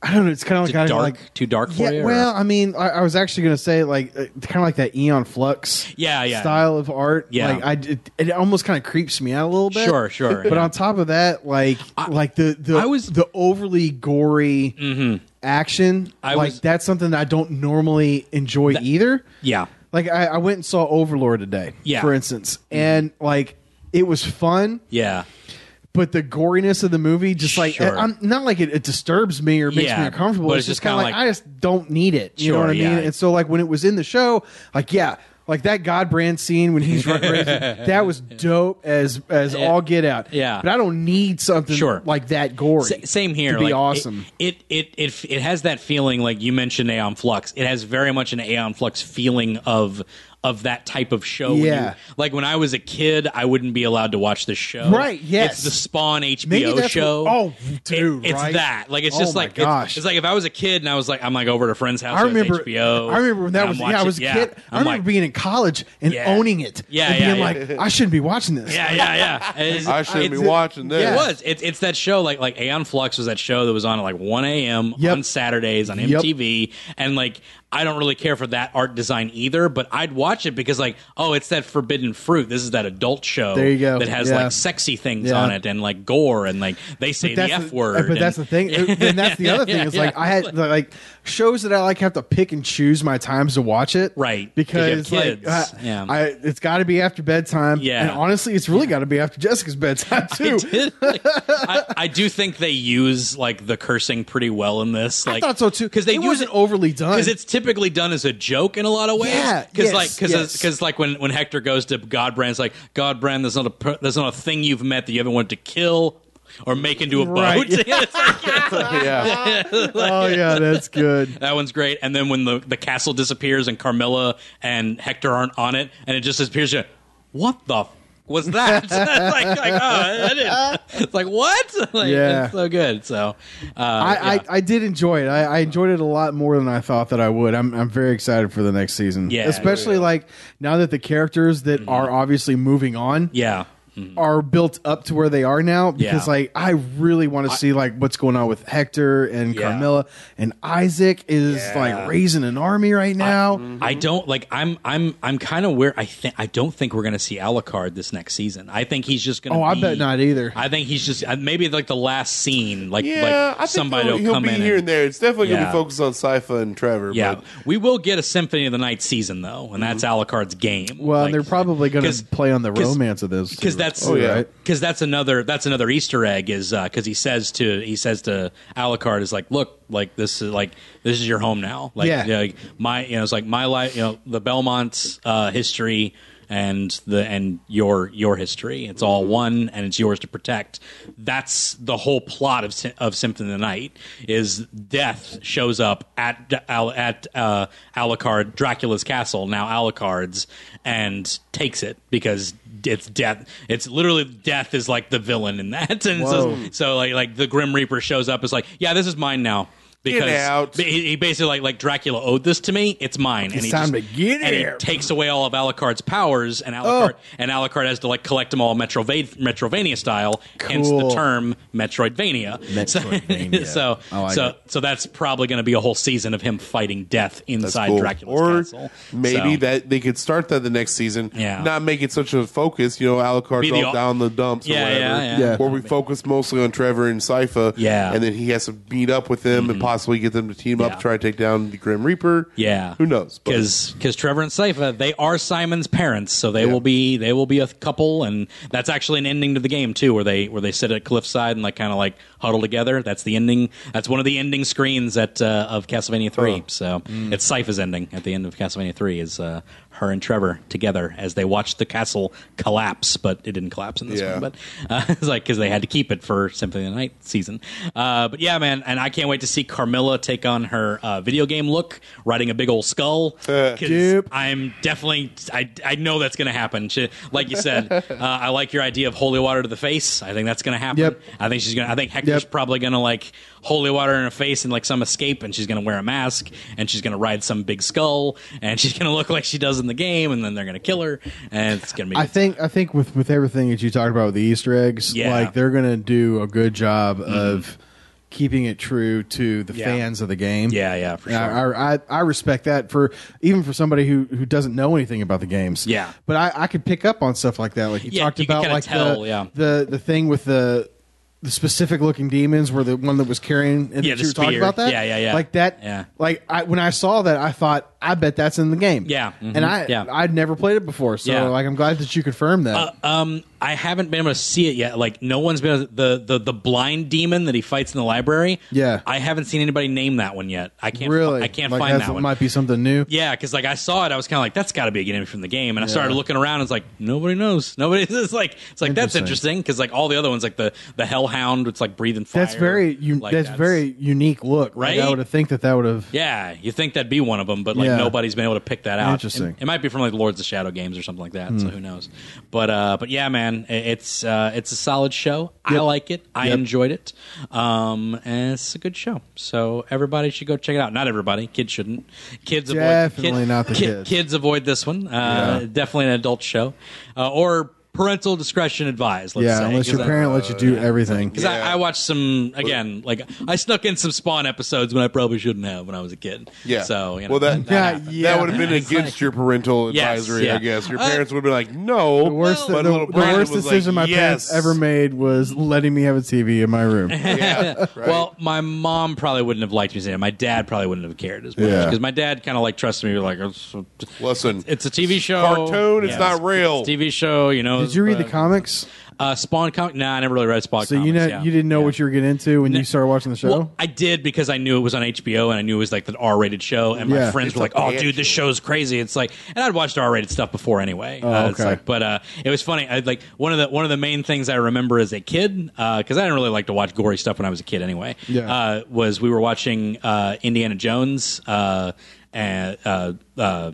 [SPEAKER 3] I don't know. It's kind of like
[SPEAKER 2] Is it
[SPEAKER 3] I
[SPEAKER 2] dark?
[SPEAKER 3] like
[SPEAKER 2] Too dark for
[SPEAKER 3] yeah,
[SPEAKER 2] you, or-
[SPEAKER 3] Well, I mean, I, I was actually going to say like kind of like that Eon Flux,
[SPEAKER 2] Yeah, yeah.
[SPEAKER 3] style of art.
[SPEAKER 2] Yeah.
[SPEAKER 3] like I it, it almost kind of creeps me out a little bit.
[SPEAKER 2] Sure, sure,
[SPEAKER 3] But
[SPEAKER 2] yeah.
[SPEAKER 3] on top of that, like like the the
[SPEAKER 2] I was- Mm-hmm.
[SPEAKER 3] the overly gory action.
[SPEAKER 2] I
[SPEAKER 3] like
[SPEAKER 2] was-
[SPEAKER 3] that's something that I don't normally enjoy either.
[SPEAKER 2] yeah.
[SPEAKER 3] Like I, I went and saw Overlord today,
[SPEAKER 2] Yeah.
[SPEAKER 3] for instance, and like it was fun,
[SPEAKER 2] Yeah.
[SPEAKER 3] but the goriness of the movie just like
[SPEAKER 2] Sure.
[SPEAKER 3] I'm not like it, it disturbs me or makes
[SPEAKER 2] Yeah,
[SPEAKER 3] me uncomfortable.
[SPEAKER 2] but
[SPEAKER 3] It's,
[SPEAKER 2] it's just
[SPEAKER 3] just kind of
[SPEAKER 2] kinda
[SPEAKER 3] like,
[SPEAKER 2] like-
[SPEAKER 3] I just don't need it. You know
[SPEAKER 2] Sure,
[SPEAKER 3] what I mean?
[SPEAKER 2] yeah.
[SPEAKER 3] And so like when it was in the show, like yeah. Like that God brand scene when he's running, crazy, that was dope as as all get out.
[SPEAKER 2] yeah.
[SPEAKER 3] but I don't need something
[SPEAKER 2] Sure.
[SPEAKER 3] like that gory.
[SPEAKER 2] S- same here.
[SPEAKER 3] To be
[SPEAKER 2] like, it-
[SPEAKER 3] awesome.
[SPEAKER 2] It it, it f- it has that feeling like you mentioned Aeon Flux. It has very much an Aeon Flux feeling of of that type of show. when you-
[SPEAKER 3] Yeah.
[SPEAKER 2] like when I was a kid, I wouldn't be allowed to watch this show.
[SPEAKER 3] Right, yes.
[SPEAKER 2] It's the Spawn HBO
[SPEAKER 3] Maybe that's what-
[SPEAKER 2] show.
[SPEAKER 3] oh,
[SPEAKER 2] It-
[SPEAKER 3] dude,
[SPEAKER 2] it's
[SPEAKER 3] right?
[SPEAKER 2] that. Like it's
[SPEAKER 3] Oh
[SPEAKER 2] just
[SPEAKER 3] my
[SPEAKER 2] like it's-
[SPEAKER 3] gosh.
[SPEAKER 2] It's, like if I was a kid and I was like I'm like over at a friend's house.
[SPEAKER 3] I
[SPEAKER 2] it was
[SPEAKER 3] remember.
[SPEAKER 2] HBO.
[SPEAKER 3] I remember when that
[SPEAKER 2] and I'm
[SPEAKER 3] was. Yeah, I
[SPEAKER 2] watching-
[SPEAKER 3] was a kid. I
[SPEAKER 2] I'm
[SPEAKER 3] remember
[SPEAKER 2] like,
[SPEAKER 3] being in college and
[SPEAKER 2] Yeah.
[SPEAKER 3] owning it.
[SPEAKER 2] Yeah,
[SPEAKER 3] and being
[SPEAKER 2] yeah,
[SPEAKER 3] like, I shouldn't be watching this.
[SPEAKER 2] Yeah, yeah, yeah. It's-
[SPEAKER 4] I shouldn't be
[SPEAKER 2] uh, it's-
[SPEAKER 4] watching this.
[SPEAKER 2] It was. It's it's that show like like Aeon Flux was that show that was on at like 1 a.m.
[SPEAKER 3] Yep.
[SPEAKER 2] on Saturdays on
[SPEAKER 3] Yep.
[SPEAKER 2] MTV, and like I don't really care for that art design either, but I'd watch it because like oh, it's that Forbidden Fruit. This is that adult show.
[SPEAKER 3] There you go.
[SPEAKER 2] That has
[SPEAKER 3] Yeah.
[SPEAKER 2] like sexy things
[SPEAKER 3] Yeah.
[SPEAKER 2] on it and like gore and like they say the
[SPEAKER 3] that's
[SPEAKER 2] f word.
[SPEAKER 3] But that's the
[SPEAKER 2] and-
[SPEAKER 3] thing. and that's the other thing. Is like
[SPEAKER 2] yeah.
[SPEAKER 3] I had like shows that I like have to pick and choose my times to watch it.
[SPEAKER 2] Right, 'cause you have
[SPEAKER 3] Because like
[SPEAKER 2] kids.
[SPEAKER 3] I,
[SPEAKER 2] Yeah.
[SPEAKER 3] I- it's got to be after bedtime.
[SPEAKER 2] Yeah.
[SPEAKER 3] And honestly, it's really got to be after Jessica's bedtime too.
[SPEAKER 2] I, did, like, I, I do think they use like the cursing pretty well in this.
[SPEAKER 3] I
[SPEAKER 2] Like
[SPEAKER 3] thought so too.
[SPEAKER 2] because they
[SPEAKER 3] it
[SPEAKER 2] use
[SPEAKER 3] wasn't overly done.
[SPEAKER 2] because it's typically done as a joke in a lot of ways.
[SPEAKER 3] Yeah,
[SPEAKER 2] because
[SPEAKER 3] yes,
[SPEAKER 2] like because
[SPEAKER 3] yes.
[SPEAKER 2] like when, when Hector goes to Godbrand, it's like Godbrand, there's not a per- there's not a thing you've met that you haven't wanted to kill or make into a
[SPEAKER 3] Right,
[SPEAKER 2] boat. It's like, yeah,
[SPEAKER 4] yeah.
[SPEAKER 3] oh yeah, that's good.
[SPEAKER 2] that one's great. And then when the the castle disappears and Carmilla and Hector aren't on it, and it just disappears, you're, what the. f- Was that It's like, like oh, I didn't. It's like what? Like,
[SPEAKER 3] Yeah.
[SPEAKER 2] it's so good. So, uh,
[SPEAKER 3] I,
[SPEAKER 2] yeah.
[SPEAKER 3] I, I did enjoy it. I, I enjoyed it a lot more than I thought that I would. I'm I'm very excited for the next season.
[SPEAKER 2] Yeah, Mm-hmm.
[SPEAKER 3] especially like now that the characters that are obviously moving on.
[SPEAKER 2] yeah,
[SPEAKER 3] are built up to where they are now because
[SPEAKER 2] Yeah.
[SPEAKER 3] like I really want to see like what's going on with Hector and
[SPEAKER 2] Yeah.
[SPEAKER 3] Carmilla and Isaac is like raising an army right now.
[SPEAKER 2] Mm-hmm. I Mm. don't like. I'm. I'm. I'm kind of where I think. I don't think we're going to see Alucard this next season. I think he's just going.
[SPEAKER 3] Oh, I bet not either.
[SPEAKER 2] I think he's just uh, maybe like the last scene. Like,
[SPEAKER 4] Yeah,
[SPEAKER 2] like
[SPEAKER 4] I think
[SPEAKER 2] somebody
[SPEAKER 4] he'll,
[SPEAKER 2] will
[SPEAKER 4] he'll
[SPEAKER 2] come
[SPEAKER 4] be
[SPEAKER 2] in.
[SPEAKER 4] here and,
[SPEAKER 2] and,
[SPEAKER 4] there. It's definitely going to
[SPEAKER 2] Yeah.
[SPEAKER 4] be focused on Sypha and Trevor.
[SPEAKER 2] yeah,
[SPEAKER 4] but
[SPEAKER 2] we will get a Symphony of the Night season though, and that's Alucard's game.
[SPEAKER 3] Well,
[SPEAKER 2] Like,
[SPEAKER 3] and they're probably going
[SPEAKER 2] 'cause-
[SPEAKER 3] to play on the
[SPEAKER 2] 'cause-
[SPEAKER 3] romance of this
[SPEAKER 2] because that's
[SPEAKER 4] Oh, yeah.
[SPEAKER 2] because that's another that's another Easter egg is because he says to he says to Alucard is like look like this is like this is your home now like
[SPEAKER 3] Yeah.
[SPEAKER 2] like, my you know it's like my life you know the Belmont's uh, history and the and your your history it's all one and it's yours to protect that's the whole plot of Sy- of Symphony of the Night is death shows up at D- Al- at uh, Alucard Dracula's castle now Alucard's and takes it because it's death. It's literally death is like the villain in that, and so, so like like the Grim Reaper shows up. It's like, yeah, this is mine now because
[SPEAKER 4] out.
[SPEAKER 2] He, he basically like like Dracula owed this to me. It's mine, and
[SPEAKER 3] It's
[SPEAKER 2] he
[SPEAKER 3] time
[SPEAKER 2] just,
[SPEAKER 3] to get Oh.
[SPEAKER 2] and he
[SPEAKER 3] it.
[SPEAKER 2] takes away all of Alucard's powers, and Alucard and Alucard has to like collect them all Metrova- Metrovania style, hence the
[SPEAKER 3] Cool.
[SPEAKER 2] term Metroidvania.
[SPEAKER 3] Metroidvania.
[SPEAKER 2] so
[SPEAKER 3] I like
[SPEAKER 2] so
[SPEAKER 3] it.
[SPEAKER 2] so that's probably going to be a whole season of him fighting death
[SPEAKER 4] that's
[SPEAKER 2] inside
[SPEAKER 4] cool.
[SPEAKER 2] Dracula's
[SPEAKER 4] or
[SPEAKER 2] castle.
[SPEAKER 4] maybe
[SPEAKER 2] So-
[SPEAKER 4] that they could start that the next season.
[SPEAKER 2] Yeah.
[SPEAKER 4] Not make it such a focus. You know, Alucard
[SPEAKER 2] Be the
[SPEAKER 4] all
[SPEAKER 2] au-
[SPEAKER 4] down the dumps
[SPEAKER 2] Yeah,
[SPEAKER 4] or whatever.
[SPEAKER 2] yeah, yeah. Yeah.
[SPEAKER 4] Where we focus mostly on Trevor and Sypha.
[SPEAKER 2] Yeah. Mm-hmm.
[SPEAKER 4] And then he has to meet up with them and possibly get them to team up
[SPEAKER 2] Yeah.
[SPEAKER 4] to try to take down the Grim Reaper.
[SPEAKER 2] Yeah.
[SPEAKER 4] Who knows? But-
[SPEAKER 2] Because Trevor and Sypha, they are Simon's parents, so they will be they will be a couple, and that's actually an ending to the game too, where they where they sit at cliffside and like kind of like huddle together. That's the ending. That's one of the ending screens at uh, of Castlevania three. So
[SPEAKER 4] Mm.
[SPEAKER 2] it's Sypha's ending at the end of Castlevania three is uh, her and Trevor together as they watch the castle collapse, but it didn't collapse in this
[SPEAKER 4] Yeah.
[SPEAKER 2] one. But uh, it's like because they had to keep it for Symphony of the Night season. Uh, but yeah, man, and I can't wait to see Carmilla take on her uh, video game look, riding a big old skull. 'cause
[SPEAKER 3] Uh, Yep.
[SPEAKER 2] I'm definitely, I, I know that's going to happen. She, like you said, uh, I like your idea of holy water to the face. I think that's going to happen.
[SPEAKER 3] Yep.
[SPEAKER 2] I think she's going. to I think Hector's
[SPEAKER 3] Yep.
[SPEAKER 2] probably going to like holy water in her face and like some escape, and she's going to wear a mask and she's going to ride some big skull and she's going to look like she does in the game, and then they're going to kill her, and it's going to be.
[SPEAKER 3] I think I think with with everything that you talked about with the Easter eggs,
[SPEAKER 2] Yeah. Mm-hmm.
[SPEAKER 3] like they're going to do a good job of keeping it true to the
[SPEAKER 2] Yeah.
[SPEAKER 3] fans of the game.
[SPEAKER 2] Yeah, yeah, for
[SPEAKER 3] And I-
[SPEAKER 2] sure.
[SPEAKER 3] I, I I respect that for even for somebody who who doesn't know anything about the games.
[SPEAKER 2] Yeah.
[SPEAKER 3] but I, I could pick up on stuff like that. Like you
[SPEAKER 2] Yeah,
[SPEAKER 3] talked
[SPEAKER 2] you could
[SPEAKER 3] about,
[SPEAKER 2] kinda
[SPEAKER 3] like
[SPEAKER 2] tell,
[SPEAKER 3] the,
[SPEAKER 2] yeah.
[SPEAKER 3] the the thing with the. The specific looking demons were the one that was carrying. And
[SPEAKER 2] Yeah,
[SPEAKER 3] that
[SPEAKER 2] the
[SPEAKER 3] you were talking
[SPEAKER 2] spear.
[SPEAKER 3] about that.
[SPEAKER 2] Yeah, yeah, yeah.
[SPEAKER 3] Like that.
[SPEAKER 2] Yeah.
[SPEAKER 3] Like I, when I saw that, I thought, I bet that's in the game.
[SPEAKER 2] Yeah, mhm,
[SPEAKER 3] and I,
[SPEAKER 2] yeah.
[SPEAKER 3] I'd never played it before, so
[SPEAKER 2] Yeah.
[SPEAKER 3] like I'm glad that you confirmed that.
[SPEAKER 2] Um, I haven't been able to see it yet. Like no one's been the the the blind demon that he fights in the library.
[SPEAKER 3] Yeah.
[SPEAKER 2] I haven't seen anybody name that one yet. I can't
[SPEAKER 3] really,
[SPEAKER 2] I can't
[SPEAKER 3] like,
[SPEAKER 2] find
[SPEAKER 3] that's-
[SPEAKER 2] that one.
[SPEAKER 3] Might be something new.
[SPEAKER 2] yeah, because like I saw it, I was kind of like, that's got to be a enemy from the game, and I started looking around. and It's like nobody knows. Nobody. It's like it's like that's
[SPEAKER 3] Interesting.
[SPEAKER 2] interesting because like all the other ones, like the the hellhound, it's like breathing fire.
[SPEAKER 3] That's very you.
[SPEAKER 2] Like,
[SPEAKER 3] that's, very unique look. Like, I
[SPEAKER 2] Right?
[SPEAKER 3] would have think that that would have.
[SPEAKER 2] Yeah, you think that'd be one of them, but like
[SPEAKER 3] Yeah.
[SPEAKER 2] nobody's been able to pick that out.
[SPEAKER 3] Interesting. Hmm.
[SPEAKER 2] It, it might be from like Lords of Shadow games or something like that. So who knows? But uh, but yeah, man, i- it's uh, it's a solid show. I like it. I
[SPEAKER 3] Yep.
[SPEAKER 2] enjoyed it. Um, and it's a good show. So everybody should go check it out. Not everybody. Kids shouldn't. Kids avoid-
[SPEAKER 3] Definitely
[SPEAKER 2] kid-
[SPEAKER 3] not the
[SPEAKER 2] kid-
[SPEAKER 3] kids.
[SPEAKER 2] Kids avoid this one. Uh, Definitely an adult show, uh, or parental discretion advised. Let's
[SPEAKER 3] Yeah,
[SPEAKER 2] say,
[SPEAKER 3] unless
[SPEAKER 2] 'cause
[SPEAKER 3] your
[SPEAKER 2] I-
[SPEAKER 3] parent lets you do everything.
[SPEAKER 2] because I, I watched some again, like I snuck in some Spawn episodes when I probably shouldn't have when I was a kid.
[SPEAKER 4] Yeah.
[SPEAKER 2] So you know,
[SPEAKER 4] well, that
[SPEAKER 3] Yeah,
[SPEAKER 4] that,
[SPEAKER 3] yeah.
[SPEAKER 4] would have been against your parental
[SPEAKER 2] Yes,
[SPEAKER 4] advisory, I
[SPEAKER 2] yeah.
[SPEAKER 4] guess. Your
[SPEAKER 2] Uh,
[SPEAKER 4] parents would have been like, "No."
[SPEAKER 3] The worst,
[SPEAKER 4] but
[SPEAKER 3] the,
[SPEAKER 4] little
[SPEAKER 3] the
[SPEAKER 4] Brandon
[SPEAKER 3] worst
[SPEAKER 4] was
[SPEAKER 3] decision
[SPEAKER 4] like,
[SPEAKER 3] my parents
[SPEAKER 4] "Yes."
[SPEAKER 3] ever made was letting me have a TV in my room.
[SPEAKER 4] Yeah, right.
[SPEAKER 2] Well, my mom probably wouldn't have liked me saying. it. My dad probably wouldn't have cared as much
[SPEAKER 3] Yeah.
[SPEAKER 2] because my dad kind of like trusted me. Like it's,
[SPEAKER 4] listen,
[SPEAKER 2] it's a TV show,
[SPEAKER 4] cartoon, it's not real.
[SPEAKER 2] It's a TV show. You know,
[SPEAKER 3] Did you read the
[SPEAKER 2] but-
[SPEAKER 3] comics?
[SPEAKER 2] uh, Spawn comic? Nah, I never really read Spawn.
[SPEAKER 3] So
[SPEAKER 2] comics,
[SPEAKER 3] you know
[SPEAKER 2] yeah.
[SPEAKER 3] you didn't know
[SPEAKER 2] Yeah.
[SPEAKER 3] what you were getting into when you started watching the show.
[SPEAKER 2] Well, I did because I knew it was on HBO and I knew it was like the R rated show. And my
[SPEAKER 3] Yeah.
[SPEAKER 2] friends
[SPEAKER 4] It's
[SPEAKER 2] were like,
[SPEAKER 4] a
[SPEAKER 2] "Oh,
[SPEAKER 4] bad
[SPEAKER 2] dude, this
[SPEAKER 4] show."
[SPEAKER 2] show's crazy." It's like, and I'd watched R rated stuff before anyway. uh, it's
[SPEAKER 3] Oh, okay.
[SPEAKER 2] like, but uh, it was funny. I like one of the one of the main things I remember as a kid because I didn't really like to watch gory stuff when I was a kid anyway.
[SPEAKER 3] Yeah.
[SPEAKER 2] Uh, was we were watching uh, Indiana Jones uh, and. Uh, uh,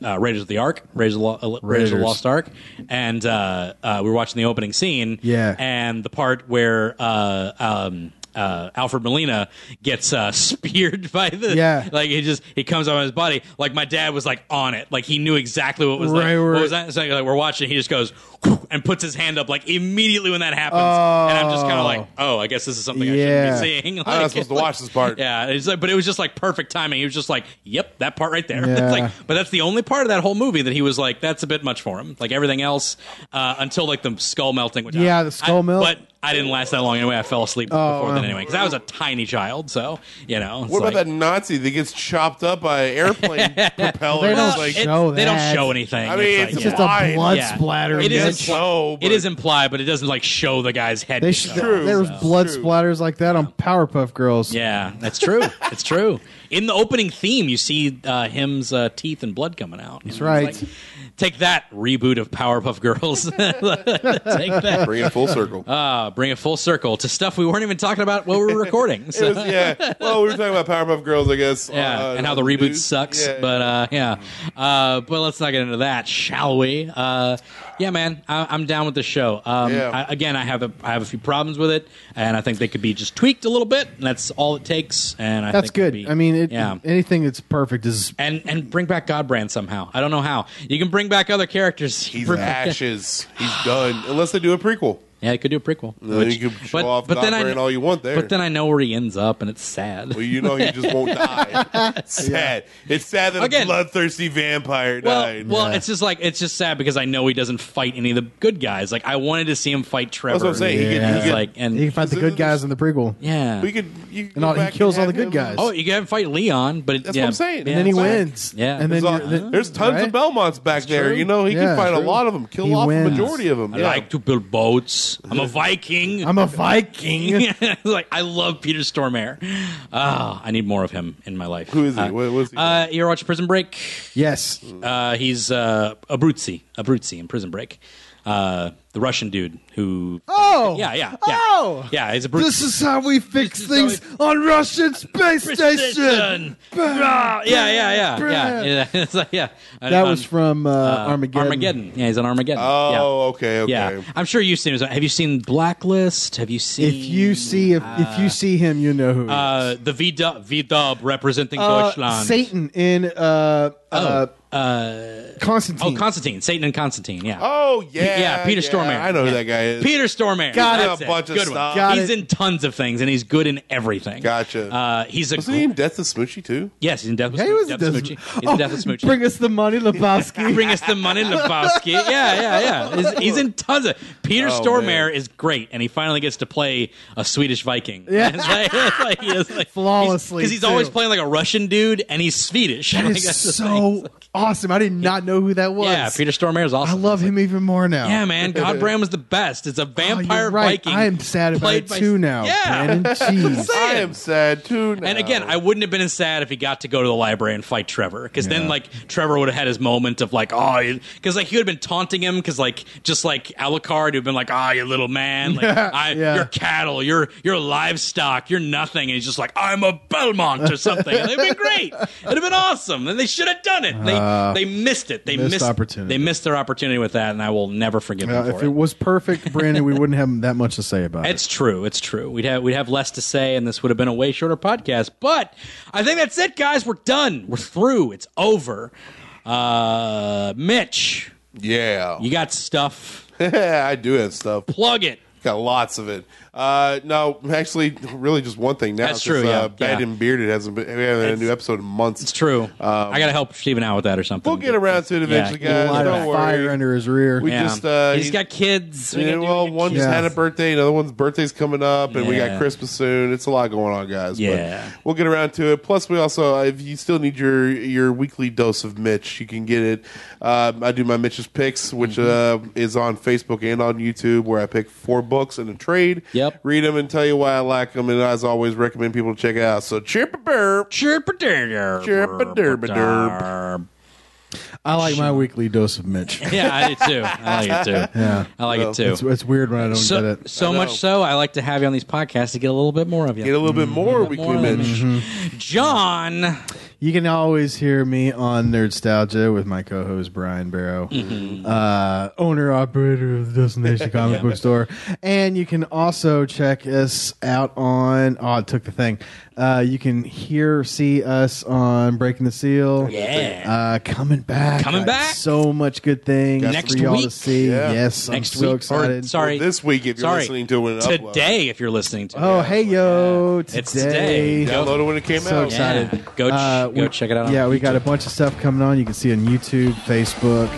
[SPEAKER 2] uh, Raiders of the Ark, Raiders of, the Lo- uh, Raiders. of the
[SPEAKER 3] Raiders.
[SPEAKER 2] Lost Ark, and uh, uh, we were watching the opening scene.
[SPEAKER 3] Yeah.
[SPEAKER 2] and the part where uh, um, uh, Alfred Molina gets uh, speared by the
[SPEAKER 3] Yeah.
[SPEAKER 2] like he just he comes out on his body like my dad was like on it like he knew exactly what was
[SPEAKER 3] Right,
[SPEAKER 2] like
[SPEAKER 3] right.
[SPEAKER 2] what was that so, like we're watching he just goes and puts his hand up like immediately when that happens and I'm just kind of like oh I guess this is something I
[SPEAKER 3] Yeah.
[SPEAKER 2] shouldn't be seeing
[SPEAKER 4] I'm
[SPEAKER 2] Like,
[SPEAKER 4] not supposed to watch this part.
[SPEAKER 2] yeah, it's like, but it was just like perfect timing. He was just like, "Yep, that part right there."
[SPEAKER 3] Yeah.
[SPEAKER 2] It's like, but that's the only part of that whole movie that he was like, "That's a bit much for him." Like everything else, uh, until like the skull melting. Which
[SPEAKER 3] Yeah,
[SPEAKER 2] I,
[SPEAKER 3] the skull
[SPEAKER 2] I-
[SPEAKER 3] melt. Oh,
[SPEAKER 2] But I didn't last that long anyway. I fell asleep before then
[SPEAKER 3] wow.
[SPEAKER 2] anyway because I was a tiny child. So you know, it's
[SPEAKER 4] What about
[SPEAKER 2] like-
[SPEAKER 4] that Nazi that gets chopped up by an airplane propeller?
[SPEAKER 3] They don't
[SPEAKER 4] It's like,
[SPEAKER 2] uh, It-
[SPEAKER 3] Show
[SPEAKER 2] they don't
[SPEAKER 3] that.
[SPEAKER 2] show anything.
[SPEAKER 4] I mean,
[SPEAKER 2] like,
[SPEAKER 4] it's
[SPEAKER 2] yeah.
[SPEAKER 3] just a
[SPEAKER 4] Why?
[SPEAKER 3] blood
[SPEAKER 2] Yeah.
[SPEAKER 3] splatter.
[SPEAKER 2] It
[SPEAKER 3] bitch.
[SPEAKER 2] is
[SPEAKER 4] It's so,
[SPEAKER 2] implied. It
[SPEAKER 4] but-
[SPEAKER 2] is implied, but it doesn't like show the guy's head.
[SPEAKER 3] They
[SPEAKER 2] being
[SPEAKER 3] sh-
[SPEAKER 2] cut off.
[SPEAKER 4] True.
[SPEAKER 3] there was
[SPEAKER 4] It's
[SPEAKER 3] blood
[SPEAKER 4] true.
[SPEAKER 3] splatters like that on Powerpuff Girls.
[SPEAKER 2] Yeah, that's true. it's true. In the opening theme, you see uh, him's uh, teeth and blood coming out. That's
[SPEAKER 3] right.
[SPEAKER 2] Take that reboot of Powerpuff Girls. Take that.
[SPEAKER 4] bring it full circle.
[SPEAKER 2] Uh, bring it full circle to stuff we weren't even talking about while we were recording.
[SPEAKER 4] It
[SPEAKER 2] So,
[SPEAKER 4] was- yeah. Well, we were talking about Powerpuff Girls, I guess.
[SPEAKER 2] yeah,
[SPEAKER 4] uh,
[SPEAKER 2] and how the
[SPEAKER 4] on
[SPEAKER 2] reboot
[SPEAKER 4] news.
[SPEAKER 2] sucks.
[SPEAKER 4] Yeah.
[SPEAKER 2] But uh, yeah, uh, but let's not get into that, shall we? Uh, yeah, man, I, I'm down with the show. Um,
[SPEAKER 4] Yeah.
[SPEAKER 2] I, again, I have a I have a few problems with it, and I think they could be just tweaked a little bit, and that's all it takes. And I
[SPEAKER 3] That's
[SPEAKER 2] think it'd
[SPEAKER 3] good.
[SPEAKER 2] be-
[SPEAKER 3] I mean, it,
[SPEAKER 2] yeah.
[SPEAKER 3] anything that's perfect is
[SPEAKER 2] and and bring back Godbrand somehow. I don't know how. You can bring back other characters.
[SPEAKER 4] he's
[SPEAKER 2] Bring-
[SPEAKER 4] ashes. He's done. Unless they do a prequel.
[SPEAKER 2] Yeah, you could do a prequel.
[SPEAKER 4] then you could show off Godbrand
[SPEAKER 2] kn-
[SPEAKER 4] all you want there.
[SPEAKER 2] But then I know where he ends up, and it's sad.
[SPEAKER 4] Well, you know he just won't die. Sad. It's sad that a
[SPEAKER 2] Again-
[SPEAKER 4] bloodthirsty vampire
[SPEAKER 2] well,
[SPEAKER 4] died.
[SPEAKER 2] well, it's just like it's just sad because I know he doesn't fight any of the good guys. Like I wanted to see him fight Trevor.
[SPEAKER 4] That's what I'm saying. He could-
[SPEAKER 2] And
[SPEAKER 3] he
[SPEAKER 2] it's
[SPEAKER 4] could-
[SPEAKER 2] like and
[SPEAKER 3] you can find the good guys in the prequel.
[SPEAKER 2] yeah.
[SPEAKER 4] we could. You could
[SPEAKER 3] And
[SPEAKER 4] go
[SPEAKER 3] all- he
[SPEAKER 4] back
[SPEAKER 3] kills all
[SPEAKER 4] have
[SPEAKER 3] the good
[SPEAKER 4] him-
[SPEAKER 3] guys.
[SPEAKER 2] oh, you can have him fight Leon, but it,
[SPEAKER 4] That's
[SPEAKER 2] yeah,
[SPEAKER 4] what I'm saying.
[SPEAKER 2] Yeah,
[SPEAKER 3] and then he
[SPEAKER 4] it's like-
[SPEAKER 3] wins.
[SPEAKER 2] Yeah.
[SPEAKER 3] and then
[SPEAKER 4] There's, all-
[SPEAKER 3] you're- then-
[SPEAKER 4] there's tons
[SPEAKER 3] right?
[SPEAKER 4] of Belmonts back there. You know, he
[SPEAKER 3] Yeah,
[SPEAKER 4] can fight
[SPEAKER 3] true.
[SPEAKER 4] a lot of them, kill
[SPEAKER 3] He
[SPEAKER 4] off
[SPEAKER 3] wins.
[SPEAKER 4] the majority of them.
[SPEAKER 2] I like to build boats. I'm a Viking.
[SPEAKER 3] I'm a Viking.
[SPEAKER 2] like I love Peter Stormare. Ah, I need more of him in my life.
[SPEAKER 4] Who is he?
[SPEAKER 2] Uh,
[SPEAKER 4] what, what's he?
[SPEAKER 2] Uh, you ever watch Prison Break?
[SPEAKER 3] yes,
[SPEAKER 2] Uh, he's uh, Abruzzi, Abruzzi in Prison Break. Uh, the Russian dude who.
[SPEAKER 3] Oh!
[SPEAKER 2] Yeah, yeah, yeah.
[SPEAKER 3] Oh!
[SPEAKER 2] Yeah, he's Abruzzi.
[SPEAKER 3] this is how we fix
[SPEAKER 2] This is
[SPEAKER 3] things on Russian space station.
[SPEAKER 2] Precision. Ah, yeah, yeah, yeah, yeah, yeah. It's like, yeah.
[SPEAKER 3] That
[SPEAKER 2] On-
[SPEAKER 3] was from uh, Armageddon.
[SPEAKER 2] Armageddon. Yeah, he's on Armageddon.
[SPEAKER 4] oh,
[SPEAKER 2] yeah.
[SPEAKER 4] okay, okay.
[SPEAKER 2] Yeah, I'm sure you've seen him. Have you seen Blacklist? Have you seen?
[SPEAKER 3] If you see if, if you see him, you know who. he is.
[SPEAKER 2] uh, the V Dub, V Dub representing
[SPEAKER 3] Uh,
[SPEAKER 2] Deutschland.
[SPEAKER 3] Satan in uh, uh,
[SPEAKER 2] Oh,
[SPEAKER 3] Constantine.
[SPEAKER 2] Constantine, Satan and Constantine. Yeah.
[SPEAKER 4] Oh yeah,
[SPEAKER 2] yeah, Peter
[SPEAKER 4] yeah,
[SPEAKER 2] Stormare.
[SPEAKER 4] I know who
[SPEAKER 2] Yeah.
[SPEAKER 4] that guy is.
[SPEAKER 2] Peter Stormare.
[SPEAKER 4] Got it.
[SPEAKER 2] That's
[SPEAKER 4] A bunch of
[SPEAKER 2] Good One.
[SPEAKER 4] stuff.
[SPEAKER 3] Got
[SPEAKER 2] he's
[SPEAKER 3] it.
[SPEAKER 2] in tons of things, and he's good in everything.
[SPEAKER 4] Gotcha.
[SPEAKER 2] Uh, he's a
[SPEAKER 4] Wasn't he in Death of Smoochie too?
[SPEAKER 2] yes, he's in Death,
[SPEAKER 3] Yeah, he was
[SPEAKER 2] Death
[SPEAKER 3] a
[SPEAKER 2] of
[SPEAKER 3] Des-
[SPEAKER 2] Smoochie. He's
[SPEAKER 3] Oh,
[SPEAKER 2] in Death of Smoochie.
[SPEAKER 3] Bring us the money, Lebowski.
[SPEAKER 2] Bring us the money, Lebowski. Yeah, yeah, yeah. He's, he's in tons of. Peter
[SPEAKER 4] Oh,
[SPEAKER 2] Stormare
[SPEAKER 4] man.
[SPEAKER 2] is great, and he finally gets to play a Swedish Viking. Yeah, it's like, it's like, he is like,
[SPEAKER 3] Flawlessly,
[SPEAKER 2] because he's,
[SPEAKER 3] too.
[SPEAKER 2] always playing like a Russian dude, and he's Swedish.
[SPEAKER 3] that
[SPEAKER 2] Like,
[SPEAKER 3] is
[SPEAKER 2] that's the
[SPEAKER 3] so
[SPEAKER 2] thing.
[SPEAKER 3] awesome. I did not know who that was.
[SPEAKER 2] Yeah, Peter Stormare is
[SPEAKER 3] I
[SPEAKER 2] awesome.
[SPEAKER 3] love him even more now. Oh,
[SPEAKER 2] Yeah, man, Godbrand was the best. It's a vampire
[SPEAKER 3] you're right.
[SPEAKER 2] Viking.
[SPEAKER 3] I am sad about
[SPEAKER 2] played
[SPEAKER 3] it
[SPEAKER 2] by-
[SPEAKER 3] too now.
[SPEAKER 2] Yeah.
[SPEAKER 3] Brandon. Jeez.
[SPEAKER 2] Saying.
[SPEAKER 4] I am sad too. Now.
[SPEAKER 2] And again, I wouldn't have been as sad if he got to go to the library and fight Trevor, because then
[SPEAKER 3] Yeah.
[SPEAKER 2] like Trevor would have had his moment of like, oh, because like he would have been taunting him, because like just like Alucard, who'd been like, ah, you little man, like I,
[SPEAKER 3] yeah.
[SPEAKER 2] you're cattle, you're you're livestock, you're nothing, and he's just like, I'm a Belmont or something. and they've been great, it'd have been awesome, and they should have done it. They they missed it. They
[SPEAKER 3] Uh, missed
[SPEAKER 2] missed,
[SPEAKER 3] opportunity.
[SPEAKER 2] They missed their opportunity with that, and I will never forgive
[SPEAKER 3] Uh,
[SPEAKER 2] them for
[SPEAKER 3] if it was perfect, Brandon, we wouldn't have that much to say about it.
[SPEAKER 2] It's true. It's true. We'd have we'd have less to say, and this would have been a way shorter podcast. But I think that's it, guys. We're done. We're through. It's over. Uh, Mitch,
[SPEAKER 4] yeah,
[SPEAKER 2] you got stuff.
[SPEAKER 4] I do have stuff.
[SPEAKER 2] Plug it.
[SPEAKER 4] Got lots of it. Uh, no, actually, really just one thing now.
[SPEAKER 2] That's
[SPEAKER 4] 'cause,
[SPEAKER 2] true, yeah,
[SPEAKER 4] Uh, Bad
[SPEAKER 2] yeah.
[SPEAKER 4] and bearded hasn't been. We haven't had a new episode in months.
[SPEAKER 2] It's true. I gotta help Steven out with that or something.
[SPEAKER 4] We'll get around to it eventually,
[SPEAKER 2] Yeah,
[SPEAKER 3] a
[SPEAKER 4] guys.
[SPEAKER 3] lot
[SPEAKER 4] Don't
[SPEAKER 3] of fire
[SPEAKER 4] worry.
[SPEAKER 3] under his rear.
[SPEAKER 4] We
[SPEAKER 2] Yeah.
[SPEAKER 4] just, uh,
[SPEAKER 2] he's
[SPEAKER 4] he-
[SPEAKER 2] got kids. We
[SPEAKER 4] Yeah,
[SPEAKER 2] gotta do-
[SPEAKER 4] well, one just
[SPEAKER 3] Yeah.
[SPEAKER 4] had a birthday, another one's birthday's coming up, and we
[SPEAKER 2] Yeah.
[SPEAKER 4] got Christmas soon. It's a lot going on, guys.
[SPEAKER 2] Yeah.
[SPEAKER 4] but we'll get around to it. Plus, we also, uh, if you still need your your weekly dose of Mitch, you can get it. Um, I do my Mitch's picks, which
[SPEAKER 2] Mm-hmm.
[SPEAKER 4] uh, is on Facebook and on YouTube, where I pick four books in a trade.
[SPEAKER 2] Yep.
[SPEAKER 4] read them and tell you why I like them, and as always, recommend people to check it out. So chirp a burp.
[SPEAKER 2] Chirp-a-derp.
[SPEAKER 4] Chirp-a-derp-a-derp.
[SPEAKER 3] I like my weekly dose of Mitch.
[SPEAKER 2] Yeah, I do too. I like it too.
[SPEAKER 3] Yeah.
[SPEAKER 2] I like it too.
[SPEAKER 3] It's, it's weird when I don't get
[SPEAKER 2] so
[SPEAKER 3] it.
[SPEAKER 2] so
[SPEAKER 4] I know.
[SPEAKER 2] much so, I like to have you on these podcasts to Mm-hmm. get a little bit more of you.
[SPEAKER 4] Get a little bit more weekly
[SPEAKER 2] more than
[SPEAKER 4] Mitch.
[SPEAKER 2] John.
[SPEAKER 3] you can always hear me on Nerdstalgia with my co-host Brian Barrow,
[SPEAKER 2] Mm-hmm.
[SPEAKER 3] uh, owner operator of the Destination Comic Book Store, and you can also check us out on. Oh, it took the thing. Uh, you can hear see us on Breaking the Seal.
[SPEAKER 2] Yeah.
[SPEAKER 3] uh, coming back,
[SPEAKER 2] Coming
[SPEAKER 3] Got
[SPEAKER 2] back.
[SPEAKER 3] So much good things
[SPEAKER 2] Next
[SPEAKER 3] for y'all
[SPEAKER 2] week.
[SPEAKER 3] to see.
[SPEAKER 4] Yeah.
[SPEAKER 3] Yes,
[SPEAKER 2] Next
[SPEAKER 3] I'm so
[SPEAKER 2] week.
[SPEAKER 3] excited.
[SPEAKER 2] Or- sorry,
[SPEAKER 4] Well, this week, if you're
[SPEAKER 2] sorry,
[SPEAKER 4] listening to it, upload.
[SPEAKER 2] today, if you're listening to
[SPEAKER 3] Oh,
[SPEAKER 2] it,
[SPEAKER 3] hey yo! Today.
[SPEAKER 2] It's today. Go-
[SPEAKER 4] Download it when it came
[SPEAKER 3] So
[SPEAKER 4] out.
[SPEAKER 3] excited.
[SPEAKER 2] Yeah. Go, ch-
[SPEAKER 3] Uh,
[SPEAKER 2] go
[SPEAKER 3] we-
[SPEAKER 2] check it out. on
[SPEAKER 3] Yeah, we got a
[SPEAKER 2] YouTube.
[SPEAKER 3] bunch of stuff coming on. You can see on YouTube, Facebook,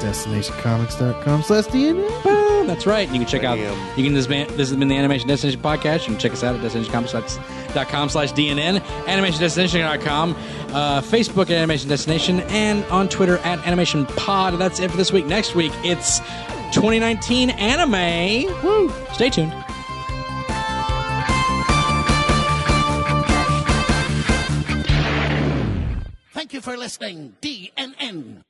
[SPEAKER 3] destinationcomics.com slash DNA.
[SPEAKER 2] Boom, That's right. You can check out.
[SPEAKER 4] Bam.
[SPEAKER 2] You can this, man, this has been the Animation Destination podcast. You can check us out at destinationcomics.com slash DNN, animationdestination.com, uh, Facebook at Animation Destination, and on Twitter at Animation Pod. That's it for this week. Next week, it's 2019 anime. Woo! Stay tuned.
[SPEAKER 5] Thank you for listening, DNN.